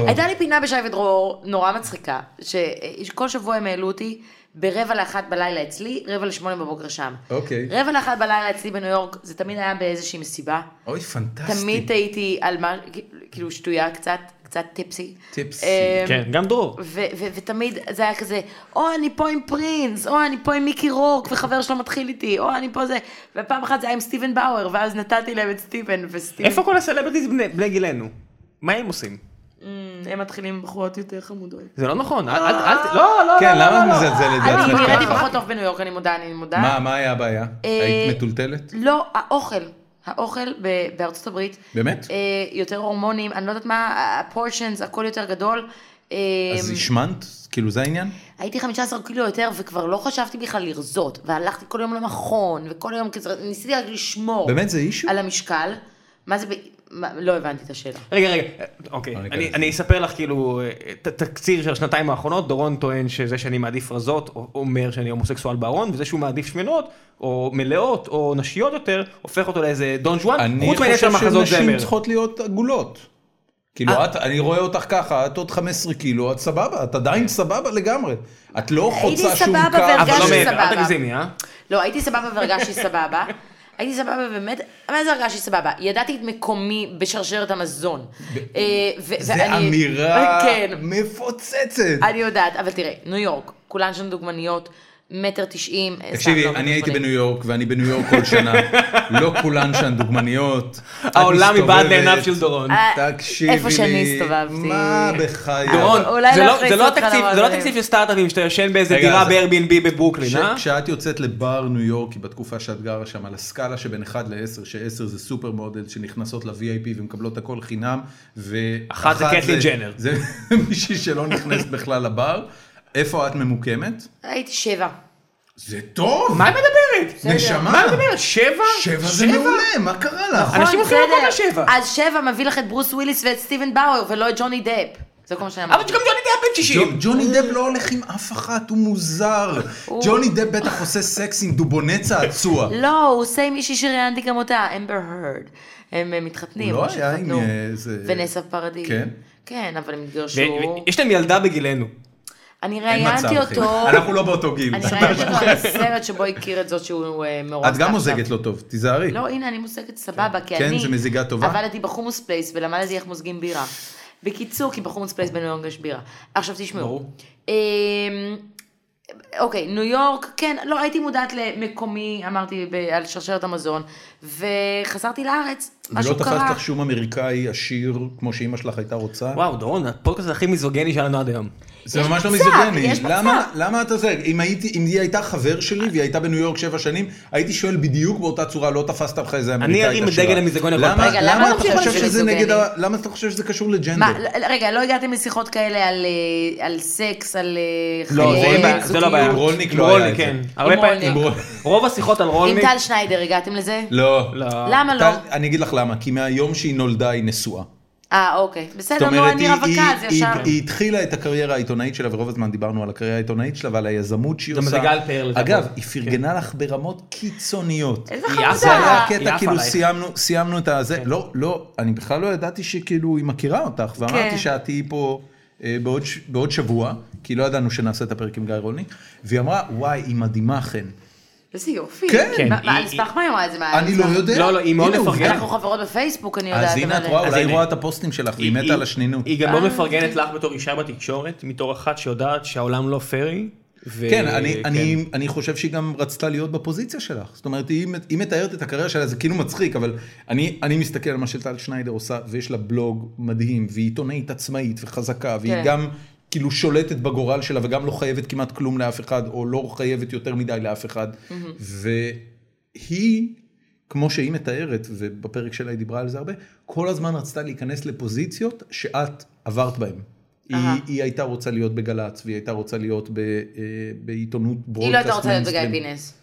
הייתה לי פינה בשי ודרור נורא מצחיקה, ש- שכל שבוע הם העלו אותי ברבע לאחת בלילה אצלי, רבע לשמונה בבוקר שם. אוקיי. רבע לאחת בלילה אצלי בניו יורק, זה תמיד היה באיזושהי מסיבה. אוי, פנטסטי. תמיד הייתי על מה, כאילו שטויה קצת, קצת טיפסי. טיפסי. אה, כן, גם דרור. ו- ו- ותמיד זה היה כזה, או אני פה עם פרינס, או אני פה עם מיקי רורק וחבר שלו מתחיל איתי, או אני פה זה, ופעם אחת זה היה עם סטיבן באואר, ואז נתתי להם את סטיבן, וסטיבן, איפה כל הסלבריטיז בני- בני גילנו? מה הם עושים? Mm, הם מתחילים עם בחורות יותר חמודות. זה לא נכון, אל- אל אל- לא, לא, כן, לא, למה לא, את לא. מזלזלת אני בעצמך? נראיתי פחות טוב בניו יורק, אני מודה, אני מודה. מה, מה היה הבעיה? אה, היית מטולטלת? לא, האוכל, האוכל ב- בארצות הברית. באמת? אה, יותר הורמונים, אני לא יודעת מה, הפורשנס, הכל יותר גדול. אה, אז השמנת? כאילו זה העניין? הייתי 15 קילו יותר, וכבר לא חשבתי בכלל לרזות, והלכתי כל יום למכון, וכל היום כזה, ניסיתי רק לשמור. באמת זה אישו? על המשקל. מה זה, ב... מה, לא הבנתי את השאלה. רגע, רגע, אוקיי, לא ניכנס אני- לזה. אני אספר לך כאילו אה, ת- תקציר של השנתיים האחרונות, דורון טוען שזה שאני מעדיף רזות, או- אומר שאני הומוסקסואל בארון, וזה שהוא מעדיף שמנות, או מלאות, או נשיות יותר, הופך אותו לאיזה דון ז'ואן, אני חוץ מהעניין של חושב המחזות שנשים זמר. צריכות להיות עגולות. כאילו אה. את, אני רואה אותך ככה, את עוד 15 קילו, את סבבה, את עדיין סבבה לגמרי. את לא הייתי חוצה שום קו. סבבה אבל והרגשתי לא מעבר, סבבה. אל תגזימי, אה? לא, הייתי סבבה והרגשתי סבבה. הייתי סבבה באמת, מה זה הרגשתי סבבה? ידעתי את מקומי בשרשרת המזון. אה, ו- זה ואני- אמירה כן, מפוצצת. אני יודעת, אבל תראה, ניו יורק, כולן שם דוגמניות, מטר תשעים. אה, סתם, תקשיבי, לא, אני מטר הייתי שמונים. בניו יורק, ואני בניו יורק כל שנה. לא כולן שם דוגמניות. את העולם מבעד מסתובבת- לעיניו של דורון. אה, תקשיבי לי. איפה שאני הסתובבתי. מה בחייך? דורון, אולי זה לא- להכניס זה לא אותך תקציב- זה לא למועדונים. תקציב של סטארט-אפים שאתה ישן באיזה רגע, דירה אז- ב-Airbnb בברוקלין, אה? כשאת יוצאת לבר ניו יורקי בתקופה שאת גרה שם, על הסקאלה שבין 1 ל-10, ש-10 זה סופר מודל שנכנסות ל-VIP ומקבלות הכל חינם, ואחת אחת זה קטלין ג'נר. זה מישהי שלא נכנסת בכלל לבר. איפה את ממוקמת? הייתי שבע. זה טוב! מה היא מדברת? נשמה. מה היא מדברת? שבע? שבע זה מעולה, מה קרה לך? אנשים נכון, הולכים לקרוא בסדר. לשבע. אז שבע מביא לך את ברוס וויליס ואת סטיבן באואר ולא את ג'וני דאפ. זה כל מה שאני אבל אמרתי. גם ג'וני דיאב בן 60. ג'ו- ג'וני דב לא הולך עם אף אחת, הוא מוזר. ג'וני דב בטח עושה סקס עם דובונצה עצוע. לא, הוא עושה עם מישהי שראיינתי גם אותה, אמבר הרד. הם אה, מתחתנים, הוא לא או היה עם, שהתחתנו. אה, זה- ונסה פרדיס. כן? כן, אבל הם ו- התגרשו. ו- יש להם ילדה בגילנו. אני אין מצב, ראיינתי אחי. אותו. אנחנו לא באותו גיל. אני ראיינתי אותו על הסרט שבו הכיר את זאת שהוא אה, מאורס. את גם עכשיו. מוזגת לא טוב, תיזהרי. לא, הנה, אני מושגת סבבה, כי כן, אני... זה מזיגה טובה. עבדתי בחומוס פלייס ולמדתי איך מוזגים בירה. בקיצור, כי בחומוס פלייס בניו יורק יש בירה. עכשיו תשמעו. ברור. אמ, אוקיי, ניו יורק, כן, לא, הייתי מודעת למקומי, אמרתי, ב- על שרשרת המזון, וחזרתי לארץ, ולא משהו תפס קרה. לך שום אמריקאי עשיר כמו שאימא שלך הייתה רוצה? וואו, דורון, הפודקאסט הכי מיזוגני שלנו עד היום. זה יש ממש לא מצב, מיזוגני. יש מצב. למה- למה אתה זה? אם הייתי- אם היא הייתה חבר שלי והיא הייתה בניו יורק שבע שנים, הייתי שואל בדיוק באותה צורה, לא תפסת לך איזה אמריקאית ארים את עשירה. דגל המיזוגניה כל למה- פעם. רגע, למה למה לא אתה חושבת חושב שזה שזה נגד מיזוגני? ה- למה אתה חושב שזה קשור מה, לג'נדר? לא- רגע, לא הגעתם לשיחות כאלה על, אה, על סקס, על אה, לא, זה חיי אין בעיה, זה לא בעיה. עם זוגיות? רולניק לא היה את זה. כן. עם הרבה פעמים. רולניק. רוב השיחות על עם רולניק. טל שניידר הגעתם לזה? לא. לא. למה לא? טל- אני אגיד לך למה, כי מהיום שהיא נולדה היא נשואה. אה, אוקיי. זאת בסדר, נו, אומרת, אני היא- רווקה, אז היא- היא ישר. היא התחילה את הקריירה העיתונאית שלה, ורוב הזמן דיברנו על הקריירה העיתונאית שלה ועל היזמות שהיא גם עושה. זה גל פאר כן. לדעתי. אגב, היא פרגנה לך ברמות קיצוניות. איזה היא זה היה חמודה. היא הקטע, עפה כאילו עלייך. כן. סיימנו, סיימנו את הזה, לא, לא, אני בכלל לא ידעתי שכאילו היא מכירה אותך, כן. ואמרתי שאת תהיי פה אה, בעוד ש- בעוד שבוע, כי לא ידענו שנעשה את הפרק עם גיא רולניק, והיא אמרה, וואי, היא מדהימה חן. אה, איזה יופי. כן. כן, מה- מה, היא- על סמך מה היא אמרה את זה? מה, אני על לא סמך- יודע. לא, לא, היא מאוד הנה, עובדה. מפרגנת. אנחנו חברות בפייסבוק, אני יודעת. אז הנה את אבל- רואה, אז אולי היא הנה. רואה את הפוסטים שלך, והיא מתה על השנינות. היא גם מאוד אה. מפרגנת לך בתור אישה בתקשורת, מתור אחת שיודעת שהעולם לא פיירי. ו- כן, אני, אני, אני חושב שהיא גם רצתה להיות בפוזיציה שלך. זאת אומרת, היא, היא מתארת את הקריירה שלה, זה כאילו מצחיק, אבל אני, אני מסתכל על מה שטל שניידר עושה, ויש לה בלוג מדהים, והיא עיתונאית עצמאית וחזקה, והיא כן. כן. גם כאילו שולטת בגורל שלה, וגם לא חייבת כמעט כלום לאף אחד, או לא חייבת יותר מדי לאף אחד. והיא, כמו שהיא מתארת, ובפרק שלה היא דיברה על זה הרבה, כל הזמן רצתה להיכנס לפוזיציות שאת עברת בהן. היא, אהה. היא הייתה רוצה להיות בגל"צ, והיא הייתה רוצה להיות ב, אה, בעיתונות היא לא הייתה ברודקאסט רוצה להיות בגיא מיינסטרים. פינס.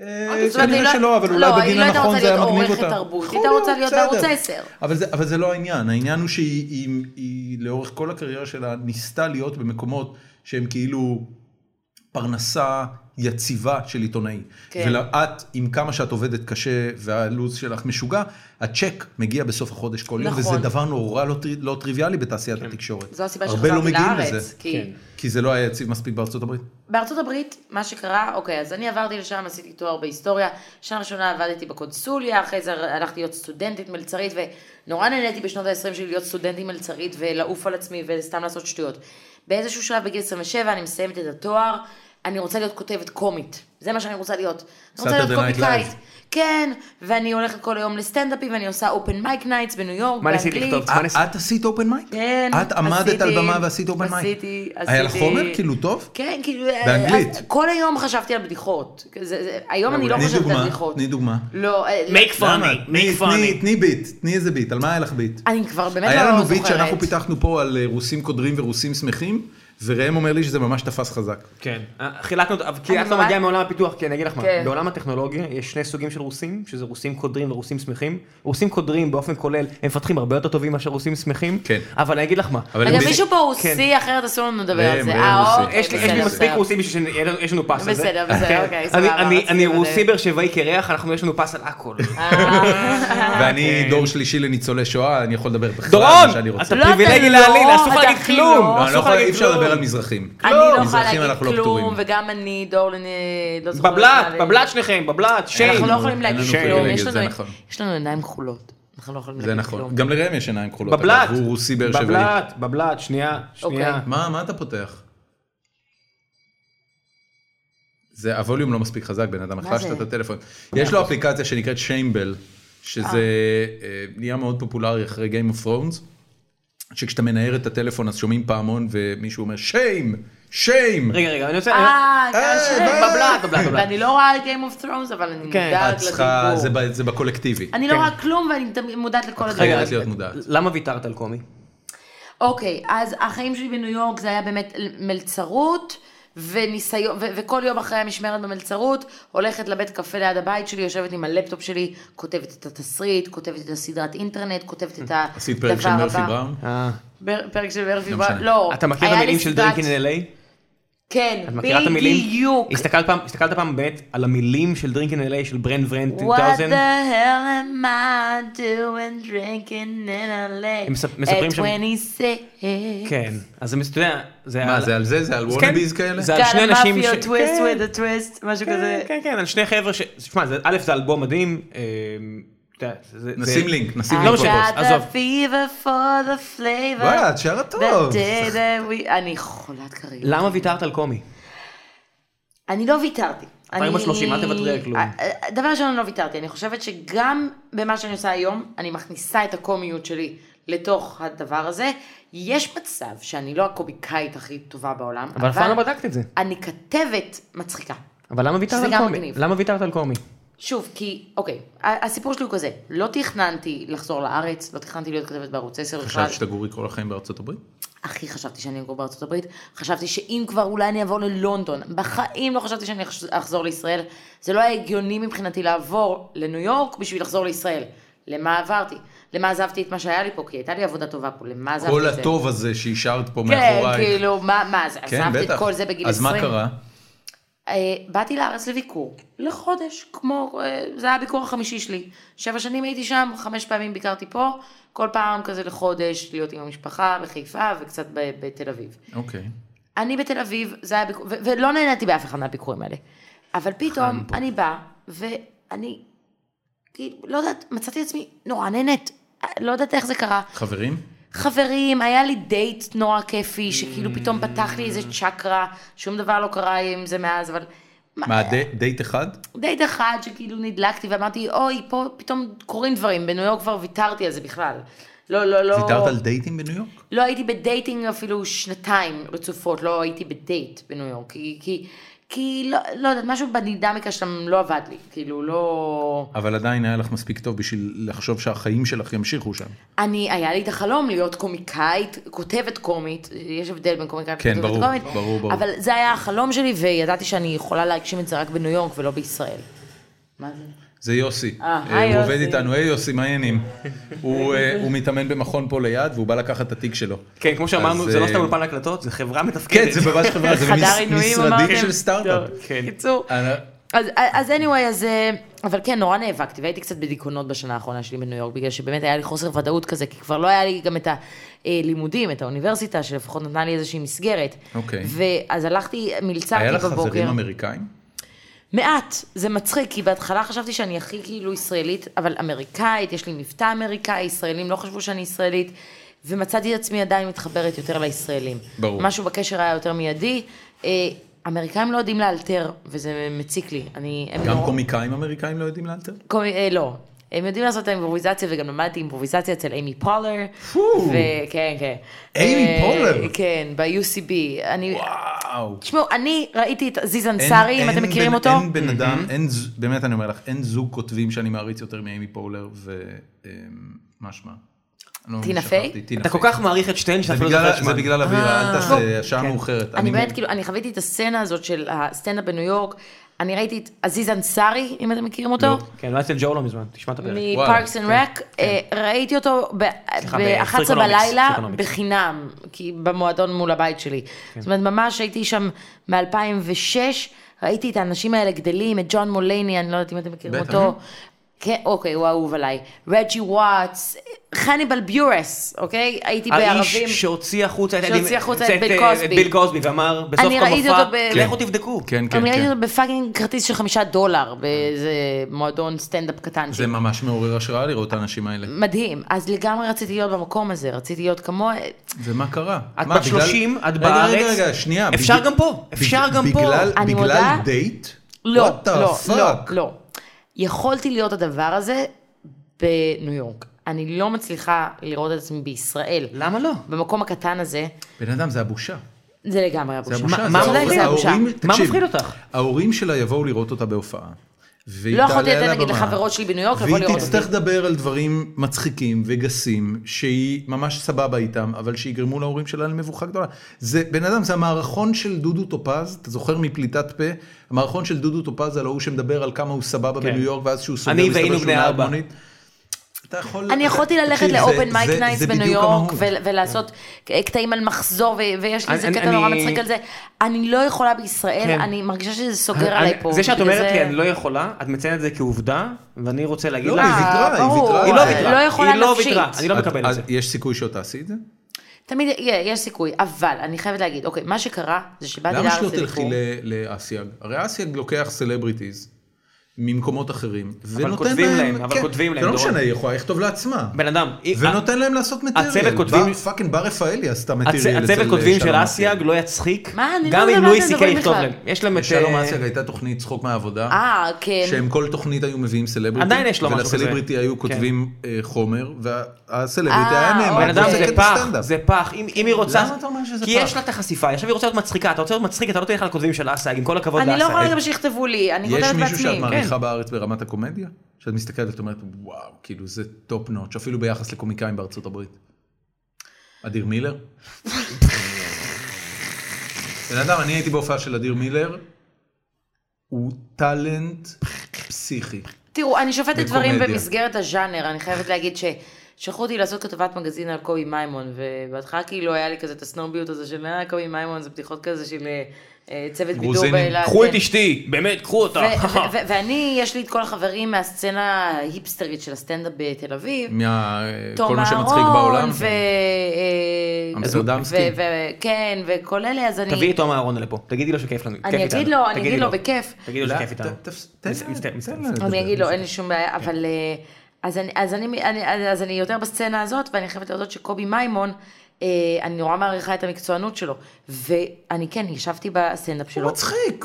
אה, זאת אומרת, היא כנראה לא- שלא, אבל לא, אולי היא בגיל לא הייתה הנכון רוצה זה היה להיות מגניב עורכת אותה. תרבות, היא יכול הייתה להיות, רוצה להיות בסדר. בערוץ 10. אבל זה, אבל זה לא העניין, העניין הוא שהיא היא, היא, לאורך כל הקריירה שלה ניסתה להיות במקומות שהם כאילו פרנסה יציבה של עיתונאי. כן. כן. ואת, עם כמה שאת עובדת קשה והלו"ז שלך משוגע, הצ'ק מגיע בסוף החודש כל יום, נכון. כן. וזה דבר נורא לא, טרי- לא טריוויאלי בתעשיית התקשורת. זו הסיבה הרבה לא שחזרתי מגיעים לארץ. לזה. כי כי זה לא היה יציב מספיק בארצות הברית. בארצות הברית, מה שקרה, אוקיי, אז אני עברתי לשם, עשיתי תואר בהיסטוריה, שנה ראשונה עבדתי בקונסוליה, אחרי זה הלכתי להיות סטודנטית מלצרית, ונורא נהניתי בשנות ה-20 שלי להיות סטודנטית מלצרית ולעוף על עצמי וסתם לעשות שטויות. באיזשהו שלב בגיל 27 אני מסיימת את התואר, אני רוצה להיות כותבת קומית, זה מה שאני רוצה להיות. אני רוצה Saturday להיות Night קומיקאית. Live. כן, ואני הולכת כל היום לסטנדאפים, ואני עושה אופן מייק נייטס בניו יורק, מה ניסית באנגלית. לכתוב? מה את ניסית? את עשית אופן מייק? כן, את עמדת עשיתי, על במה ועשית אופן מייק? עשיתי, היה לך עשיתי. חומר כאילו טוב? כן, כאילו... אה, באנגלית. אז כל היום חשבתי על בדיחות. זה- זה- היום אני לא תני חושבת על דוגמה, בדיחות. תני דוגמה. לא, אה, make למה? funny, תני- make funny. תני- תני ביט, תני איזה ביט, על מה היה לך ביט? אני כבר באמת לא זוכרת. היה לנו ביט שאנחנו פיתחנו פה על אה, רוסים קודרים ורוסים שמחים, וראם אומר לי שזה ממש תפס חזק. כן. אה, חילקנו אותו, אבל כי אני את לא ממש- מגיעה מעולם הפיתוח, כי אני אגיד לך מה, כן. בעולם הטכנולוגיה יש שני סוגים של רוסים, שזה רוסים קודרים ורוסים שמחים. רוסים קודרים באופן כולל, הם מפתחים הרבה יותר טובים מאשר רוסים שמחים. כן. אבל אני אגיד לך מה, אבל רגע, הם- מישהו פה הוא כן. שיא, אחרת אסור לנו לדבר על ראם, זה. ראם אה, הוא שיא. אוקיי, יש לי- יש לי בסדר, מספיק בסדר. רוסים בשביל שיש לנו פס על זה. בסדר, בסדר, כן. אוקיי, אני- סבבה, אני- רציתי אני לוודא. רוסי באר שבעי קרח, אנחנו יש לנו פס על הכל. אה, ואני כן. דור שלישי לניצולי שואה, אני יכול לדבר בכלל דורון! מה שאני רוצה. אתה לא, אתה פריבילגי לא, לעליל, אסור לך אתה להגיד הכי כלום. לא. לא, אני לא אסור יכול, לך אי להגיד אפשר כלום. לדבר על מזרחים. אני לא יכולה מזרחים אנחנו להגיד לא כלום, פטורים. וגם אני, דור, אני לא זוכרת. בבלת, מה- בבלת שניכם, בבלת, שיין. אנחנו לא אין יכולים לנו להגיד פריבילגיה, כלום, יש זה לנו- נכון. יש לנו עיניים כחולות. אנחנו לא יכולים זה להגיד כלום. נכון. גם לראם יש עיניים כחולות. אגב, בבלת, הוא רוסי באר שבעי. בבלת, בבלת, שנייה, אוקיי. שנייה. מה, מה אתה פותח? זה, הווליום לא מספיק חזק, בן אדם, החלשת זה? את הטלפון. יש לו אפליקציה שנקראת שיימבל, שזה אה, נהיה מאוד פופולרי אחרי Game of Thrones, שכשאתה מנער את הטלפון אז שומעים פעמון ומישהו אומר שיים, שיים. רגע, רגע, אני רוצה... אה, אה, געש, אה, בבלעת, בבלעת, בבלעת. ואני לא רואה את Game of Thrones, אבל אני כן. מודעת את צריכה, זה לדיבור. ב- זה בקולקטיבי. אני לא כן. רואה כלום ואני תמיד מודעת לכל חייבת הדברים. להיות מודעת. למה ויתרת על קומי? אוקיי, אז החיים שלי בניו יורק זה היה באמת מלצרות. וניסיון, ו- וכל יום אחרי המשמרת במלצרות, הולכת לבית קפה ליד הבית שלי, יושבת עם הלפטופ שלי, כותבת את התסריט, כותבת את הסדרת אינטרנט, כותבת את הדבר הבא. אה, עשית פרק של מרפי בראון? אה. בר- פרק של מרפי לא בראון, משנה. לא. אתה מכיר את היה לי המילים של סדרת- דרינקין אל איי? כן, את מכירה את המילים? בדיוק. הסתכלת פעם, הסתכלת פעם באמת על המילים של דרינקין אל איי של ברנד ורנד What 2000? the hell am I doing drinking in LA? הם מספ- מספרים At שם- 26. כן. אז אתה יודע, זה... מה, על- זה על זה? זה על אז כן, וונאביז כאלה? זה על got שני a אנשים mafia ש- twist כן. with a twist, משהו כזה. כן, כן, כן, על שני חבר'ה ש... שמע, זה- א', זה אלבום מדהים. אה, אתה יודע, זה- נשים זה- לינק, נשים לא I לינק. משנה, בפוסט. got עזוב. the fever for the flavor. וואלה, את שרה The טוב. day that we... אני חולת קריב. למה ויתרת על קומי? אני לא ויתרתי. רק אני- בשלושים, אל תוותרי על כלום. אה, דבר ראשון, אני לא ויתרתי. אני חושבת שגם במה שאני עושה היום, אני מכניסה את הקומיות שלי לתוך הדבר הזה. יש מצב שאני לא הקומיקאית הכי טובה בעולם, אבל אף פעם לא בדקת את זה. אני כתבת מצחיקה. אבל למה ויתרת שזה על גם קומי? מגניב. למה ויתרת על קומי? שוב, כי, אוקיי, ה- הסיפור שלי הוא כזה, לא תכננתי לחזור לארץ, לא תכננתי להיות כתבת בערוץ 10 בכלל. חשבת שתגורי כל החיים בארצות הברית? הכי חשבתי שאני אגור בארצות הברית, חשבתי שאם כבר אולי אני אעבור ללונדון, בחיים לא חשבתי שאני אחש- אחזור לישראל, זה לא היה הגיוני מבחינתי לעבור לניו יורק בשביל לחזור לישראל. למה עברתי? למה עזבתי את מה שהיה לי פה? כי הייתה לי עבודה טובה פה, למה עזבתי כל את זה? הטוב הזה שהשארת פה כן, מאחורייך. כאילו, מה, מה זה, כן, עזבתי בטח. את כל זה בגיל 20. אז מה קרה? אה, באתי לארץ לביקור, לחודש, כמו, אה, זה היה הביקור החמישי שלי. שבע שנים הייתי שם, חמש פעמים ביקרתי פה, כל פעם כזה לחודש, להיות עם המשפחה בחיפה וקצת ב- בתל אביב. אוקיי. אני בתל אביב, זה היה ביקור, ו- ולא נהניתי באף אחד מהביקורים האלה. אבל פתאום אני באה, ואני, כאילו, לא יודעת, מצאתי את עצמי נורא נהנית. אה, לא יודעת איך זה קרה. חברים? חברים, היה לי דייט נורא כיפי, שכאילו פתאום פתח לי איזה צ'קרה, שום דבר לא קרה עם זה מאז, אבל... מה, ד- דייט אחד? דייט אחד שכאילו נדלקתי ואמרתי, אוי, פה פתאום קורים דברים, בניו יורק כבר ויתרתי על זה בכלל. לא, לא, לא. ויתרת על דייטים בניו יורק? לא הייתי בדייטינג אפילו שנתיים רצופות, לא הייתי בדייט בניו יורק, כי, כי, כי לא, לא יודעת, משהו בדינמיקה שם לא עבד לי, כאילו לא... אבל עדיין היה לך מספיק טוב בשביל לחשוב שהחיים שלך ימשיכו שם. אני, היה לי את החלום להיות קומיקאית, כותבת קומית, יש הבדל בין קומיקאית כן, לכותבת ברור, קומית, ברור, ברור. אבל זה היה החלום שלי וידעתי שאני יכולה להגשים את זה רק בניו יורק ולא בישראל. מה זה? זה יוסי. אה, אה, היי, הוא עובד יוסי. איתנו, היי יוסי, מה העניינים? הוא אה, הוא מתאמן במכון פה ליד והוא בא לקחת את התיק שלו. כן, כמו שאמרנו, אז, זה לא אה, סתם אולפן הקלטות, זה חברה מתפקדת. כן, זה ממש חברה, זה חדר מס- עינויים אמרתם? משרדים של סטארט-אפ. אה, טוב, כן. קיצור. אני- אז, אז anyway, אז... אה, אבל כן, נורא נאבקתי, והייתי קצת בדיכאונות בשנה האחרונה שלי בניו יורק, בגלל שבאמת היה לי חוסר ודאות כזה, כי כבר לא היה לי גם את הלימודים, את האוניברסיטה, שלפחות נתנה לי איזושהי מסגרת. אוקיי. ואז הלכתי, מלצרתי היה בבוקר. לך חברים אמריקאים? מעט, זה מצחיק, כי בהתחלה חשבתי שאני הכי כאילו ישראלית, אבל אמריקאית, יש לי מבטא אמריקאי, ישראלים לא חשבו שאני ישראלית, ומצאתי את עצמי עדיין מתחברת יותר לישראלים. ברור. משהו בקשר היה יותר מיידי. אה, אמריקאים לא יודעים לאלתר, וזה מציק לי. אני... הם גם לא- קומיקאים אמריקאים לא יודעים לאלתר? קומי, אה, לא. הם יודעים לעשות את האימפרוביזציה, וגם למדתי אימפרוביזציה אצל אימי פולר. פו. וכן, כן. אימי אה, פולר? כן, ב-UCB. אני... וואו. תשמעו, אני ראיתי את זיז אין- אנסארי, אם אין אתם מכירים בן- אותו. אין בן אדם, אין ז- באמת אני אומר לך, אין זוג כותבים שאני מעריץ יותר מאמי פולר אמ, ומשמע. לא טינה פיי? אתה כל כך מעריך את שתיהן שאתה זה אפילו לא בגלל- זוכר את זה שמם. בגלל הבירה, אל אה, תעשה, השעה מאוחרת. אני באמת, כאילו, אני חוויתי את הסצנה הזאת של הסטנדאפ בניו יורק. אני ראיתי את עזיז אנסארי, אם אתם מכירים אותו. לא. כן, לא אצל ג'ו לא מזמן, תשמע את הפרק. מפארקס אנד רק, אה, ראיתי אותו ב- כן, סליחה, ב-11 ב-Freakonomics, בלילה Freakonomics. כן. בחינם, כי במועדון מול הבית שלי. זאת אומרת, ממש הייתי שם מ-2006, ראיתי את האנשים האלה גדלים, את ג'ון מולייני, אני לא יודעת אם אתם מכירים בטח. אותו. כן, אוקיי, הוא אהוב עליי. רג'י וואטס, חניבל ביורס, אוקיי? הייתי בערבים. האיש שהוציא החוצה את שהוציא החוצה את ביל אה, קוסבי. ביל קוסבי ואמר, בסוף אני ראיתי המופע, אותו ב- לכו כן. תבדקו. כן, אני כן, ראיתי כן. אותו בפאקינג כרטיס של חמישה דולר, באיזה מועדון סטנדאפ קטן. זה ממש מעורר השראה לראות את האנשים האלה. אה. מדהים. אז לגמרי רציתי להיות במקום הזה, רציתי להיות כמוה. ומה קרה? את מה, בת בגלל- 30, את רגע, בארץ. רגע, רגע, שנייה. אפשר בג- גם פה, בג- אפשר גם פה. בגלל- אני בגלל מודה- דייט? לא, What the לא, לא, fuck? לא. יכולתי להיות הדבר הזה בניו יורק. אני לא מצליחה לראות את עצמי בישראל. למה לא? במקום הקטן הזה, בן אדם, זה הבושה. זה לגמרי הבושה. זה הבושה, מה- מה זה צודק, זה הבושה. ההורים- מה תקשיב, מפחיד אותך? ההורים שלה יבואו לראות אותה בהופעה. והיא לא יכולתי תעלה לתת על נגיד הבמה, לחברות שלי בניו יורק לבוא והיא לראות תצטרך אותי. לדבר על דברים מצחיקים וגסים, שהיא ממש סבבה איתם, אבל שיגרמו להורים שלה למבוכה גדולה. זה, בן אדם, זה המערכון של דודו טופז, אתה זוכר מפליטת פה? המערכון של דודו טופז על ההוא שמדבר על כמה הוא סבבה כן. בניו יורק, ואז שהוא סוגר, אני מסתבר והיינו שהוא בני נהג ארבע. מונית. אתה יכול... אני אתה- יכולתי ללכת תקשיב, זה- לאופן מייק זה- נייטס זה בניו בדיוק יורק, המהות. ול- ולעשות קטעים על מחזור, ו- ויש לי אני- איזה אני- קטע נורא אני- מצחיק על זה. אני לא יכולה בישראל, כן. אני מרגישה שזה סוגר אני- עליי פה. כאילו זה שאת בגלל אומרת לי, אני לא יכולה, את מציינת את זה כעובדה, ואני רוצה להגיד לא, לך, כן, היא ויתרה, אה, היא ברור. ויתרה. היא לא אה, ויתרה, לא יכולה היא לא נפשית. ויתרה, אני לא את- מקבל את אז זה. יש סיכוי שעוד תעשי את זה? תמיד, yeah, יש סיכוי, אבל אני חייבת להגיד, אוקיי, מה שקרה זה שבאתי למה לארץ שלא תלכי לביקור. ל- לאסיאג? הרי אסיאג לוקח סלבריטיז ממקומות אחרים, ונותן כותבים להם, אבל כן, כותבים להם, זה לא דורון. משנה, היא יכולה לכתוב לעצמה. בן אדם, היא- ונותן להם לעשות מטריאל. הצוות כותבים- בר- פאקינג בר רפאלי עשתה הצ- מטריאל. הצוות אצל אה, כותבים של שלום אסיאג לא יצחיק, מה, אני לא גם אם יודעת לואי על זה סי.קיי דברים יכתוב בכלל. להם. יש להם את... לשלום אה, אסיאג הייתה תוכנית צחוק מהעבודה. אה, כן. שהם כל תוכנית היו מביאים סלבריטי, עדיין יש לו משהו כזה. ולסלבריטי היו כן. כותבים אה, חומר, והסלבריטי אה, היה נאמן. בן אדם זה זה קטע פח, סטנדאפ. זה פח, אם אם היא רוצה, למה אתה אומר שזה כי פח? יש לה את החשיפה, עכשיו היא רוצה להיות מצחיקה, אתה רוצה להיות מצחיק, אתה לא תלך על כותבים של אסייג, עם כל הכבוד לאסייג. אני לא יכולה גם שיכתבו לי, אני יש כותבת מישהו שאת בעצמי. כן. מעריכה בארץ ברמת הקומדיה? שאת מסתכלת ואומרת, וואו, כאילו זה טופ נוטש, אפילו ביחס לקומיקאים בארצות הברית. אדיר מילר? בן אדם, אני הייתי בהופעה של אדיר מילר, הוא טאלנט פסיכי. תראו, אני שופטת דברים בקומדיה. במסגרת הז'אנר, אני חייבת להגיד ש... שלחו אותי לעשות כתבת מגזין על קובי מימון, ובהתחלה כאילו היה לי כזה את הסנוביות הזה של אה, קובי מימון, זה בדיחות כזה של אה, אה, צוות בידור גרוזינים. באילת. קחו כן. את אשתי, באמת, קחו אותה. ו- ו- ו- ואני, יש לי את כל החברים מהסצנה ההיפסטרית של הסטנדאפ בתל אביב. מה... כל תום מה שמצחיק אהרון, בעולם. ו... אה, אמסטרדמסקי. ו- ו- כן, וכל אלה, אז אני... תביאי את תום אהרון לפה, תגידי לו שכיף לנו. כיף אני אגיד איתנו. לו, אני תגידי אגיד לו בכיף. תגידי לו לא, שכיף איתנו. ת- תפס- תן מצט- לה, מצט- תן מצט- לה לדבר. אני אגיד לו, אין לי שום בעיה, אבל... אה, אז אני, אז, אני, אני, אז אני יותר בסצנה הזאת, ואני חייבת להודות שקובי מימון, אה, אני נורא מעריכה את המקצוענות שלו. ואני כן, ישבתי בסטנדאפ שלו. מצחיק.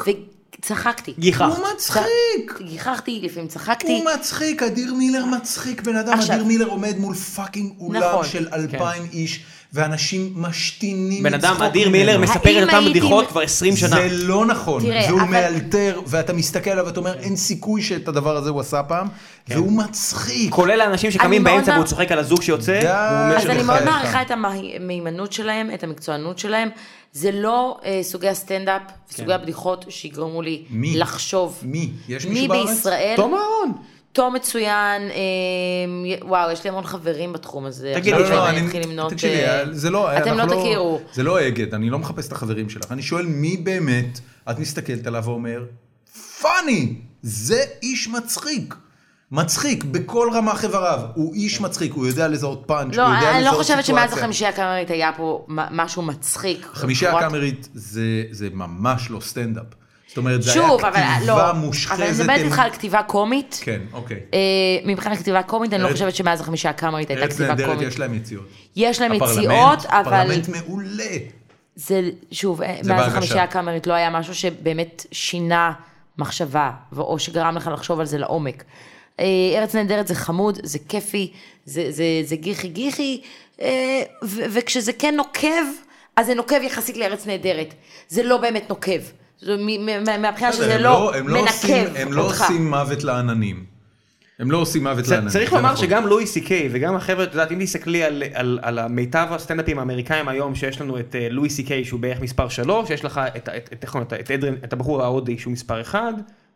וצחקתי. גיחכת. הוא מצחיק! גיחכתי, לפעמים צחקתי. הוא מצחיק, אדיר מילר מצחיק, בן אדם, עכשיו- אדיר מילר עומד מול פאקינג אולם נכון. של אלפיים איש, ואנשים משתינים בן אדם, מצחוק אדיר ממנו. מילר מספר האם את אותם הייתי- בדיחות כבר 20 שנה. זה לא נכון, תראה, והוא אבל- מאלתר, ואתה מסתכל עליו ואתה אומר, אין סיכוי שאת הדבר הזה הוא עשה פעם, כן. והוא מצחיק. כולל האנשים שקמים מאוד באמצע מע- והוא צוחק על הזוג שיוצא, לא- די. והוא אומר אז אז שהוא אני שלך מאוד איתם. מעריכה את המהימנות שלהם, את המקצוענות שלהם. זה לא אה, סוגי הסטנדאפ, סוגי הבדיחות שיגרמו לי כן. מי? לחשוב. מי? יש מי מישהו בארץ? בישראל? תום אהרון. תום מצוין, אה, וואו, יש לי המון חברים בתחום הזה. תגידי, עכשיו לא, לא, שאני אני- אתחיל למנות, תקשיבי, אה, זה לא, אתם אנחנו לא תכירו. זה לא אגד, אני לא מחפש את החברים שלך, אני שואל מי באמת, את מסתכלת עליו ואומר, פאני, זה איש מצחיק. מצחיק בכל רמ"ח איבריו, הוא איש מצחיק, הוא יודע לזהות פאנץ', כן. לא, הוא יודע לזהות אני סיטואציה. לא חושבת שמאז החמישייה הקאמרית היה פה מ- משהו מצחיק. חמישייה חברות- הקאמרית זה, זה ממש לא סטנדאפ. זאת אומרת, זה שוב, אבל היה לא. כתיבה אבל מושחזת. אני מדברת הם- איתך על כתיבה קומית. כן, אוקיי. אה, מבחינת כתיבה קומית, אני לא ארץ- חושבת שמאז החמישייה הקאמרית הייתה ארץ כתיבה נהדרת, קומית. אה, יש להם יציאות. אה, יש להם הפרלמנט, יציאות, אבל פרלמנט מעולה. זה, שוב, אה, זה מאז בהגשה. החמישייה הקאמרית לא היה משהו שבאמת שינה מחשבה, ו- או שגרם לך לחשוב על זה לעומק. אה, ארץ נהדרת זה חמוד, זה כיפי, זה, זה, זה גיחי גיחי, אה, ו- וכשזה כן נוקב, אז זה נוקב יחסית לארץ נהדרת. זה לא באמת נוקב. זו מ- מ- מה- מהבחינה שזה הם לא הם מנקב עושים- הם לא אותך. עושים מוות לעננים. הם לא עושים מוות צ- לעננים. צריך זה לומר נכון. שגם לואי סי קיי וגם החבר'ה, את יודעת, אם תסתכלי על, על, על המיטב הסטנדאפים האמריקאים היום, שיש לנו את אה, לואי סי קיי שהוא בערך מספר 3, יש לך את, את, את, נכון, את, את, אדרן, את הבחור ההודי שהוא מספר 1,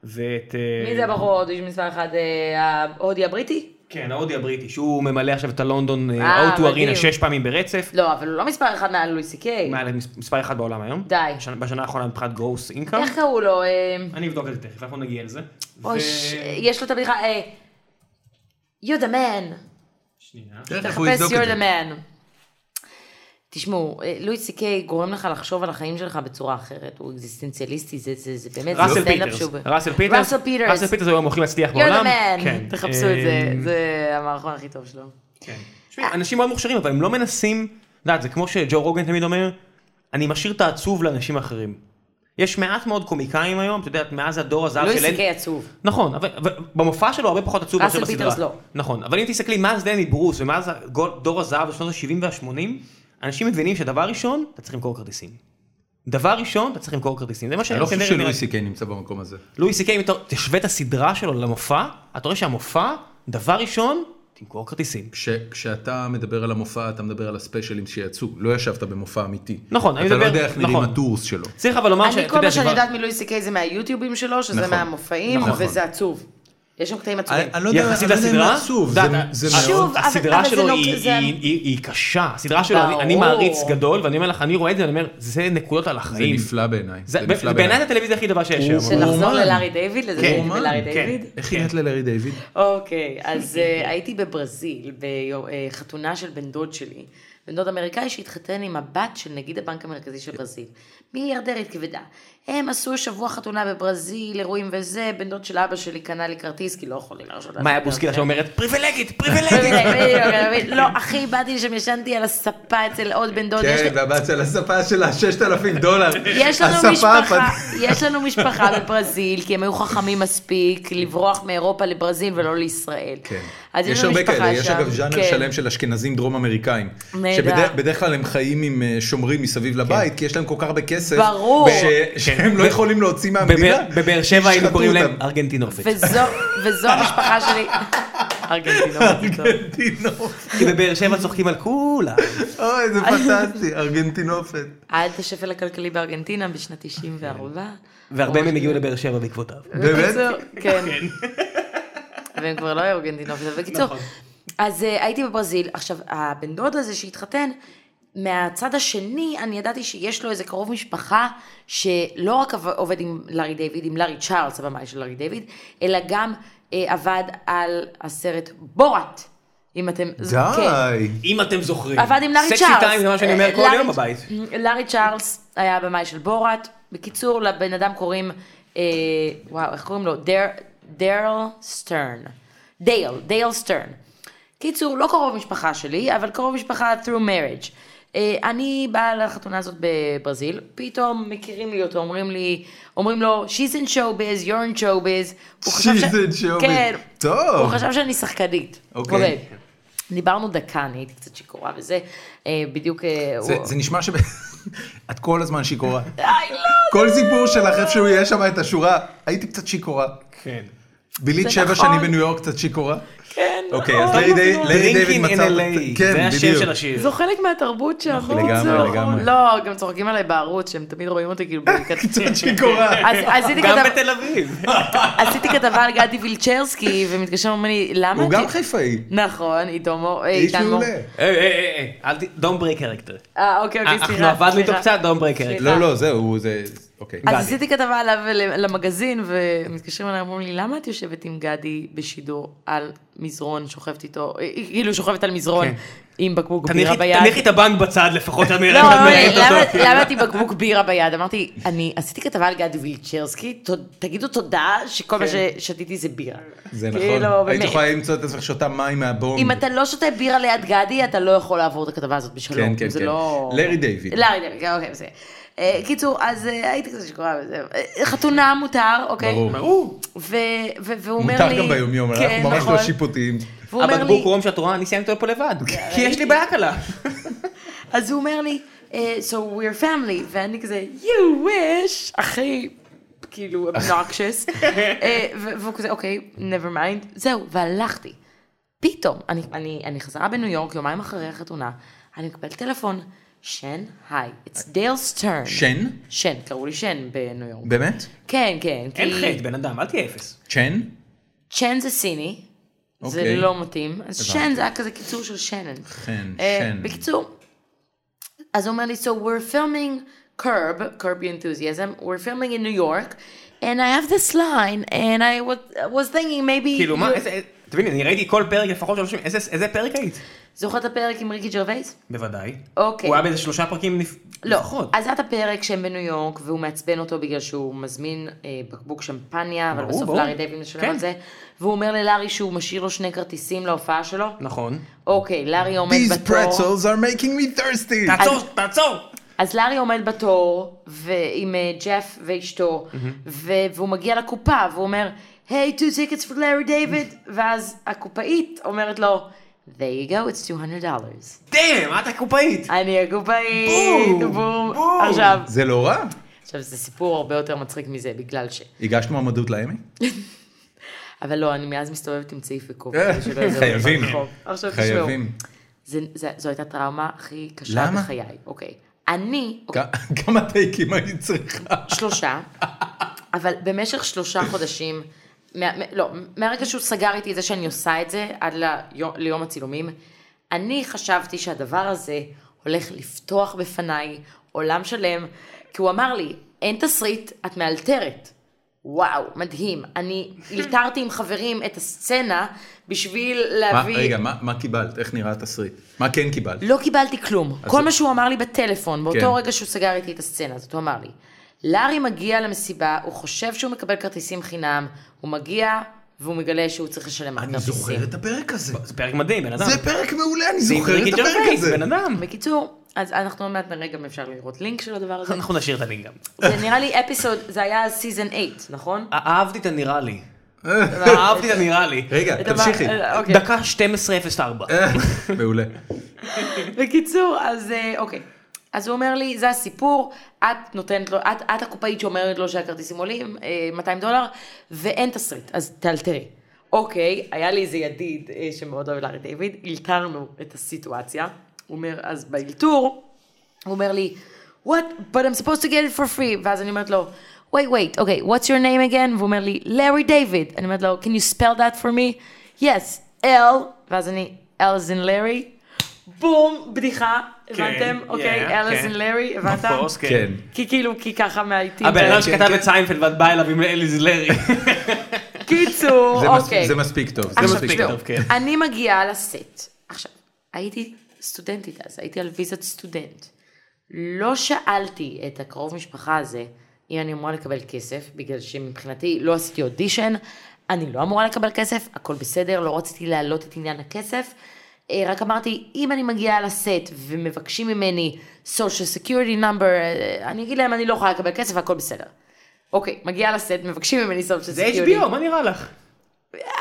ואת... אה, מי זה הבחור ההודי מספר אחד, אה, ההודי הבריטי? כן, ההודי הבריטי, שהוא ממלא עכשיו את הלונדון אה, אוטו ארינה מדהים. 6 פעמים ברצף. לא, אבל הוא לא מספר אחד מעל לואי סי קיי. מעל למס- מספר 1 בעולם היום. די. בשנה- בשנה האחרונה מבחינת גרוס אינקאם. איך קראו לו? אה, אני אבדוק את זה תכף, אנחנו נגיע לזה. אוי, ו- ש- יש לו את הבדיחה, אה, you're the man. שנייה. תכף הוא תחפש יבדוק you're כן, את the זה. man. תשמעו, אה, לואי סי קיי גורם לך לחשוב על החיים שלך בצורה אחרת, הוא אקזיסטנציאליסטי, זה, זה, זה באמת, זה ראסל סטנדאפ פיטרס. שהוא- ראסל פיטרס. ראסל פיטרס. ראסל פיטרס הוא היום הכי מצליח you're the בעולם. man. כן. תחפשו את זה, אה, זה המערכון הכי טוב שלו. כן. תשמעי, אנשים מאוד מוכשרים, אבל הם לא מנסים, את יודעת, זה כמו שג'ו רוגן תמיד אומר, אני משאיר את העצוב לאנשים האחרים. יש מעט מאוד קומיקאים היום, את יודעת, מאז הדור הזהב לואי של... סי אד- קיי עצוב. נכון, אבל אבל במופע שלו הרבה פחות עצוב ראסל מאשר בסדרה. פיטרס לא. נכון, אבל אם תסתכלי מאז דני ברוס ומאז הגול- דור הזהב בשנות ה-70 וה-80, אנשים מבינים שדבר ראשון, אתה צריך למכור כרטיסים. דבר ראשון, אתה צריך למכור כרטיסים. זה מה ש... אני לא חושב שלואי סי קיי נמצא במקום הזה. לואי סי קיי, אם אתה תשווה את הסדרה שלו למופע, אתה רואה שהמופע, דבר ראשון, תמכור כרטיסים. כש- כשאתה מדבר על המופע, אתה מדבר על הספיישלים שיצאו. לא ישבת במופע אמיתי. נכון, אני אתה לא מדבר- יודע איך נראים נכון. הטורס שלו. צריך אבל לומר אני, שאתה כל יודע מה שאני שכבר- יודעת מלואי סי קיי זה מהיוטיובים שלו, שזה נכון. מהמופעים, נכון. וזה עצוב. יש שם קטעים עצובים. אני לא יודע אה, יחסית אני לא יודע אם לסדרה, עצוב, דת, זה ה- מאוד... שוב, אבל- הסדרה אבל זה שלו לא- היא- זה- היא- היא היא קשה, הסדרה שלו, אני- אני ברור. מעריץ גדול, ואני אומר לך, אני רואה את זה, אני אומר, זה נקודות על זה החיים. נפלא בעיניי. זה- זה נפלא בעיניי בעיניי. זה הטלוויזיה הכי טובה שיש היום. הוא שנחזור אומן. ללארי דיוויד, לזה כן, שהייתי בלארי כן. דיוויד. איך הגעת ללארי דיוויד? אוקיי, אז אה, הייתי בברזיל, בחתונה של בן דוד שלי. בן דוד אמריקאי שהתחתן עם הבת של נגיד הבנק המרכזי כן. של ברזיל. מיליארדרית כבדה. הם עשו שבוע חתונה בברזיל, אירועים וזה, בן דוד של אבא שלי קנה לי כרטיס, כי לא יכול לי להרשות לעצמי מאיה דבר בוסקילה כזה. שאומרת, פריבילגית, פריבילגית. לא, אחי, באתי לשם, ישנתי על הספה אצל עוד בן דוד. יש לי- כן, והבת של הספה שלה 6,000 דולר. יש לנו הספה משפחה, הפת- יש לנו משפחה בברזיל, כי הם היו חכמים מספיק לברוח מאירופה לברזיל ולא לישראל. כן. אז יש הרבה משפחה כאלה, יש שם, אגב ז'אנר כן. שלם של אשכנזים דרום אמריקאים. נהדר. כן. שבדרך כלל הם חיים עם אה, שומרים מסביב לבית, כי יש להם כל כך הרבה כסף. ברור. ש- שהם לא יכולים להוציא מהמדינה. כן. בבאר- בבאר שבע היינו ישחטו קוראים להם אותם. ארגנטינופת. וזו, וזו המשפחה שלי. ארגנטינות, זה טוב. ארגנטינופת. כי בבאר שבע צוחקים על כולם. אוי, זה פנטסטי, ארגנטינופת. עד השפל הכלכלי בארגנטינה בשנת 94. כן. והרבה מהם הגיעו לבאר שבע בעקבותיו. באמת? בקיצור, כן. והם כבר לא היו ארגנטינופים, אבל בקיצור. אז אה, הייתי בברזיל. עכשיו, הבן דוד הזה שהתחתן, מהצד השני, אני ידעתי שיש לו איזה קרוב משפחה שלא רק עב- עובד עם לארי דיוויד, עם לארי צ'ארלס, הבמאי של לארי דיוויד, אלא גם אה, עבד על הסרט בורת. אם אתם... כן. די. אם אתם זוכרים. עבד עם לארי צ'ארלס. סקסי טיים זה מה שאני אומר אה, כל לארי- יום בבית. לארי צ'ארלס היה הבמאי של בורת. בקיצור, לבן אדם קוראים, אה, וואו, איך קוראים לו? דר- דרל סטרן. דייל, דייל סטרן. קיצור, לא קרוב משפחה שלי, אבל קרוב משפחה through marriage. אה, אני באה לחתונה הזאת בברזיל, פתאום מכירים לי אותו, אומרים לי, אומרים לו, she's in showbiz, you're in showbiz. הוא חשב ש- She's in showbiz. כן. טוב. הוא חשב שאני שחקנית. אוקיי. דיברנו דקה, אני הייתי קצת שיכורה וזה, אה, בדיוק... אה, זה- הוא- זה נשמע ש... את כל הזמן שיכורה. די, לא! כל סיפור שלך, איפשהו יהיה שם את השורה, הייתי קצת שיכורה. כן. בילית זה שבע נכון. שנים בניו יורק קצת שיכורה. כן, אוקיי, אז נכון. לארי די- לארי דיוויד Drinking in מצא... LA. כן, זה השם בדיוק. של השיר. זו חלק מהתרבות שם, נכון, לגמרי, לגמרי. לא, גם צוחקים עליי בערוץ, שהם תמיד רואים אותי כאילו בקטע. קצת שיכורה. אז- אז עשיתי גם כתב- בתל אביב. עשיתי כתבה על גדי וילצ'רסקי, ומתקשר ואומר לי, למה? הוא את- גם חיפאי. נכון, עידו מור, אה, איש עידן מור. מעולה. היי, היי, היי, היי, אה, אל ת... Don't break character. אה, אוקיי, אוקיי, סליחה. אנחנו עבדנו איתו סליחה. קצת, Don't break character. סליחה. לא, לא, זהו, הוא זה... אוקיי. גדי. אז עשיתי כתבה עליו ל- למגזין, ומתקשרים אליי, אומרים לי, למה את יושבת עם גדי בשידור על מזרון, שוכבת איתו, אה, כאילו שוכבת על מזרון, כן. עם בקבוק בירה תניחי- ביד? תניחי את הבנק בצד לפחות, לא, אמירה, שאת אמרו לי, מראיינת למה- אותו. למה את עם בקבוק בירה ביד? אמרתי, אני עשיתי כתבה על גדי וילצ'רסקי, תוד- תגידו תודה שכל מה כן. ששתיתי זה בירה. זה כאילו, נכון. היית באמת. יכולה למצוא את עצמך שותה מים מהבום. אם אתה לא שותה בירה ליד גדי, אתה לא יכול לעבור את הכתבה הזאת בשלום. כן, כן, זה כן. לא... לארי דיוויד. לארי דיוויד, כן, אוקיי, בסדר. אה, קיצור, אז אה, הייתי כזה שקורה וזה. אה, חתונה מותר, אוקיי? ברור. ברור. ו- ו- והוא אומר לי... מותר גם ביומיום, כן, אנחנו ממש נכון. לא שיפוטיים. והוא אומר לי... הבקבוק רום שאת רואה, אני סיימתי אותו לבד. כי יש לי בעיה קלה. אז הוא אומר לי, אה, so we're family, ואני כזה, you wish, אחי, כאילו, obnoxious, אה, ו- והוא כזה, אוקיי, never mind, זהו, והלכתי. פתאום, אני, אני, אני חזרה בניו יורק יומיים אחרי החתונה, אני מקבלת טלפון, שן, היי, it's דייל סטרן. שן? שן, קראו לי שן בניו יורק. באמת? כן, כן, כי... אין חטא, בן אדם, אל תהיה אפס. צ'ן? שן זה סיני, זה אוקיי. לא מתאים, אז הבנתי. שן זה היה כזה קיצור של שנן. חן, אה, כן, שן. בקיצור, אז הוא אומר לי, so we're filming Curb, Curb Your Enthusiasm, we're filming in New York, and I have this line, and I was, was thinking maybe... כאילו מה, you- איזה, תביני, אני ראיתי כל פרק לפחות 30, איזה, איזה פרק היית? זוכרת את הפרק עם ריקי ג'רווייס? בוודאי. אוקיי. הוא היה באיזה שלושה פרקים נפ... לא, לפחות. אז היה את הפרק שהם בניו יורק, והוא מעצבן אותו בגלל שהוא מזמין אה, בקבוק שמפניה, אבל ברור, בסוף ברור. לארי דייווין משלם כן. על זה, והוא אומר ללארי שהוא משאיר לו שני כרטיסים להופעה שלו. נכון. אוקיי, לארי עומד These בתור, pretzels are making me thirsty. תעצור, תעצור! אז לארי עומד בתור, ועם אה, ג'ף ואשתו, ו- והוא מגיע לקופה, והוא אומר, היי, two tickets for לארי דיוויד, ואז הקופאית אומרת לו, there you go, it's 200 dollars. דאם, את הקופאית! אני הקופאית, בום, בום. בום. עכשיו, זה לא רע. עכשיו זה סיפור הרבה יותר מצחיק מזה, בגלל ש... הגשת מועמדות לאמי? אה, אבל לא, אני מאז מסתובבת עם צעיף וקוף. כן. אה, כדי שלא יזהו אותי חייבים. ברחוב. לא נכון. עכשיו תשמעו, חייבים. זה- זה- זו הייתה טראומה הכי קשה למה? בחיי. אוקיי. אני, אוקיי, כ- כמה טייקים היית צריכה? שלושה, אבל במשך שלושה חודשים, מה- מה- לא, מהרגע שהוא סגר איתי את זה שאני עושה את זה, עד ליום- ליום הצילומים, אני חשבתי שהדבר הזה הולך לפתוח בפניי עולם שלם, כי הוא אמר לי, אין תסריט, את מאלתרת. וואו, מדהים. אני אלתרתי עם חברים את הסצנה בשביל מה- להביא... רגע, מה מה קיבלת? איך נראה התסריט? מה כן קיבלת? אה, לא קיבלתי כלום. כל מה שהוא אמר לי בטלפון, באותו כן. רגע שהוא סגר איתי את הסצנה הזאת, הוא אמר לי, לארי מגיע למסיבה, הוא חושב שהוא מקבל כרטיסים חינם, הוא מגיע והוא מגלה שהוא צריך לשלם על אני כרטיסים. זוכר את הפרק הזה. זה פרק מדהים, בן אדם. זה פרק מעולה, אני זה עם זוכר ריקי את הפרק ג'רווייס, הזה. בן אדם. בקיצור, אז אנחנו עוד מעט נראה גם אם אפשר לראות לינק של הדבר הזה. אנחנו נשאיר את הלינק גם. זה נראה לי אפיסוד, זה היה סיזן 8, נכון? אה, אהבתי את הנראה לי. אהבתי את הנראה לי. רגע, הדבר- תמשיכי. אה, אוקיי. דקה 12:04. מעולה. בקיצור, אז אה, אוקיי. אז הוא אומר לי, זה הסיפור, את נותנת לו, את, את הקופאית שאומרת לו שהכרטיסים עולים אה, 200 דולר, ואין תסריט, אז תאלתרי. אוקיי, היה לי איזה ידיד אה, שמאוד אוהב לארי דיוויד, אלתרנו את הסיטואציה. הוא אומר, אז באלתור, הוא אומר לי, what, but I'm supposed to get it for free, ואז אני אומרת לו, wait, wait, okay, what's your name again? והוא אומר לי, לארי דיוויד. אני אומרת לו, can you spell that for me? yes, L, ואז אני, L is in לארי. בום, בדיחה, הבנתם? אוקיי, כן, yeah, אלס כן. ולארי, Of הבנת? course, כן. כי כאילו, כי ככה מהאיטים. הבן האלה. אדם שכתב את סיינפלד ואת באה אליו עם אליז לארי. קיצור, זה מס- אוקיי. זה מספיק טוב. זה עכשיו, מספיק תשמעו, טוב. טוב, כן. אני מגיעה לסט. עכשיו, הייתי סטודנטית אז, הייתי על ויזת סטודנט. לא שאלתי את הקרוב משפחה הזה אם אני אמורה לקבל כסף, בגלל שמבחינתי לא עשיתי אודישן, אני לא אמורה לקבל כסף, הכל בסדר, לא רציתי להעלות את עניין הכסף. אה, רק אמרתי, אם אני מגיעה לסט ומבקשים ממני social security number, אה, אני אגיד להם, אני לא יכולה לקבל כסף, הכל בסדר. אוקיי, מגיעה לסט, מבקשים ממני social security. זה כאילו- HBO, מה נראה לך?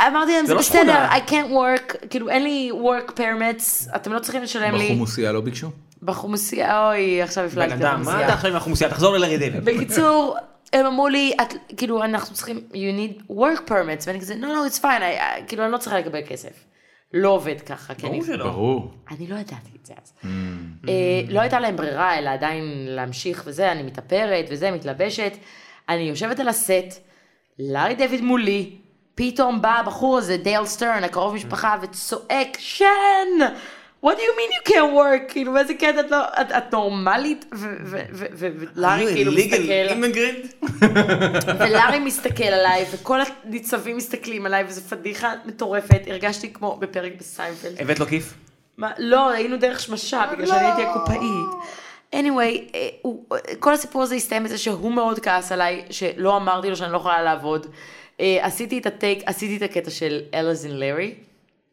אמרתי להם, זה לא בסדר, שכונה." I can't work, כאילו אין לי work permits, אתם לא צריכים לשלם לי. בחומוסייה לא ביקשו? בחומוסייה, אוי, עכשיו בן הפלגתי אדם, מה אתה בחומוסייה. עכשיו עם החומוסייה? תחזור ללארי דיוויד. בקיצור, הם אמרו לי, "את- כאילו, אנחנו צריכים, you need work permits, ואני כזה, no, no, it's fine, I- I- כאילו, אני לא צריכה לקבל כסף. לא עובד ככה, כן. ברור שלא. ברור. אני לא ידעתי את זה אז. אה, לא הייתה להם ברירה, אלא עדיין להמשיך וזה, אני מתאפרת וזה, מתלבשת. אני יושבת על הסט, לארי דיוויד מולי, פתאום בא הבחור הזה, דייל סטרן, הקרוב משפחה, וצועק, שן! What do you mean you can't work? כאילו, באיזה קטע את לא, את, את נורמלית? ו- ו- ו- ו- ולארי כאילו מסתכל. ולארי מסתכל עליי, וכל הניצבים מסתכלים עליי, וזו פדיחה מטורפת. הרגשתי כמו בפרק בסיינפלד. הבאת לו כיף? מה, לא, היינו דרך שמשה, בגלל שאני הייתי הקופאית. לא. anyway, אה, הוא- אה, כל הסיפור הזה הסתיים בזה שהוא מאוד כעס עליי, שלא אמרתי לו שאני לא יכולה לעבוד. אה, עשיתי את הטייק, עשיתי את הקטע של אלאז אנד לארי.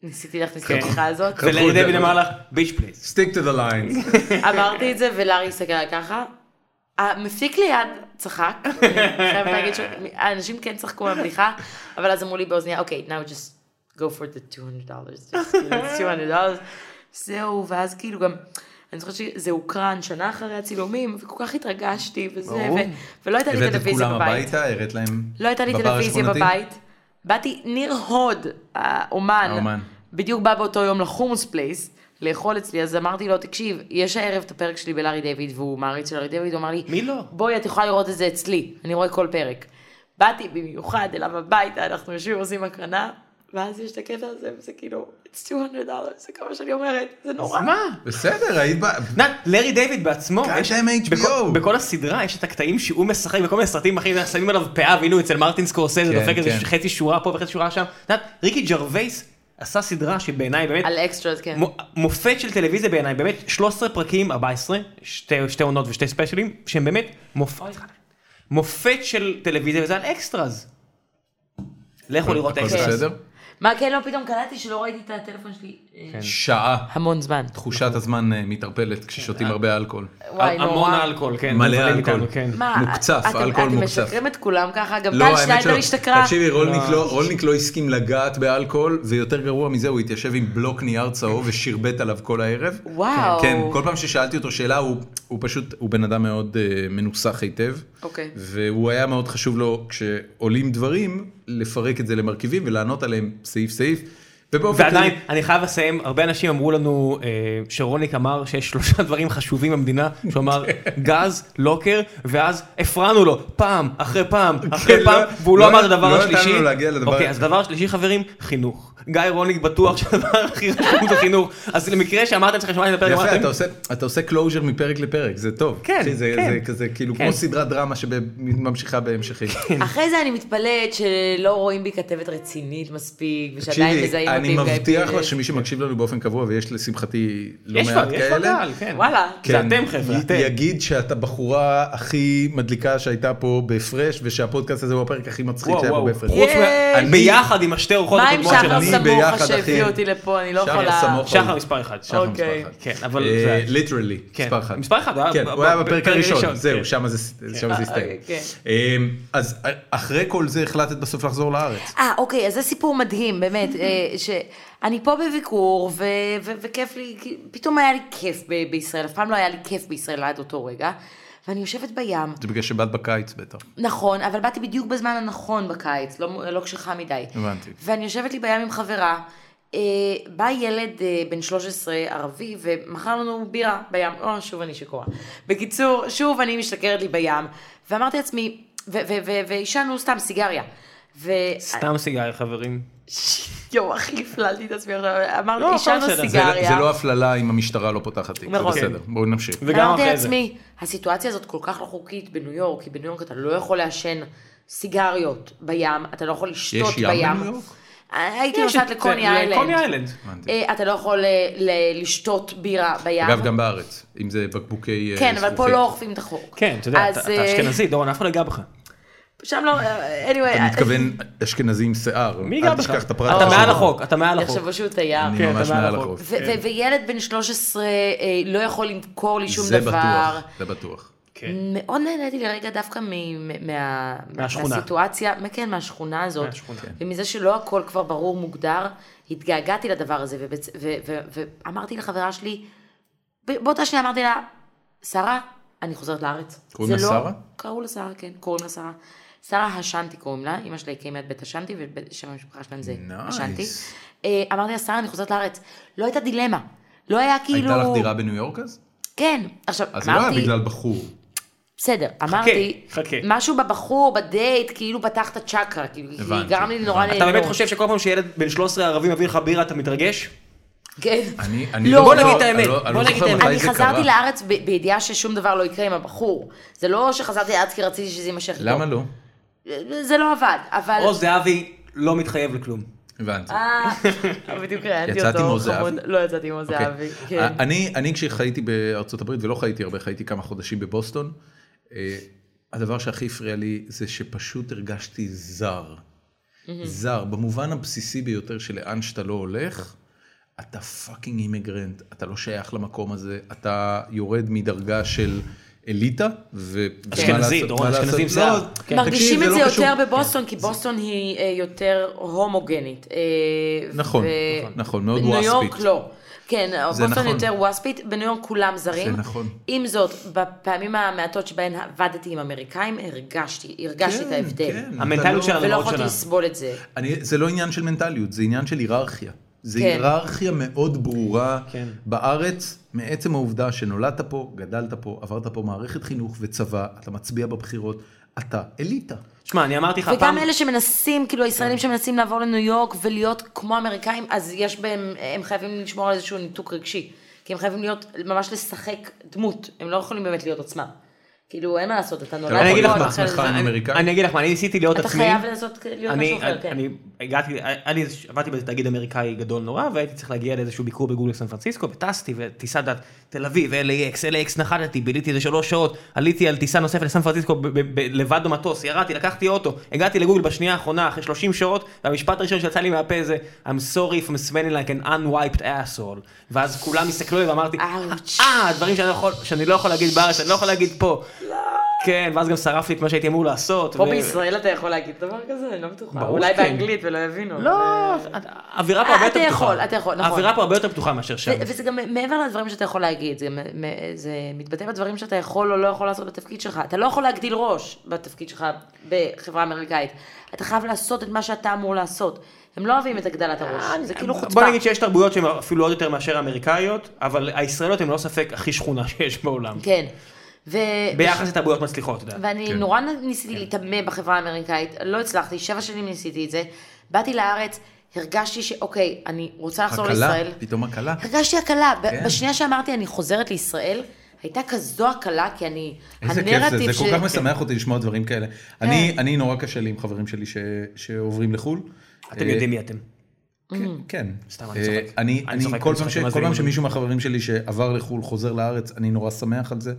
ניסיתי להכניס את כן. הבדיחה הזאת. ולארי את זה. דיוויד אמר לך, ביץ' פליז. Stick to the lines. אמרתי את זה, ולארי הסתכל עליי ככה. המפיק ליד צחק, אני חייבת להגיד שהאנשים כן צחקו מהבדיחה, אבל אז אמרו לי באוזניה, אוקיי, now just go for the 200 dollars, just כאילו, it's 200 dollars, זהו, ואז כאילו גם, אני זוכרת שזה הוקרן שנה אחרי הצילומים, וכל כך התרגשתי וזה, ברור. ו- ולא הייתה לי הבאת את טלוויזיה כולם בבית, הביתה, הראת להם לא הייתה לי בבר טלוויזיה השכונתי? בבית, באתי, ניר הוד, האומן, האומן. בדיוק בא באותו יום לחומוס פלייס, לאכול אצלי, אז אמרתי לו, תקשיב, יש הערב את הפרק שלי בלארי דיוויד, והוא מעריץ של לארי דיוויד, הוא אמר לי, מי לא? בואי, את יכולה לראות את זה אצלי, אני רואה כל פרק. באתי במיוחד אליו הביתה, אנחנו יושבים ועושים הקרנה, ואז יש את הקטע הזה, וזה כאילו, it's 200 dollars, זה כמה שאני אומרת, זה נורא. אז מה? בסדר, היית ב... נת, לארי דיוויד בעצמו, God יש- damn HBO. בכל- בכל הסדרה יש את הקטעים שהוא משחק בכל מיני סרטים אחרים, שמים עליו פאה, והנה אצל מרטין סקורסזה, כן, דופק איזה כן. חצי שורה פה וחצי שורה שם. נת, ריקי ג'רווייס עשה סדרה שבעיניי באמת, על אקסטרס, כן. מו- מופת של טלוויזיה בעיניי, באמת 13 פרקים, 14, שתי שתי עונות ושתי ספיישלים, שהם באמת מופ- מופת של טלוויזיה, וזה על אקסטרז. לכו לראות הכל אקסטרז. בסדר? מה, כן, לא, פתאום קלטתי שלא ראיתי את הטלפון שלי. כן. אה, שעה. המון זמן. תחושת הזמן אה, מתערפלת כששותים הרבה אלכוהול. וואי, נורא. המון אלכוהול, כן. מלא מבלים אלכוהול. איתנו, כן. מה, מוקצף, אתם- אלכוהול מוקצף. אתם משקרים את כולם ככה, גם טל שניידר השתכרה. לא, תקשיבי, רולניק לא. לא- רולניק לא הסכים לגעת באלכוהול, ויותר גרוע מזה, הוא התיישב עם בלוק נייר צהוב ושרבט עליו כל הערב. וואו. כן, כל פעם ששאלתי אותו שאלה, הוא, הוא פשוט, הוא בן אדם מאוד אה, מנוסח היטב. אוקיי. והוא היה מאוד חשוב לו, כשעולים דברים, לפרק את זה למרכיבים ולענות עליהם סעיף סעיף. ובאופן ועדיין, אני חייב לסיים, הרבה אנשים אמרו לנו אה, שרוניק אמר שיש שלושה דברים חשובים במדינה, שהוא אמר כן. גז, לוקר, ואז הפרענו לו פעם אחרי פעם אחרי כן, פעם, לא- והוא לא לא- אמר את הדבר לא השלישי. נתנו לו להגיע לדבר אוקיי, הזה. אז הדבר השלישי חברים, חינוך. גיא רוניק בטוח שהדבר הכי חשוב זה חינוך, אז למקרה שאמרתם שחשוב לי לדבר, יפה, אתה עושה, אתה עושה קלוז'ר מפרק לפרק, זה טוב. לא כן, אחי, זה, כן. זה כזה, כאילו, כן. כמו סדרת דרמה שממשיכה בהמשכים. אחרי זה אני מתפלאת שלא רואים בי כתבת רצינית מספיק, ושעדיין תקשיבי, מזהים אותי אני עם גיא מבטיח לך פינס. שמי שמקשיב לנו באופן קבוע, ויש לשמחתי לא יש מעט כבר, יש כבר כאלה, קהל, כן. וואלה. זה אתם חבר'ה, י- אתם. יגיד שאת הבחורה הכי מדליקה שהייתה פה בהפרש, ושהפודקאסט הזה הוא הפרק הכי מצחיק וואו שהיה פה וואו, בהפרש. חוץ מה- אני- ביחד עם השתי אורחות מה עם הקודמות שחר שלנו. אני סמוכה ביחד, שהביאו אחי. אותי לפה, אני לא שחר יכולה... סמוכה. שחר מספר אחד. שחר מספר אוקיי. אחד. כן, אבל אה, זה- ליטרלי, כן. מספר אחד. מספר אחד, הוא היה כן, ב- הוא היה ב- בפרק בפרק הראשון, הראשון, כן. זהו, שם זה שם זה הסתיים. כן. אמ, אז אחרי כל זה החלטת בסוף לחזור לארץ. אה, אוקיי, אז זה סיפור מדהים, באמת, אה, שאני פה בביקור, ו- ו- וכיף לי, כי פתאום היה לי כיף ב- בישראל, אף פעם לא היה לי כיף בישראל עד אותו רגע, ואני יושבת בים, זה בגלל שבאת בקיץ בטח. נכון, אבל באתי בדיוק בזמן הנכון בקיץ, לא, לא כשחם מדי. הבנתי. ואני יושבת לי בים עם חברה, אה, בא ילד אה, בן 13 ערבי, ומכר לנו בירה בים, או, שוב אני שיכורה. בקיצור, שוב אני משתכרת לי בים, ואמרתי לעצמי, ו- ו- ו- ועישנו סתם סיגריה. ו... סתם סיגריה חברים. יואו, הכי הפללתי את עצמי עכשיו, לא, אמרנו, הכל עישנו בסדר. זה- זה לא- סיגריה. זה לא הפללה אם המשטרה לא פותחת תיק, זה נכון. בסדר, בואו נמשיך. וגם ואמרתי אחרי זה. לעצמי, הסיטואציה הזאת כל כך לא חוקית בניו יורק, כי בניו יורק אתה לא יכול לעשן סיגריות בים, אתה לא יכול לשתות ים בים. בניו יורק? הייתי יש נוסעת את- לקוני איילנד. לקוני איילנד. הבנתי. אה, אתה לא יכול אה, ל- לשתות בירה בים. אגב, גם בארץ, אם זה בקבוקי... אה, כן, אבל פה זכוכית. לא אוכפים את החוק. כן, אתה יודע, אתה אז, אתה אה, אשכנזי, דורון, אף אחד לא ייגע בך. שם לא, אה, anyway. אתה אה, מתכוון אשכנזי עם שיער. מי ייגע אל בך? תשכח את אתה הפרט. הזה. מעל החוק, אתה מעל החוק. יחשבו שהוא תייר. אני כן, אתה ממש מעל מעל החוק. החוק. ו- ו- וילד בן 13 אה, לא יכול למכור לי שום זה דבר. בטוח, זה בטוח. כן. מאוד נהניתי לרגע דווקא מ- מ- מה- מהשכונה. מהסיטואציה, מה- כן, מהשכונה הזאת, מהשכונה. כן. ומזה שלא הכל כבר ברור, מוגדר, התגעגעתי לדבר הזה, ובצ- ו- ו- ואמרתי לחברה שלי, ב- באותה שניה אמרתי לה, שרה, אני חוזרת לארץ. קוראים זה לה לא- שרה? קראו לה שרה, כן, קוראים לה שרה. שרה השנטי קוראים לה, אמא שלה הקימה את בית השנטי, ושם המשפחה שלהם זה Nice. השנטי. אה, אמרתי לה, שרה, אני חוזרת לארץ. לא הייתה דילמה. לא היה כאילו... הייתה לך דירה בניו יורק אז? כן. עכשיו, אז זה לא היה אמרתי... בגלל בחור. בסדר, אמרתי, חכה. משהו בבחור, בדייט, כאילו פתח את הצ'קרה, כאילו, הבנתי, גרם לי נורא אתה ליהנות. באמת חושב שכל פעם שילד בן 13 ערבי מביא לך בירה אתה מתרגש? כן. אני- אני לא, לא בוא לא. נגיד את אני האמת, לא- אני בוא לא נגיד את זוכר האמת. מתי אני זה חזרתי קרה. לארץ ב- בידיעה ששום דבר לא יקרה עם הבחור. זה לא שחזרתי לארץ כי רציתי שזה יימשך. איתו. למה לא? זה לא עבד, אבל... או זהבי לא מתחייב לכלום. הבנתי. אה, בדיוק ראיינתי יצאת אותו. עם עוז חמוד. זהבי? לא יצאתי עם עוז אוקיי. זהבי, א- אה, כן. אני, אני כשחייתי בארצות הברית, ולא חייתי הרבה, חייתי כמה חודשים בבוסטון, אה, הדבר שהכי הפריע לי זה שפשוט הרגשתי זר. זר, במובן הבסיסי ביותר שלאן שאתה לא הולך, אתה פאקינג אימגרנט, אתה לא שייך למקום הזה, אתה יורד מדרגה של אליטה, ו... ומה אשכנזי, לעשות- דורון, מה לעשות? אשכנזי עם שיער. לא, כן. מרגישים תקשיב, את לא זה קשור- יותר בבוסטון, כי בוסטון היא אה, יותר הומוגנית. אה, נכון, ו- נכון, נכון, מאוד בניו יורק וואספית. לא. כן, זה בוסטון נכון. יותר וואספית, בניו יורק כולם זרים. זה נכון. עם זאת, בפעמים המעטות שבהן עבדתי עם אמריקאים, הרגשתי, הרגשתי את כן, ההבדל. כן, אתה המנטליות לא- שלנו ולא מאוד יכולתי שונה. לסבול את זה. אני, זה לא עניין של מנטליות, זה עניין של היררכיה. זה כן. כן. היררכיה מאוד ברורה כן. כן. בארץ, מעצם העובדה שנולדת פה, גדלת פה, עברת פה מערכת חינוך וצבא, אתה מצביע בבחירות, אתה אליטה. שמע, אני אמרתי לך פעם... וגם אלה שמנסים, כאילו כן. הישראלים שמנסים לעבור לניו יורק ולהיות כמו האמריקאים, אז יש בהם, הם חייבים לשמור על איזשהו ניתוק רגשי. כי הם חייבים להיות, ממש לשחק דמות, הם לא יכולים באמת להיות עצמם. כאילו, אין מה לעשות, אתה נולד... אתה לא יכול אגיד להיות לך, בעצמך אחרת. עם אמריקאי? אני אגיד לך מה, אני ניסיתי להיות אתה עצמי. חייב לעשות, להיות אני- משהו אחר, כן. אני הגעתי, אני עבדתי באיזה תאגיד אמריקאי גדול נורא, והייתי צריך להגיע לאיזשהו ביקור בגוגל סן פרנסיסקו, וטסתי, וטיסה דת תל אביב, LAX, LAX נחתתי, ביליתי איזה שלוש שעות, עליתי על טיסה נוספת לסן פרנסיסקו ב- ב- ב- לבד במטוס, ירדתי, לקחתי אוטו, הגעתי לגוגל בשנייה האחרונה, אחרי 30 שעות, והמשפט הראשון שיצא לי מהפה זה, I'm sorry if I'm smelling like an unwiped asshole. ואז כולם הסתכלו עליי ואמרתי, Ouch. אה, דברים שאני לא יכול- שאני לא יכול להגיד בארץ, אני לא יכול להגיד פה. כן, ואז גם שרף לי את מה שהייתי אמור לעשות. פה ו- בישראל אתה יכול להגיד דבר כזה? אני לא בטוחה. ברור אולי שכן. באנגלית ולא יבינו. לא, אבל- אווירה פה הרבה יותר אה, אתה פתוחה. יכול, אתה יכול, נכון. אווירה פה הרבה יותר פתוחה מאשר שם. ו- וזה גם מעבר לדברים שאתה יכול להגיד, זה, גם- מ- זה מתבטא בדברים שאתה יכול או לא יכול לעשות בתפקיד שלך. אתה לא יכול להגדיל ראש בתפקיד שלך בחברה אמריקאית. אתה חייב לעשות את מה שאתה אמור לעשות. הם לא אוהבים את הגדלת הראש, זה כאילו חוצפה. אה, בוא נגיד שיש תרבויות שהן אפילו עוד יותר מאשר האמריקאיות, אבל הישראליות הן לא ספק הכי שכונה שיש בעולם. כן. ו- ביחס לתרבויות מצליחות, אתה יודע. ואני כן. כן. נורא ניסיתי כן. להיטמא בחברה האמריקאית, לא הצלחתי, שבע שנים ניסיתי את זה. באתי לארץ, הרגשתי שאוקיי, אני רוצה לחזור לישראל. הקלה, פתאום הקלה. הרגשתי הקלה. כן. כן. בשנייה שאמרתי, אני חוזרת לישראל, הייתה כזו הקלה, כי אני... איזה כיף זה, זה הנרטיב כל ש- כך משמח אותי לשמוע דברים כאלה. אני אני נורא קשה לי עם חברים שלי ש- שעוברים לחו"ל. אתם יודעים מי אתם. כן, כן. סתם, אני אה, צוחק. אני, אני אני צוחק, כל אני פעם צוחק, ש- מה זה כל פעם לימודים? שמישהו מהחברים שלי שעבר לחו"ל חוזר לארץ, אני נורא שמח על זה.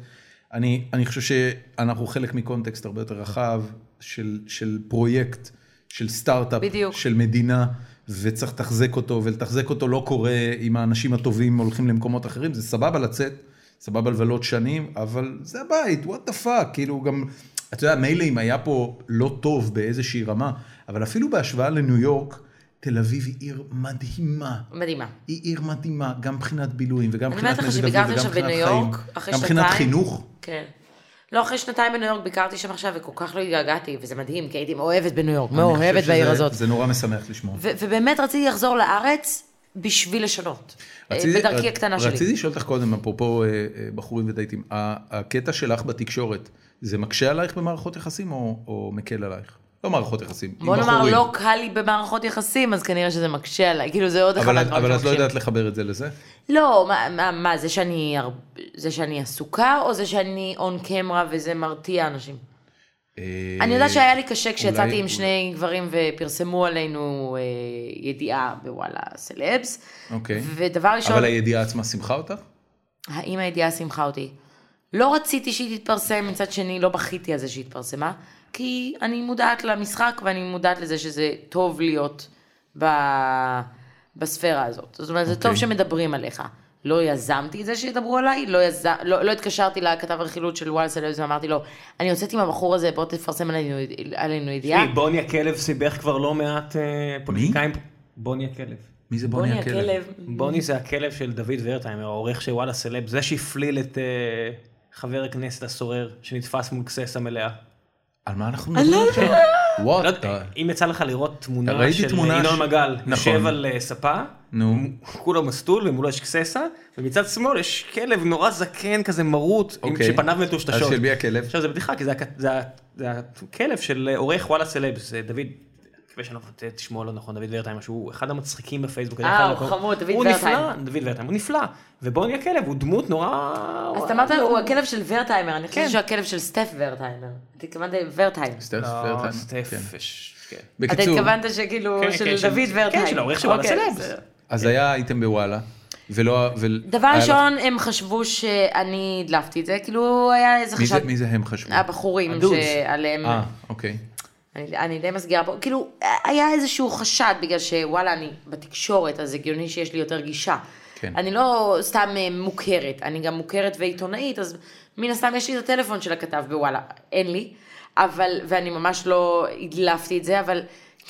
אני, אני חושב שאנחנו חלק מקונטקסט הרבה יותר רחב של, של פרויקט, של סטארט-אפ, בדיוק. של מדינה, וצריך לתחזק אותו, ולתחזק אותו לא קורה אם האנשים הטובים הולכים למקומות אחרים, זה סבבה לצאת, סבבה לבלות שנים, אבל זה הבית, what the fuck, כאילו גם, אתה יודע, מילא אם היה פה לא טוב באיזושהי רמה, אבל אפילו בהשוואה לניו יורק, תל אביב היא עיר מדהימה. כן. מדהימה. היא עיר מדהימה, גם מבחינת בילויים וגם אני מבחינת אומרת לך מזג שביקרתי אוויר וגם עכשיו מבחינת בניו חיים. יורק, אחרי גם מבחינת שנתיים. חינוך. כן. לא, אחרי שנתיים בניו יורק ביקרתי שם עכשיו, וכל כך לא התגעגעתי, וזה מדהים, כי הייתי מאוהבת בניו יורק, אני חושב מאוהבת שזה- בעיר הזאת. זה נורא משמח לשמוע. ו- ובאמת רציתי לחזור לארץ בשביל לשנות. רציתי- בדרכי רצ- הקטנה רציתי שלי. לשאול אותך קודם, אפרופו אה, אה, בחורים ודייטים, ה- הקטע שלך בתקשורת, זה מקשה עלייך במערכות יחסים או או מקל עלייך? לא מערכות יחסים, עם בוא נאמר, בחורים. לא קל לי במערכות יחסים, אז כנראה שזה מקשה עליי. כאילו, זה עוד אחד אבל- מהדברים אבל את לא שמקשים. יודעת לחבר את זה לזה? לא, מה, מה, מה זה, שאני, הר- זה שאני עסוקה, או זה שאני און קמרה וזה מרתיע אנשים? אה, אני יודעת שהיה לי קשה כשיצאתי עם שני גברים ופרסמו עלינו אה, ידיעה בוואלה סלבס. אוקיי. ודבר ראשון, אבל הידיעה עצמה שמחה אותך? האם הידיעה שמחה אותי? לא רציתי שהיא תתפרסם, מצד שני לא בכיתי על זה שהיא התפרסמה, כי אני מודעת למשחק ואני מודעת לזה שזה טוב להיות ב... בספירה הזאת. זאת אומרת, okay. זה אוקיי. טוב שמדברים עליך. לא יזמתי את זה שידברו עליי, לא, יז... לא, לא התקשרתי לכתב הרכילות של וואלה סלויז ואמרתי לו, אני יוצאת עם הבחור הזה, בוא תפרסם עלינו, עלינו ידיעה. תראי, בוני הכלב סיבך כבר לא מעט אה, פוליטיקאים. בוני הכלב. מי זה בוני הכלב? בוני זה הכלב של דוד ורטהיימר, העורך של וואלה סלב, זה שהפליל את אה, חבר הכנסת הסורר שנתפס מול כססה מלאה. על מה אנחנו מדברים עכשיו? לא וואט יודע, אם יצא לך לראות תמונה ראיתי של תמונה ינון ש- מגל, נכון. יושב על אה, ספה, נו. כולו מסטול ומולו יש כססה, ומצד שמאל יש כלב נורא זקן כזה מרוט, עם- אוקיי. שפניו מטושטשות. אז של מי הכלב? עכשיו זה בדיחה, כי זה הכ- זה ה- זה הכלב של אה, עורך וואלה סלבס, אה, דוד. מקווה שאני לא מבטא את שמו לא נכון, דוד ורטהיימר, שהוא אחד המצחיקים בפייסבוק. אה, אחד הוא המקום- חמוד, דוד הוא נפלא, ורטהיימר. דוד ורטהיימר, הוא נפלא. ובוני הכלב, הוא דמות נורא... אז אתה אמרת, לא- הוא הכלב של ורטהיימר, אני כן. חושבת שהוא הכלב של סטף ורטהיימר. אתה התכוונת ורטהיימר. סטף לא, ורטהיים? סטף, כן. יש- כן. אתה בקיצור, התכוונת שכאילו, כן, כן, של של- דוד ורטהיים. כן, של העורך של וואלה אוקיי, סלבס. בסדר. אז היה, הייתם בוואלה, ולא... ול- דבר היה לך- ראשון, הם חשבו שאני הדלפתי את זה, כאילו היה איזה מי זה- חשד, מי זה הם חשבו? הבחורים הדודס. שעליהם, אה, אוקיי. אני אני די מסגירה פה, כאילו היה איזשהו חשד בגלל שוואלה אני בתקשורת, אז הגיוני שיש לי יותר גישה. כן. אני לא סתם אה, מוכרת, אני גם מוכרת ועיתונאית, אז מן הסתם יש לי את הטלפון של הכתב בוואלה, אין לי, אבל, ואני ממש לא הדלפתי את זה, אבל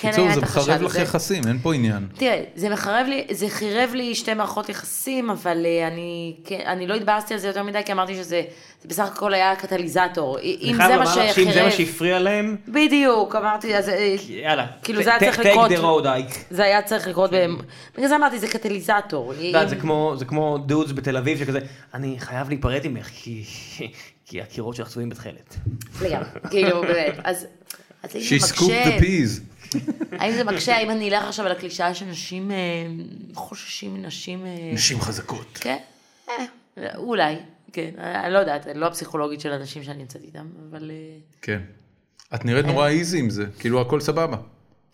כן קיצור, היה זה את החשד הזה. מחרב לך יחסים, אין פה עניין. תראה, זה מחרב לי, זה חירב לי שתי מערכות יחסים, אבל אה, אני, כן, אני לא התבאסתי על זה יותר מדי, כי אמרתי שזה זה בסך הכל היה קטליזטור. אם אני זה חייב מה לומר לך שאם זה מה כן. שחירב... שהפריע להם, בדיוק, אמרתי, אז אה, יאללה. כאילו, ת- זה היה ת- צריך לקרות. take the road, אייק. זה היה צריך לקרות, כן. בהם- בגלל זה אמרתי, זה לא, קטליזטור. את יודעת, זה כמו- זה כמו דודס בתל אביב שכזה, אני חייב להיפרד ממך, כי... כי הקירות שלך צבועים בתכלת. לגמרי, כאילו, באמת. אז אז האם זה She scooped the מקשה? peas. האם זה מקשה? האם אני אלך עכשיו על הקלישאה שנשים אה, חוששים מנשים... אה, נשים חזקות. כן? אה, אולי, כן. אני לא יודעת, אני לא הפסיכולוגית של אנשים שאני נמצאת איתם, אבל... אה, כן. את נראית נורא איזי עם זה, כאילו הכל סבבה.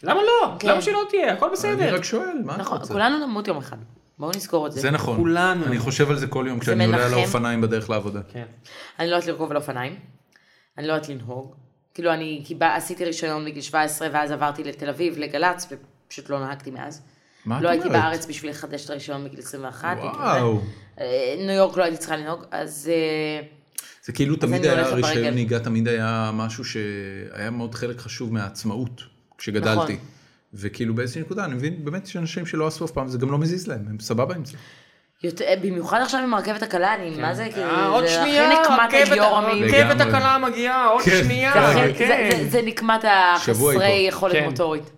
למה לא? כן. למה שלא תהיה? הכל אני בסדר. רק שואל, מה את נכון, רוצה? כולנו נמות יום אחד. בואו נזכור את זה. זה נכון. כולנו. אני חושב על זה כל יום כשאני עולה על מנחם. האופניים בדרך לעבודה. כן. אני לא יודעת לרכוב על אופניים, אני לא יודעת לנהוג. כאילו, אני קיבל, עשיתי רישיון בגיל 17, ואז עברתי לתל אביב, לגל"צ, ופשוט לא נהגתי מאז. מה את לא הייתי אומרת? בארץ בשביל לחדש את הרישיון בגיל 21. וואו. אה, ניו יורק לא הייתי צריכה לנהוג, אז... אה, זה כאילו תמיד אני היה, הולכת ברגל. רישיון נהיגה תמיד היה משהו שהיה מאוד חלק חשוב מהעצמאות, כשגדלתי. נכון. וכאילו באיזושהי נקודה, אני מבין באמת יש אנשים שלא עשו אף פעם, זה גם לא מזיז להם, הם סבבה עם זה. יותר, אה, במיוחד עכשיו עם הרכבת הקלה, כן. אני, מה זה, כאילו, אה, עוד זה שנייה, הכי נקמת הרכבת- הגיורמים. לגמרי. הרכבת הקלה מגיעה, עוד כן. שנייה, זה זה- לא? כן. זה- זה נקמת שבוע החסרי היא פה. יכולת כן. מוטורית,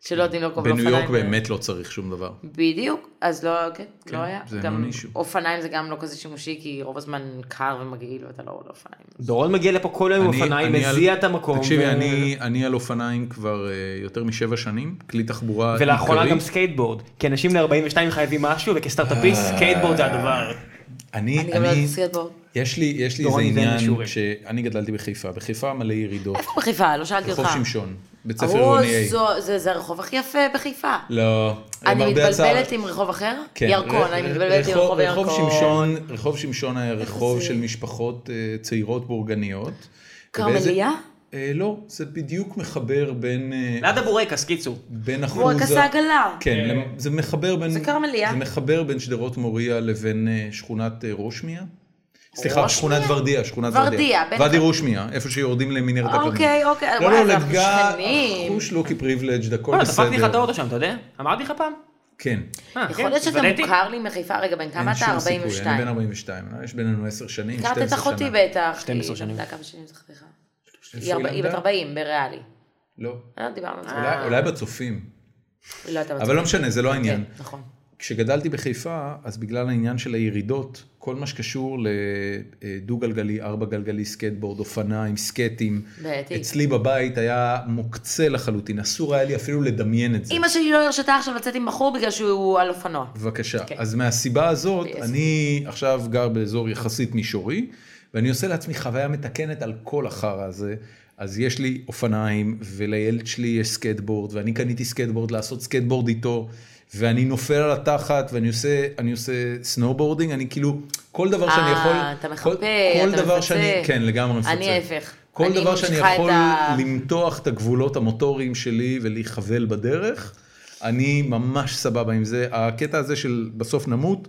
שלא יודעים לרכוב בניו באופניים. יורק באמת לא צריך שום דבר. בדיוק, אז לא, כן, לא היה. זה גם non issue. אופניים זה גם לא כזה שימושי, כי רוב הזמן קר ומגעיל ואתה לא עולה אופניים. דורון מגיע לפה כל היום עם אני- אופניים, אני על- מזיע את המקום. תקשיבי, ו- אני- אני על אופניים כבר אה, יותר משבע שנים, כלי תחבורה עיקרי. ולאחרונה גם סקייטבורד, כי אנשים ל-42 חייבים משהו, וכסטארט-אפיסט סקייטבורד זה הדבר. אני, אני גם לא אני, יודעת סקייטבורד. יש לי, יש לי איזה דורון ניתן עניין, שיעורים. שאני גדלתי בחיפה, בחיפה מלא ירידות, איפה בחיפה? לא שאלתי אותך. רחוב שמשון, בית ספר אמרו, עירוני A. זו- זה- זה הרחוב הכי יפה בחיפה. לא, אני למרבה הצער- מתבלבלת עם רחוב אחר? כן, ירקון, ר- אני מתבלבלת עם רחוב ירקון. רחוב שמשון, רחוב שמשון היה רחוב זה? של משפחות אה, צעירות בורגניות. כרמליה? ובאיזה- אה, לא, זה בדיוק מחבר בין, אה, ליד הבורקס, קיצור. בין אחוז... בורקס ה- העגלה. כן, למ- זה מחבר בין... אה, זה כרמליה. זה מחבר בין שדרות מוריה לבין אה, שכונת אה, רושמיה. סליחה, רושמיה? שכונת ורדיה, שכונת ורדיה, ורדיה. בטח. ואדי רושמיה, איפה שיורדים למנהרת הכרמל. אוקיי, אוקיי, לא, וואי, לא, אז אנחנו לגע, שכנים. חוש לוקי פריבלג'ד, הכל וואלה, דפקתי לך את בסדר. האוטו שם, אתה יודע? אמרתי לך פעם? כן. אה, יכול כן, להיות שאתה התוודעתי. מוכר לי מחיפה, רגע, בן כמה אין אתה? שום סיכוי, אני 42. בן 42, יש בינינו 10 שנים, 12 הכרת שנה. את אחותי בטח. 12 היא שנים. למדה כמה שנים זה חתיכה. איפה היא ארבע- היא היא בת למדה? 40, בריאלי. לא. לא דיברנו על זה. אולי- אולי בצופים, לא הייתה בת אבל לא משנה, זה לא העניין. כן, נכון. כשגדלתי בחיפה, אז בגלל העניין של הירידות, כל מה שקשור לדו-גלגלי, ארבע-גלגלי, סקטבורד, אופניים, סקטים, בעייתי. אצלי בבית היה מוקצה לחלוטין, אסור היה לי אפילו לדמיין את זה. אימא שלי לא הרשתה עכשיו לצאת עם בחור בגלל שהוא על אופנוע. בבקשה. אוקיי. אז מהסיבה הזאת, Yes. אני עכשיו גר באזור יחסית מישורי, ואני עושה לעצמי חוויה מתקנת על כל החרא הזה. אז יש לי אופניים, ולילד שלי יש סקטבורד, ואני קניתי סקטבורד לעשות סקטבורד איתו, ואני נופל על התחת, ואני עושה, אני עושה סנובורדינג, אני כאילו, כל דבר שאני אה, יכול... אתה מחפה, כל, כל אתה דבר מפצה. שאני, כן, לגמרי מפצה. אני ההפך. כל אני דבר שאני ממשיכה את יכול ה- למתוח את הגבולות המוטוריים שלי ולהיחבל בדרך, אני ממש סבבה עם זה. הקטע הזה של בסוף נמות,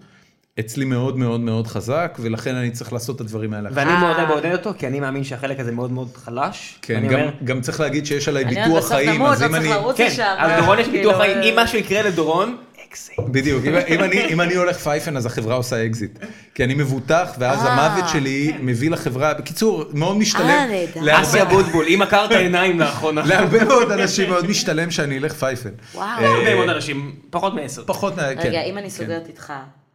אצלי מאוד מאוד מאוד חזק, ולכן אני צריך לעשות את הדברים האלה. ואני אה. מאוד מעודד אותו, כי אני מאמין שהחלק הזה מאוד מאוד חלש. כן, ואני גם, אומר, גם צריך להגיד שיש עליי אני ביטוח בסוף חיים, נמות, אז לא אם צריך אני... לרוץ. כן, לשם, אז אה, דורון יש ביטוח כאילו, חיים, אה. אם משהו יקרה לדורון, אקזיט. בדיוק, אם, אם, אני, אם אני הולך פייפן אז החברה עושה אקזיט, כי אני מבוטח ואז אה, המוות שלי מביא לחברה, בקיצור, מאוד משתלם, נהדר. להרבה- אסיה בוטבול, היא מכרת עיניים לאחרונה. להרבה מאוד אנשים מאוד משתלם שאני אלך פייפן. וואו. אה, הרבה מאוד אנשים, פחות מעשר. פחות, מה- כן. רגע, אם אני כן. סוגרת איתך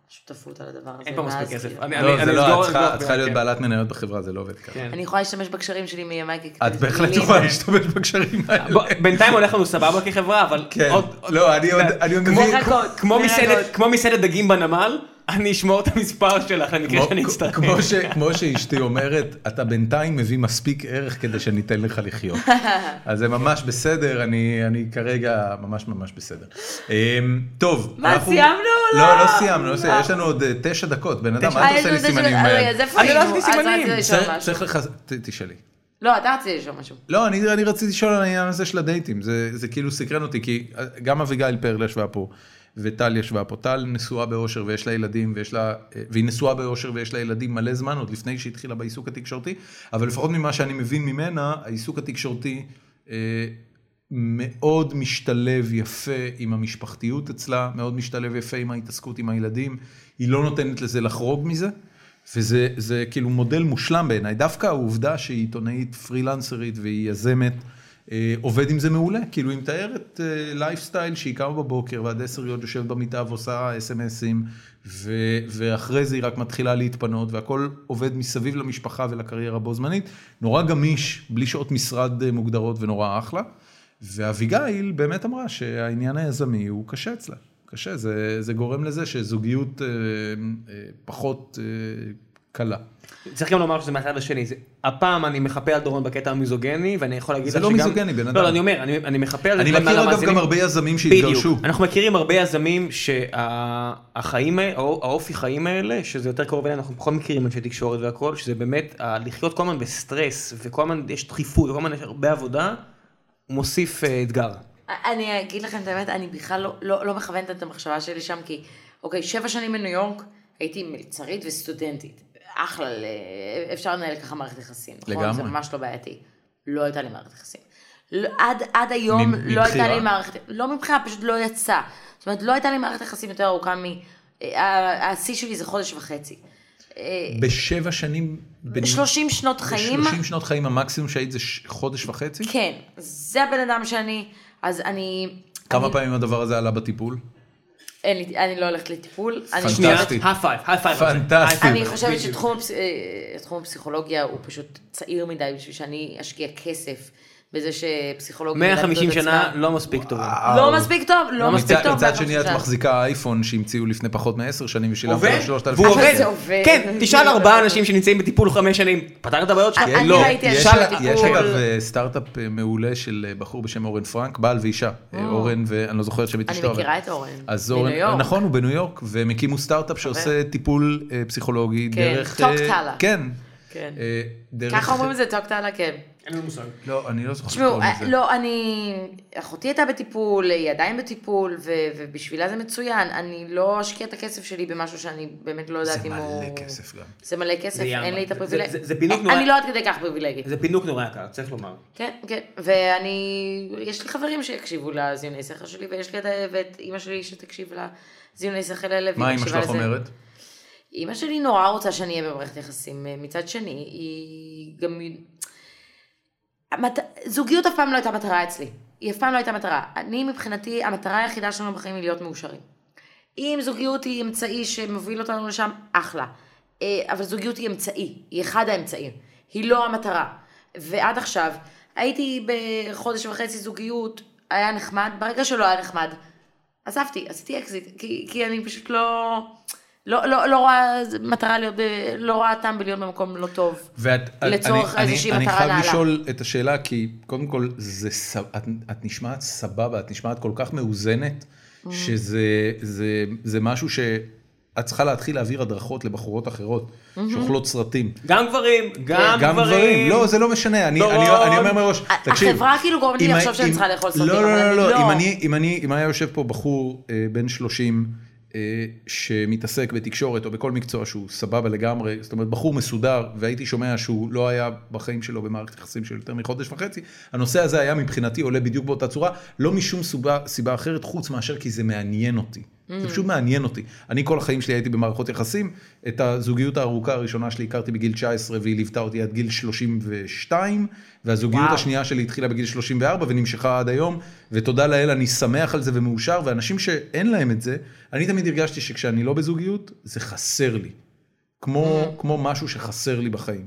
שותפות על הדבר הזה, אין פה מספיק ואז כסף. כאילו- אני- לא, אני- זה אני לא, אסגור- את צריכה- אסגור- את צריכה להיות כן. בעלת מניות בחברה, זה לא עובד ככה. כן. אני יכולה להשתמש בקשרים שלי מימיי את בהחלט יכולה להשתמש בקשרים האלה. בוא, בינתיים הולך לנו סבבה כחברה, אבל כן, עוד... לא, אני עוד, אני עוד כמו- מבין, לחכות, כמו לחכות. מסעדת- כמו מסעדת דגים בנמל, אני אשמור את המספר שלך למקרה כמו- שאני כן, אצטרך. כמו ש- כמו שאשתי אומרת, אתה בינתיים מביא מספיק ערך כדי שניתן לך לחיות. אז זה ממש בסדר, אני אני כרגע ממש ממש בסדר. אמ, טוב, מה, אנחנו- סיימנו? לא, לא. לא סיימנו, לא סיימנו, יש לנו עוד אה, תשע דקות, בן אדם, מה אתה עושה לי סימנים? עם היד? זה אני לא עשיתי פיימו, אז סימנים. רציתי לשאול צריך- משהו. צריך לך, ת- תשאלי. לא, אתה רצית לשאול משהו. לא, אני, אני רציתי לשאול על העניין הזה של הדייטים, זה, זה כאילו סקרן אותי, כי גם אביגיל פרל ישבה פה, וטל ישבה פה, טל נשואה באושר ויש לה ילדים, ויש לה, אה, והיא נשואה באושר ויש לה ילדים מלא זמן, עוד לפני שהתחילה בעיסוק התקשורתי, אבל לפחות ממה שאני מבין ממנה, העיסוק התקשורתי אה, מאוד משתלב יפה עם המשפחתיות אצלה, מאוד משתלב יפה עם ההתעסקות עם הילדים, היא לא נותנת לזה לחרוג מזה. וזה זה כאילו מודל מושלם בעיניי, דווקא העובדה שהיא עיתונאית פרילנסרית והיא יזמת, אה, עובד עם זה מעולה, כאילו היא מתארת אה, לייפסטייל שהיא קמה בבוקר ועד עשר היא עוד יושבת במיטה ועושה אס.אם.אסים, ו- ואחרי זה היא רק מתחילה להתפנות, והכל עובד מסביב למשפחה ולקריירה בו זמנית, נורא גמיש, בלי שעות משרד אה, מוגדרות ונורא אחלה. ואביגיל באמת אמרה שהעניין היזמי הוא קשה אצלה. קשה, זה, זה גורם לזה שזוגיות אה, אה, פחות אה, קלה. צריך גם לומר שזה מהצד השני, זה- הפעם אני מחפה על דורון בקטע המיזוגני, ואני יכול להגיד זה לה לא שגם... מיזוגני, בן לא, אדם. לא, אני אומר, אני, אני מחפה על זה. אני גם על מכיר אגב המאזינים. גם הרבה יזמים שהתגרשו. בדיוק. אנחנו מכירים הרבה יזמים שהחיים, האופי חיים האלה, שזה יותר קרוב אלינו, אנחנו פחות מכירים אנשי תקשורת והכל, שזה באמת, ה- לחיות כל הזמן בסטרס, וכל הזמן יש דחיפות, וכל הזמן יש הרבה עבודה, מוסיף אה, אתגר. אני אגיד לכם את האמת, אני בכלל לא, לא, לא מכוונת את המחשבה שלי שם, כי אוקיי, שבע שנים בניו יורק, הייתי מלצרית וסטודנטית. אחלה, ל- אפשר לנהל ככה מערכת יחסים, נכון? לגמרי. זה ממש לא בעייתי. לא הייתה לי מערכת יחסים. לא, עד, עד היום מ- לא הייתה מבחירה? לי מערכת, לא מבחירה, פשוט לא יצא. זאת אומרת, לא הייתה לי מערכת יחסים יותר ארוכה מ... ה- השיא שלי זה חודש וחצי. בשבע שנים... בנ- 30 שנות חיים. ב-30 שנות חיים המקסימום שהיית זה ש- חודש וחצי? כן, זה הבן אדם שאני, אז אני... כמה אני- פעמים הדבר הזה עלה בטיפול? אין לי, אני לא הולכת לטיפול. אני- פנטסטי. שנייה, הפייב, הפייב. פנטסטי. אני חושבת שתחום הפס- אה, תחום הפסיכולוגיה הוא פשוט צעיר מדי בשביל שאני אשקיע כסף בזה שפסיכולוגיה... 150 יודעת את שנה עצמה. לא מספיק טובים. לא מספיק טוב, לא מספיק מצד- טוב. מצד 150 שני את שנה. מחזיקה אייפון שהמציאו לפני פחות מעשר שנים ושילמת עובד, עליו 3,000 והוא אבל עובד. זה עובד. כן, תשאל ארבעה אנשים שנמצאים בטיפול חמש שנים, פתר את הבעיות שלך? אני לא. ראיתי אה, יש אנשים אגב- בטיפול. יש אגב אה, סטארט-אפ אה, מעולה של אה, בחור בשם אורן פרנק, בעל ואישה. אה, אורן, ואני לא זוכר את שם את אני אשתו. אבל- מכירה את אורן, אז מניו אורן, יורק. נכון, הוא בניו יורק, והם הקימו סטארט-אפ שעושה טיפול אה, פסיכולוגי כן, דרך... טוק אה, טאלה. כן. כן. אה, דרך- ככה אומרים את זה, טוק טאלה, כן. אין לנו מושג. לא, אני לא זוכר. איך תשמעו, קוראים לזה. לא, אני... אחותי הייתה בטיפול, היא עדיין בטיפול, ו- ובשבילה זה מצוין. אני לא אשקיע את הכסף שלי במשהו שאני באמת לא יודעת זה אם הוא... מלא כסף גם. זה מלא כסף, זה ים. אין לי את זה- הפריבילגיה. זה- זה- זה פינוק נורא. אני לא עד כדי כך פריבילגית. זה פינוק נורא יקר, צריך לומר. כן, כן. ואני, יש לי חברים שיקשיבו לזיוני שכל שלי, ויש לי עד ואת אימא שלי שתקשיב לזיוני שכל האלה. והיא מה אמא מקשיבה שלך לזה. אומרת? אימא שלי נורא רוצה שאני אהיה במערכת יחסים. מצד שני, היא גם... המת... זוגיות אף פעם לא הייתה מטרה אצלי. היא אף פעם לא הייתה מטרה. אני מבחינתי, המטרה היחידה שלנו בחיים היא להיות מאושרים. אם זוגיות היא אמצעי שמוביל אותנו לשם, אחלה. אה, אבל זוגיות היא אמצעי, היא אחד האמצעים. היא לא המטרה. ועד עכשיו, הייתי בחודש וחצי זוגיות, היה נחמד, ברגע שלא היה נחמד, עזבתי, עשיתי אקזיט, כי, כי אני פשוט לא... לא, לא, לא רואה מטרה להיות, ב, לא רואה טעם בלהיות במקום לא טוב. ואת, לצורך אני, איזושהי אני, מטרה אני נעלה. חייב לשאול את השאלה, כי קודם כל, זה, ס- את, את נשמעת סבבה, את נשמעת כל כך מאוזנת, Mm. שזה זה, זה משהו שאת צריכה להתחיל להעביר הדרכות לבחורות אחרות, Mm-hmm. שאוכלות סרטים. גם גברים, כן. גם גם גברים, גברים. לא, זה לא משנה, אני, דורון. אני, אני אומר מראש, ה- תקשיב. החברה כאילו גורמת לי אם ה- לחשוב שאני אם- צריכה לאכול סרטים, לא, אבל לא, אני לא, לא. לא, אם אני, אם אני, אם היה יושב פה בחור אה, בן 30 אה, שמתעסק בתקשורת או בכל מקצוע שהוא סבבה לגמרי, זאת אומרת בחור מסודר, והייתי שומע שהוא לא היה בחיים שלו במערכת יחסים של יותר מחודש וחצי, הנושא הזה היה מבחינתי עולה בדיוק באותה צורה, לא משום סיבה, סיבה אחרת חוץ מאשר כי זה מעניין אותי. זה פשוט מעניין אותי. אני כל החיים שלי הייתי במערכות יחסים, את הזוגיות הארוכה הראשונה שלי הכרתי בגיל 19 והיא ליוותה אותי עד גיל 32, והזוגיות וואו. השנייה... השנייה שלי התחילה בגיל 34 ונמשכה עד היום, ותודה לאל, אני שמח על זה ומאושר, ואנשים שאין להם את זה, אני תמיד הרגשתי שכשאני לא בזוגיות, זה חסר לי. אוקיי. כמו, כמו משהו שחסר לי בחיים.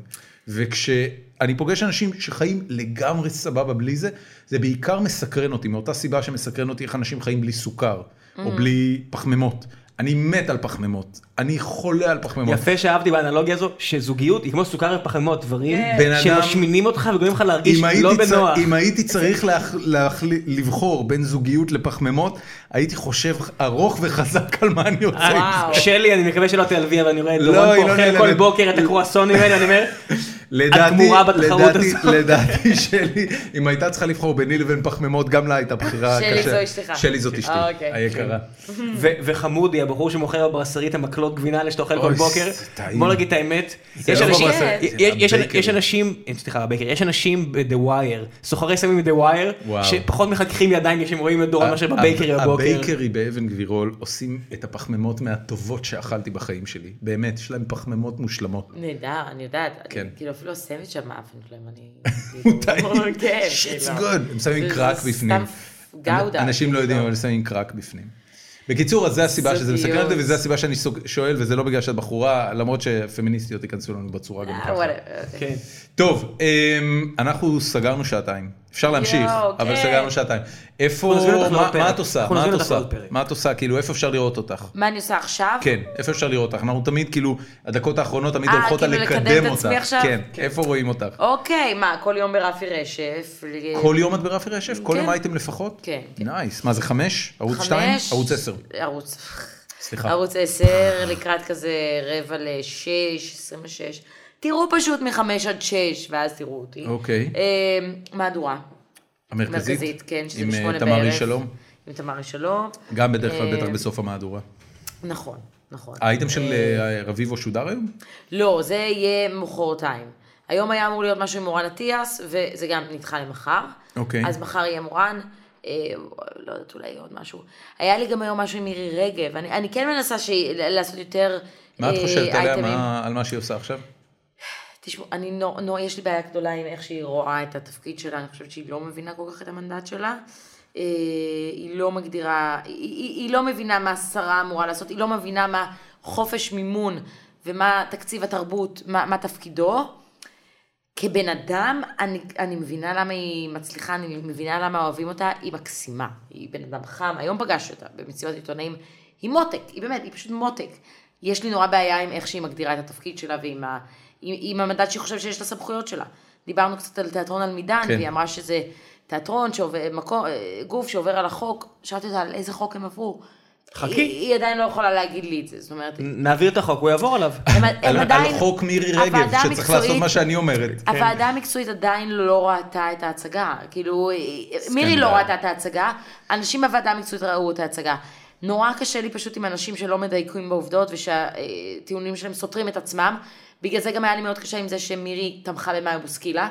וכשאני פוגש אנשים שחיים לגמרי סבבה בלי זה, זה בעיקר מסקרן אותי, מאותה סיבה שמסקרן אותי איך אנשים חיים בלי סוכר, או Mm. בלי פחמימות. אני מת על פחמימות, אני חולה על פחמימות. יפה שאהבתי באנלוגיה הזו, שזוגיות היא כמו סוכר ופחמות, דברים כן. בן אדם- שמשמינים אותך וגורמים לך להרגיש אם הייתי לא צר- בנוח. אם הייתי צריך להח... להחל... לבחור בין זוגיות לפחמימות, הייתי חושב ארוך וחזק על מה אני עושה. עם אה, זה. וואו. שלי, אני מקווה שלא תיעלבי, אבל אני רואה את לא, דורון היא פה לא אוכל כל נעלבת. בוקר את הקרואסונים האלה, אני אומר, את לדעתי, גמורה בתחרות לדעתי, הזאת. לדעתי שלי, אם הייתה צריכה לבחור ביני לבין פחמימות, גם לה הייתה בחירה שלי קשה. זו אשתך. שלי זאת אשתי, אה, אוקיי. היקרה. ו- וחמודי, הבחור שמוכר בברסרית המקלות גבינה האלה שאתה אוכל כל אוי, בוקר, זה טעים. בוא נגיד את האמת, יש לא אנשים- בברסרית, יש- זה יש- בבייקרי. יש אנשים, אה, סליחה, הבקר, יש אנשים ב-The Wire, סוחרי סמים ב-The Wire, וואו. שפחות מחככים ידיים כשהם רואים את דורון מאשר בבייקרי הב- בבוקר. הבייקרי באבן גבירול עושים את הפחמימות מהטובות שאכלתי בחיים שלי. באמת, יש להם פחמימות מושלמות. נהדר, אני יודעת. כן. אני, כאילו, אפילו אפילו סנדוויץ' של מאפן שלהם, לא אני... די. כן, שיטס כאילו. גוד. הם שמים זה- קראק זה בפנים. סתם גאודה. אנשים לא יודעים, כאילו. אבל הם שמים קראק בפנים. בקיצור, אז זו הסיבה שזה מסקרן אותי, זוגיות. וזו הסיבה שאני סוג- שואל, וזה לא בגלל שאת בחורה, למרות שפמיניסטיות ייכנסו לנו בצורה גם אה, ככה. whatever. כן. טוב, אמ, אנחנו סגרנו שעתיים. אפשר להמשיך, יואו, אבל כן. סגרנו שעתיים. איפה, אנחנו נזמין אותך מה- לעוד מה פרק. את עושה? אנחנו מה את נזמין אותך עושה? לעוד פרק. מה את עושה? כאילו, איפה אפשר לראות אותך? מה אני עושה עכשיו? כן, איפה אפשר לראות אותך? אנחנו תמיד, כאילו, הדקות האחרונות תמיד אה, הולכות על כאילו לקדם את לקדם אותך. עצמי עכשיו? כן, איפה רואים אותך? אוקיי, מה, כל יום ברפי רשף? כל יום את ברפי רשף? כל כן. יום הייתם לפחות? כן, כן. נייס. מה זה חמש? ערוץ חמש- שתיים? ערוץ עשר. ערוץ... סליחה. ערוץ עשר, לקראת כזה רבע לשש, עשרים ושש. תראו פשוט מחמש עד שש, ואז תראו אותי. אוקיי. אה, מהדורה. המרכזית? מרכזית, כן, שזה עם אה, בשמונה בערב. תמרי שלום? עם תמרי שלום. גם בדרך כלל, אה, בטח בסוף המהדורה. נכון, נכון. האייטם של אה, רביבו שודר היום? לא, זה יהיה מחרתיים. היום היה אמור להיות משהו עם מורן אטיאס, וזה גם נדחה למחר. אוקיי. אז מחר יהיה מורן, אה, לא יודעת, אולי עוד משהו. היה לי גם היום משהו עם מירי רגב. אני, אני כן מנסה ש... לעשות יותר מה את אה, חושבת עליה? אייטמים. מה- על מה שהיא עושה עכשיו? תשמעו, אני נו, נו, יש לי בעיה גדולה עם איך שהיא רואה את התפקיד שלה, אני חושבת שהיא לא מבינה כל כך את המנדט שלה. אה, היא לא מגדירה, היא, היא, היא לא מבינה מה השרה אמורה לעשות, היא לא מבינה מה חופש מימון ומה תקציב התרבות, מה, מה תפקידו. כבן אדם, אני, אני מבינה למה היא מצליחה, אני מבינה למה אוהבים אותה, היא מקסימה, היא בן אדם חם, היום פגשתי אותה במסיבת עיתונאים, היא מותק, היא באמת, היא פשוט מותק. יש לי נורא בעיה עם איך שהיא מגדירה את התפקיד שלה ועם ה, עם, עם המדד שהיא חושבת שיש לה סמכויות שלה. דיברנו קצת על תיאטרון על מידן, כן. כן. והיא אמרה שזה תיאטרון, שעובר, מקום, אה, גוף שעובר על החוק, שאלתי אותה על איזה חוק הם עברו. חכי. היא, היא עדיין לא יכולה להגיד לי את זה, זאת אומרת, נעביר את החוק, הוא יעבור עליו. הם, הם על- עדיין... על חוק מירי רגב, הוועדה שצריך לעשות המקצועית- אה, מה שאני אומרת. הוועדה המקצועית עדיין לא ראתה את ההצגה. כאילו, מירי לא ראתה את ההצגה, אנשים בוועדה המקצועית ראו את ההצגה. נורא קשה לי פשוט עם אנשים שלא מדייקים בעובדות ושהטיעונים שלהם סותרים את עצמם. בגלל זה גם היה לי מאוד קשה עם זה שמירי תמכה במאי בוסקילה,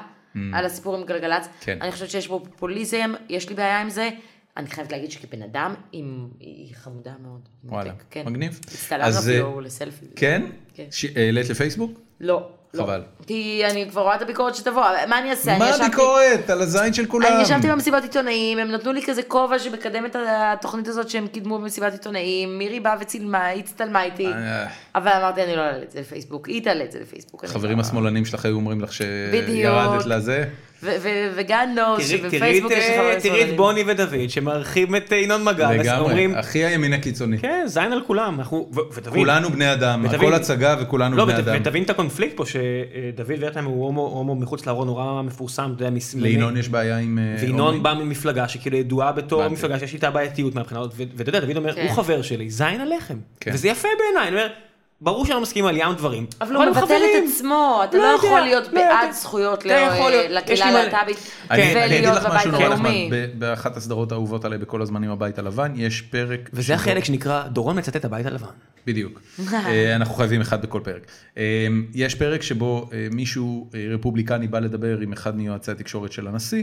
על הסיפור עם גלגלצ. Mm. כן. אני חושבת שיש בו פופוליזם, יש לי בעיה עם זה. אני חייבת להגיד שכבן אדם, עם- היא חמודה מאוד. וואלה, מותק, כן. מגניב. הצטלמנו אז, אה, אפילו לסלפי. כן? כן. ש- העלית לפייסבוק? לא. לא. חבל. כי אני כבר רואה את הביקורת שתבוא, מה אני אעשה? כן, אני מה ישבתי- הביקורת? על הזין של כולם. אני ישבתי במסיבת עיתונאים, הם נתנו לי כזה כובע שמקדם את התוכנית הזאת שהם קידמו במסיבת עיתונאים, מירי באה וצילמה, היא הצטלמה איתי, אה. אבל אמרתי אני לא אעלה את זה לפייסבוק, היא תעלה את זה לפייסבוק. אני חברים לא- השמאלנים שלך היו אומרים לך בדיוק. שירדת לזה. ו- ו- וגן נור, תראי- תראי שבפייסבוק את, יש לך אה, חברים תראי את שמאלנים. בוני ודוד שמארחים את אה, ינון מגל, אז אומרים, לגמרי, הכי הימין הקיצוני. כן, זין על כולם, אנחנו, ו- ותבין. כולנו בני אדם, ותבין- הכל הצגה וכולנו לא, בני ות- אדם. ותבין את הקונפליקט פה, שדוד ורטהיים הוא הומו, הומו מחוץ לארון, נורא מפורסם, אתה יודע, מס- לינון יש בעיה עם... אה, וינון הומואים. בא ממפלגה שכאילו ידועה בתור הבנתי. מפלגה שיש איתה בעייתיות מהבחינה הזאת, ו- ואתה יודע, דוד אומר, כן. הוא חבר שלי, זין עליכם. כן. וזה יפה בעיניי, אני אומר, ברור שאני לא מסכים על ים דברים. לא אבל הוא לא מבטל חברים. את עצמו, אתה לא לא יודע, יכול להיות לא יודע. בעד זכויות אתה יכול להיות. יש ל- לי לקהילה מלא- הלהט"בית אני אני אגיד כן, ולהיות לך משהו בבית נורא נחמד, הלאומי. ב- באחת הסדרות האהובות עליי בכל הזמנים הבית הלבן, יש פרק... וזה שבו- החלק שנקרא, דורון מצטט הבית הלבן. בדיוק. אה, אנחנו חייבים אחד בכל פרק. אה, יש פרק שבו אה, מישהו אה, רפובליקני בא לדבר עם אחד מיועצי התקשורת של הנשיא,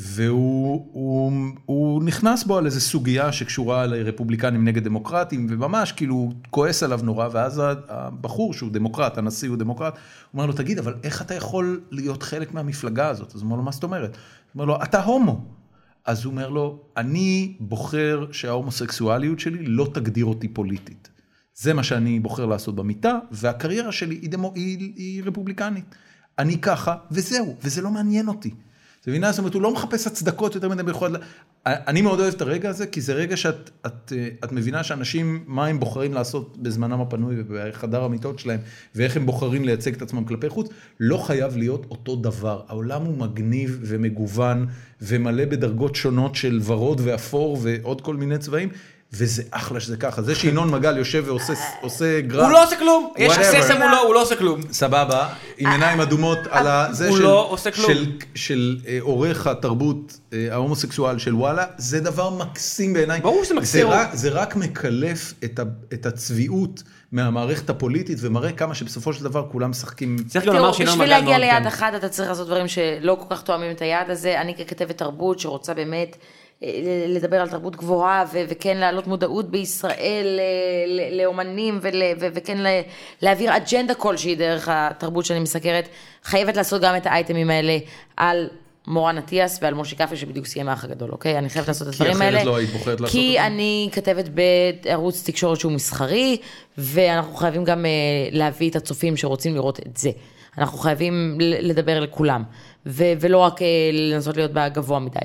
והוא הוא, הוא נכנס בו על איזו סוגיה שקשורה לרפובליקנים נגד דמוקרטים, וממש כאילו הוא כועס עליו נורא, ואז ה- הבחור שהוא דמוקרט, הנשיא הוא דמוקרט, הוא אומר לו, תגיד, אבל איך אתה יכול להיות חלק מהמפלגה הזאת? אז הוא אומר לו, מה זאת אומרת? הוא אומר לו, אתה הומו. אז הוא אומר לו, אני בוחר שההומוסקסואליות שלי לא תגדיר אותי פוליטית. זה מה שאני בוחר לעשות במיטה, והקריירה שלי היא, דמו, היא, היא רפובליקנית. אני ככה, וזהו, וזה לא מעניין אותי. את מבינה? זאת אומרת, הוא לא מחפש הצדקות יותר מדי במיוחד. ל- אני מאוד אוהב את הרגע הזה, כי זה רגע שאת את, אה, את מבינה שאנשים, מה הם בוחרים לעשות בזמנם הפנוי ובחדר המיטות שלהם, ואיך הם בוחרים לייצג את עצמם כלפי חוץ, לא חייב להיות אותו דבר. העולם הוא מגניב ומגוון ומלא בדרגות שונות של ורוד ואפור ועוד כל מיני צבעים, וזה אחלה שזה ככה. זה שינון מגל יושב ועושה עושה גרף. הוא לא עושה כלום, יש Whatever. קסם מולו, הוא לא עושה כלום. סבבה, עם עיניים אדומות על ה... זה אה, הוא של- לא עושה כלום. של- של אה, עורך התרבות אה, ההומוסקסואל של וואלה, זה דבר מקסים בעיניי. ברור שזה מקסים. זה רק- זה רק מקלף את ה- את הצביעות מהמערכת הפוליטית ומראה כמה שבסופו של דבר כולם משחקים. צריך גם תראו, לומר שינון בשביל מגל להגיע מאוד כן. ליעד כאן. אחד אתה צריך לעשות דברים שלא כל כך תואמים את היעד הזה. אני ככתבת תרבות שרוצה באמת אה, לדבר על תרבות גבוהה ו- וכן להעלות מודעות בישראל ל- ל- לאומנים ול- ו- וכן ל- להעביר אג'נדה כלשהי דרך התרבות שאני מסקרת, חייבת לעשות גם את האייטמים האלה על מורן אטיאס ועל משה כפרי שבדיוק סיים האח הגדול, אוקיי? אני חייבת לעשות את הדברים אחרת האלה. לא היית בוחרת לעשות כי אותם? אני כתבת בערוץ תקשורת שהוא מסחרי, ואנחנו חייבים גם אה, להביא את הצופים שרוצים לראות את זה. אנחנו חייבים ל- לדבר לכולם, ו- ולא רק אה, לנסות להיות בגבוה מדי.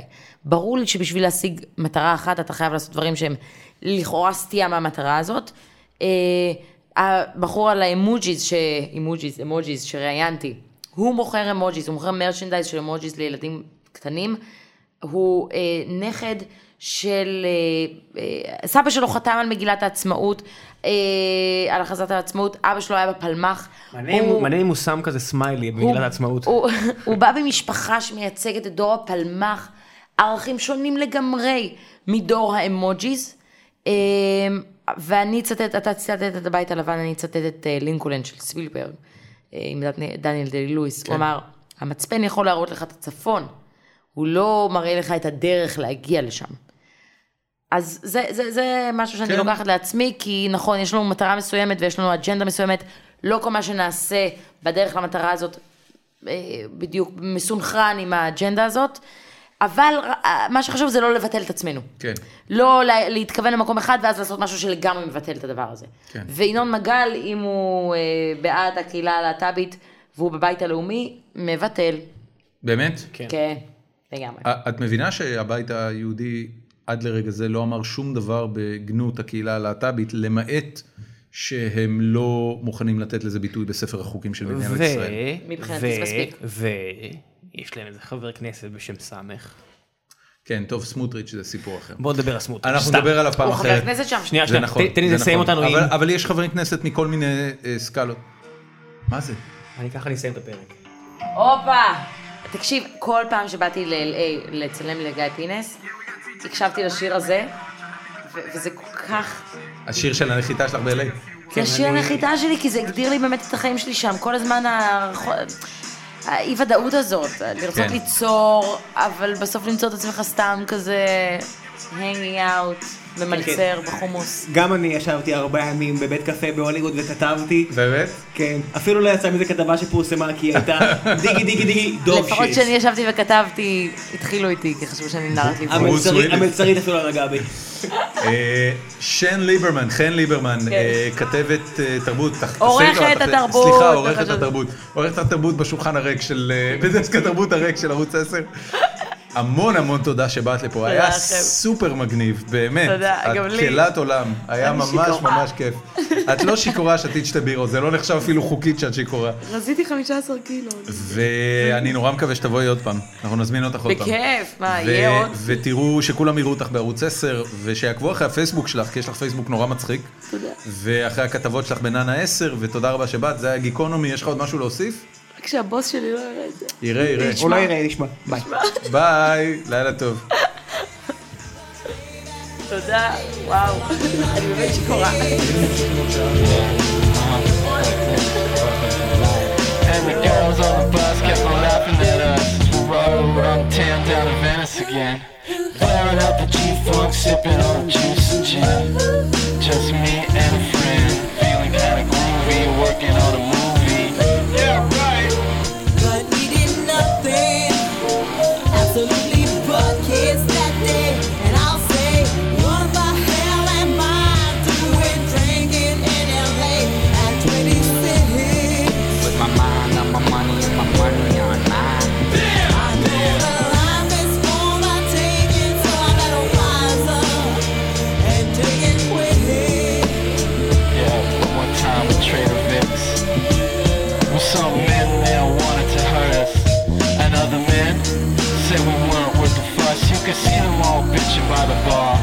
ברור לי שבשביל להשיג מטרה אחת, אתה חייב לעשות דברים שהם לכאורה סטייה מהמטרה הזאת. אה, הבחור על האמוג'יז, ש... אמוג'יז, אמוג'יז, שראיינתי, הוא מוכר אמוג'יז, הוא מוכר מרצ'נדייז של אמוג'יז לילדים קטנים. הוא אה, נכד של... אה, אה, סבא שלו חתם על מגילת העצמאות, אה, על הכרזת העצמאות, אבא שלו היה בפלמ"ח. מעניין אם הוא- מעניין אם הוא שם כזה סמיילי במגילת העצמאות. הוא, הוא בא במשפחה שמייצגת את דור הפלמ"ח, ערכים שונים לגמרי מדור האמוג'יז. אה, ואני אצטט, אתה תצטט את הבית הלבן, אני אצטט את אה, לינקולן של ספילברג, אה, עם דני- דניאל די לואיס. הוא אמר, המצפן יכול להראות לך את הצפון, הוא לא מראה לך את הדרך להגיע לשם. אז זה, זה, זה משהו שאני כן. כן. לוקחת לעצמי, כי נכון, יש לנו מטרה מסוימת ויש לנו אג'נדה מסוימת, לא כל מה שנעשה בדרך למטרה הזאת אה, בדיוק מסונכרן עם האג'נדה הזאת, אבל אה, מה שחשוב זה לא לבטל את עצמנו. כן. לא לה- להתכוון למקום אחד ואז לעשות משהו שלגמרי מבטל את הדבר הזה. כן. וינון מגל, אם הוא אה, בעד הקהילה הלהט"בית והוא בבית הלאומי, מבטל. באמת? כן. כן, לגמרי. א- את מבינה שהבית היהודי עד לרגע זה לא אמר שום דבר בגנות הקהילה הלהט"בית, למעט שהם לא מוכנים לתת לזה ביטוי בספר החוקים של מדינת ו... ישראל. מבחינתי זה מספיק. ו... יש להם איזה חבר כנסת בשם סמך. כן, טוב, סמוטריץ' זה סיפור אחר. בוא נדבר על סמוט. אנחנו סתם. נדבר עליו פעם הוא חבר אחרת. כנסת שם. שנייה, זה שנייה, נכון. ת- תן לי זה לסיים נכון. אותנו עם... אבל- אבל יש חברי כנסת מכל מיני אה, סקלות. מה זה? אני ככה נסיים את הפרק. הופה! תקשיב, כל פעם שבאתי ל-LA לצלם לגיא פינס, הקשבתי לשיר הזה, ו- וזה כל כך... השיר של הנחיתה שלך ב-LA. זה השיר כן, אני- הנחיתה שלי, כי זה הגדיר לי באמת את החיים שלי שם. כל הזמן הרחו- האי-ודאות הזאת, לרצות כן. ליצור, אבל בסוף למצוא את עצמך סתם כזה hanging out, ממלצר בחומוס. גם אני ישבתי ארבעה ימים בבית קפה בהוליווד וכתבתי, באמת? כן, אפילו לא יצאה מזה כתבה שפורסמה כי היא הייתה דיגי דיגי דיגי דוב לפחות שיט. כשאני ישבתי וכתבתי, התחילו איתי, כי חשבו שאני נערת ליווי. ברוס המלצרית- וויליס. המלצרית אפילו לא נגעה בי. אה, שן ליברמן, חן ליברמן, כן. אה, כתבת אה, תרבות. תח- עורכת תעשה איתו, תח- התרבות, סליחה, עורכת תחשוב- התרבות. עורכת התרבות בשולחן הריק של... אה, בדסק התרבות הריק של ערוץ 10. המון המון תודה שבאת לפה, היה לכם. סופר מגניב, באמת. תודה, גם את לי. קהלת עולם, היה אני ממש שיכורה. ממש כיף. את לא שיכורה, שתית שתי בירות, זה לא נחשב אפילו חוקית שאת שיכורה. רזיתי 15 קילו. ואני נורא מקווה שתבואי עוד פעם, אנחנו נזמין אותך עוד פעם. בכיף, מה, ו- יהיה עוד? ותראו שכולם יראו אותך בערוץ 10, ושיעקבו אחרי הפייסבוק שלך, כי יש לך פייסבוק נורא מצחיק. תודה. ואחרי הכתבות שלך בננה 10, ותודה רבה שבאת, זה היה גיקונומי, יש לך עוד משהו להוסיף? רק שהבוס שלי לא יראה את זה. יראה, יראה. הוא לא יראה, נשמע. ביי. ביי, לילה טוב. תודה, וואו. אני באמת שיכורה. And the girls on the bus kept on laughing at us. as We rode uptown down to Venice again. Blaring out the G-Funk, sipping on juice and gin. Just me and a friend, feeling kinda groovy, working on a movie. Yeah, right. But we did nothing. Absolutely butt kids that day. And I'll say, what the hell am I doing drinking in LA at 26? With my mind on my money and my money on mine. I know the life is for my taking, so I better wise up and take it with it. Yeah, one more time with Trader Vic's. Well, some men there wanted to hurt us, and other men said we weren't worth the fuss. You could see them all bitching by the bar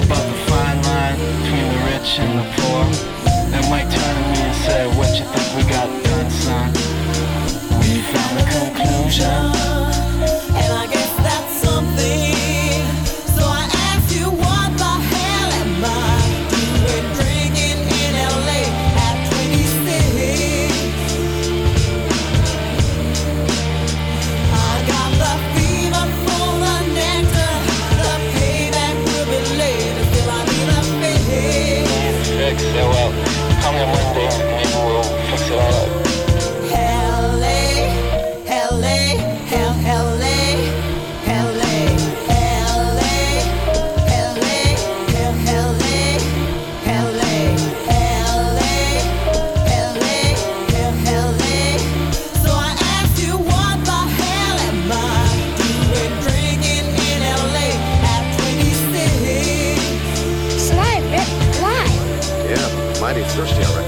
about the fine line between the rich and the poor. And Mike turned to me and said, "What you think we got done, son?" We found a conclusion. And I guess that's something. So I asked you, what the hell am I doing drinking in LA at 26? I got uh, the fever for the nectar, the pain. thirsty already.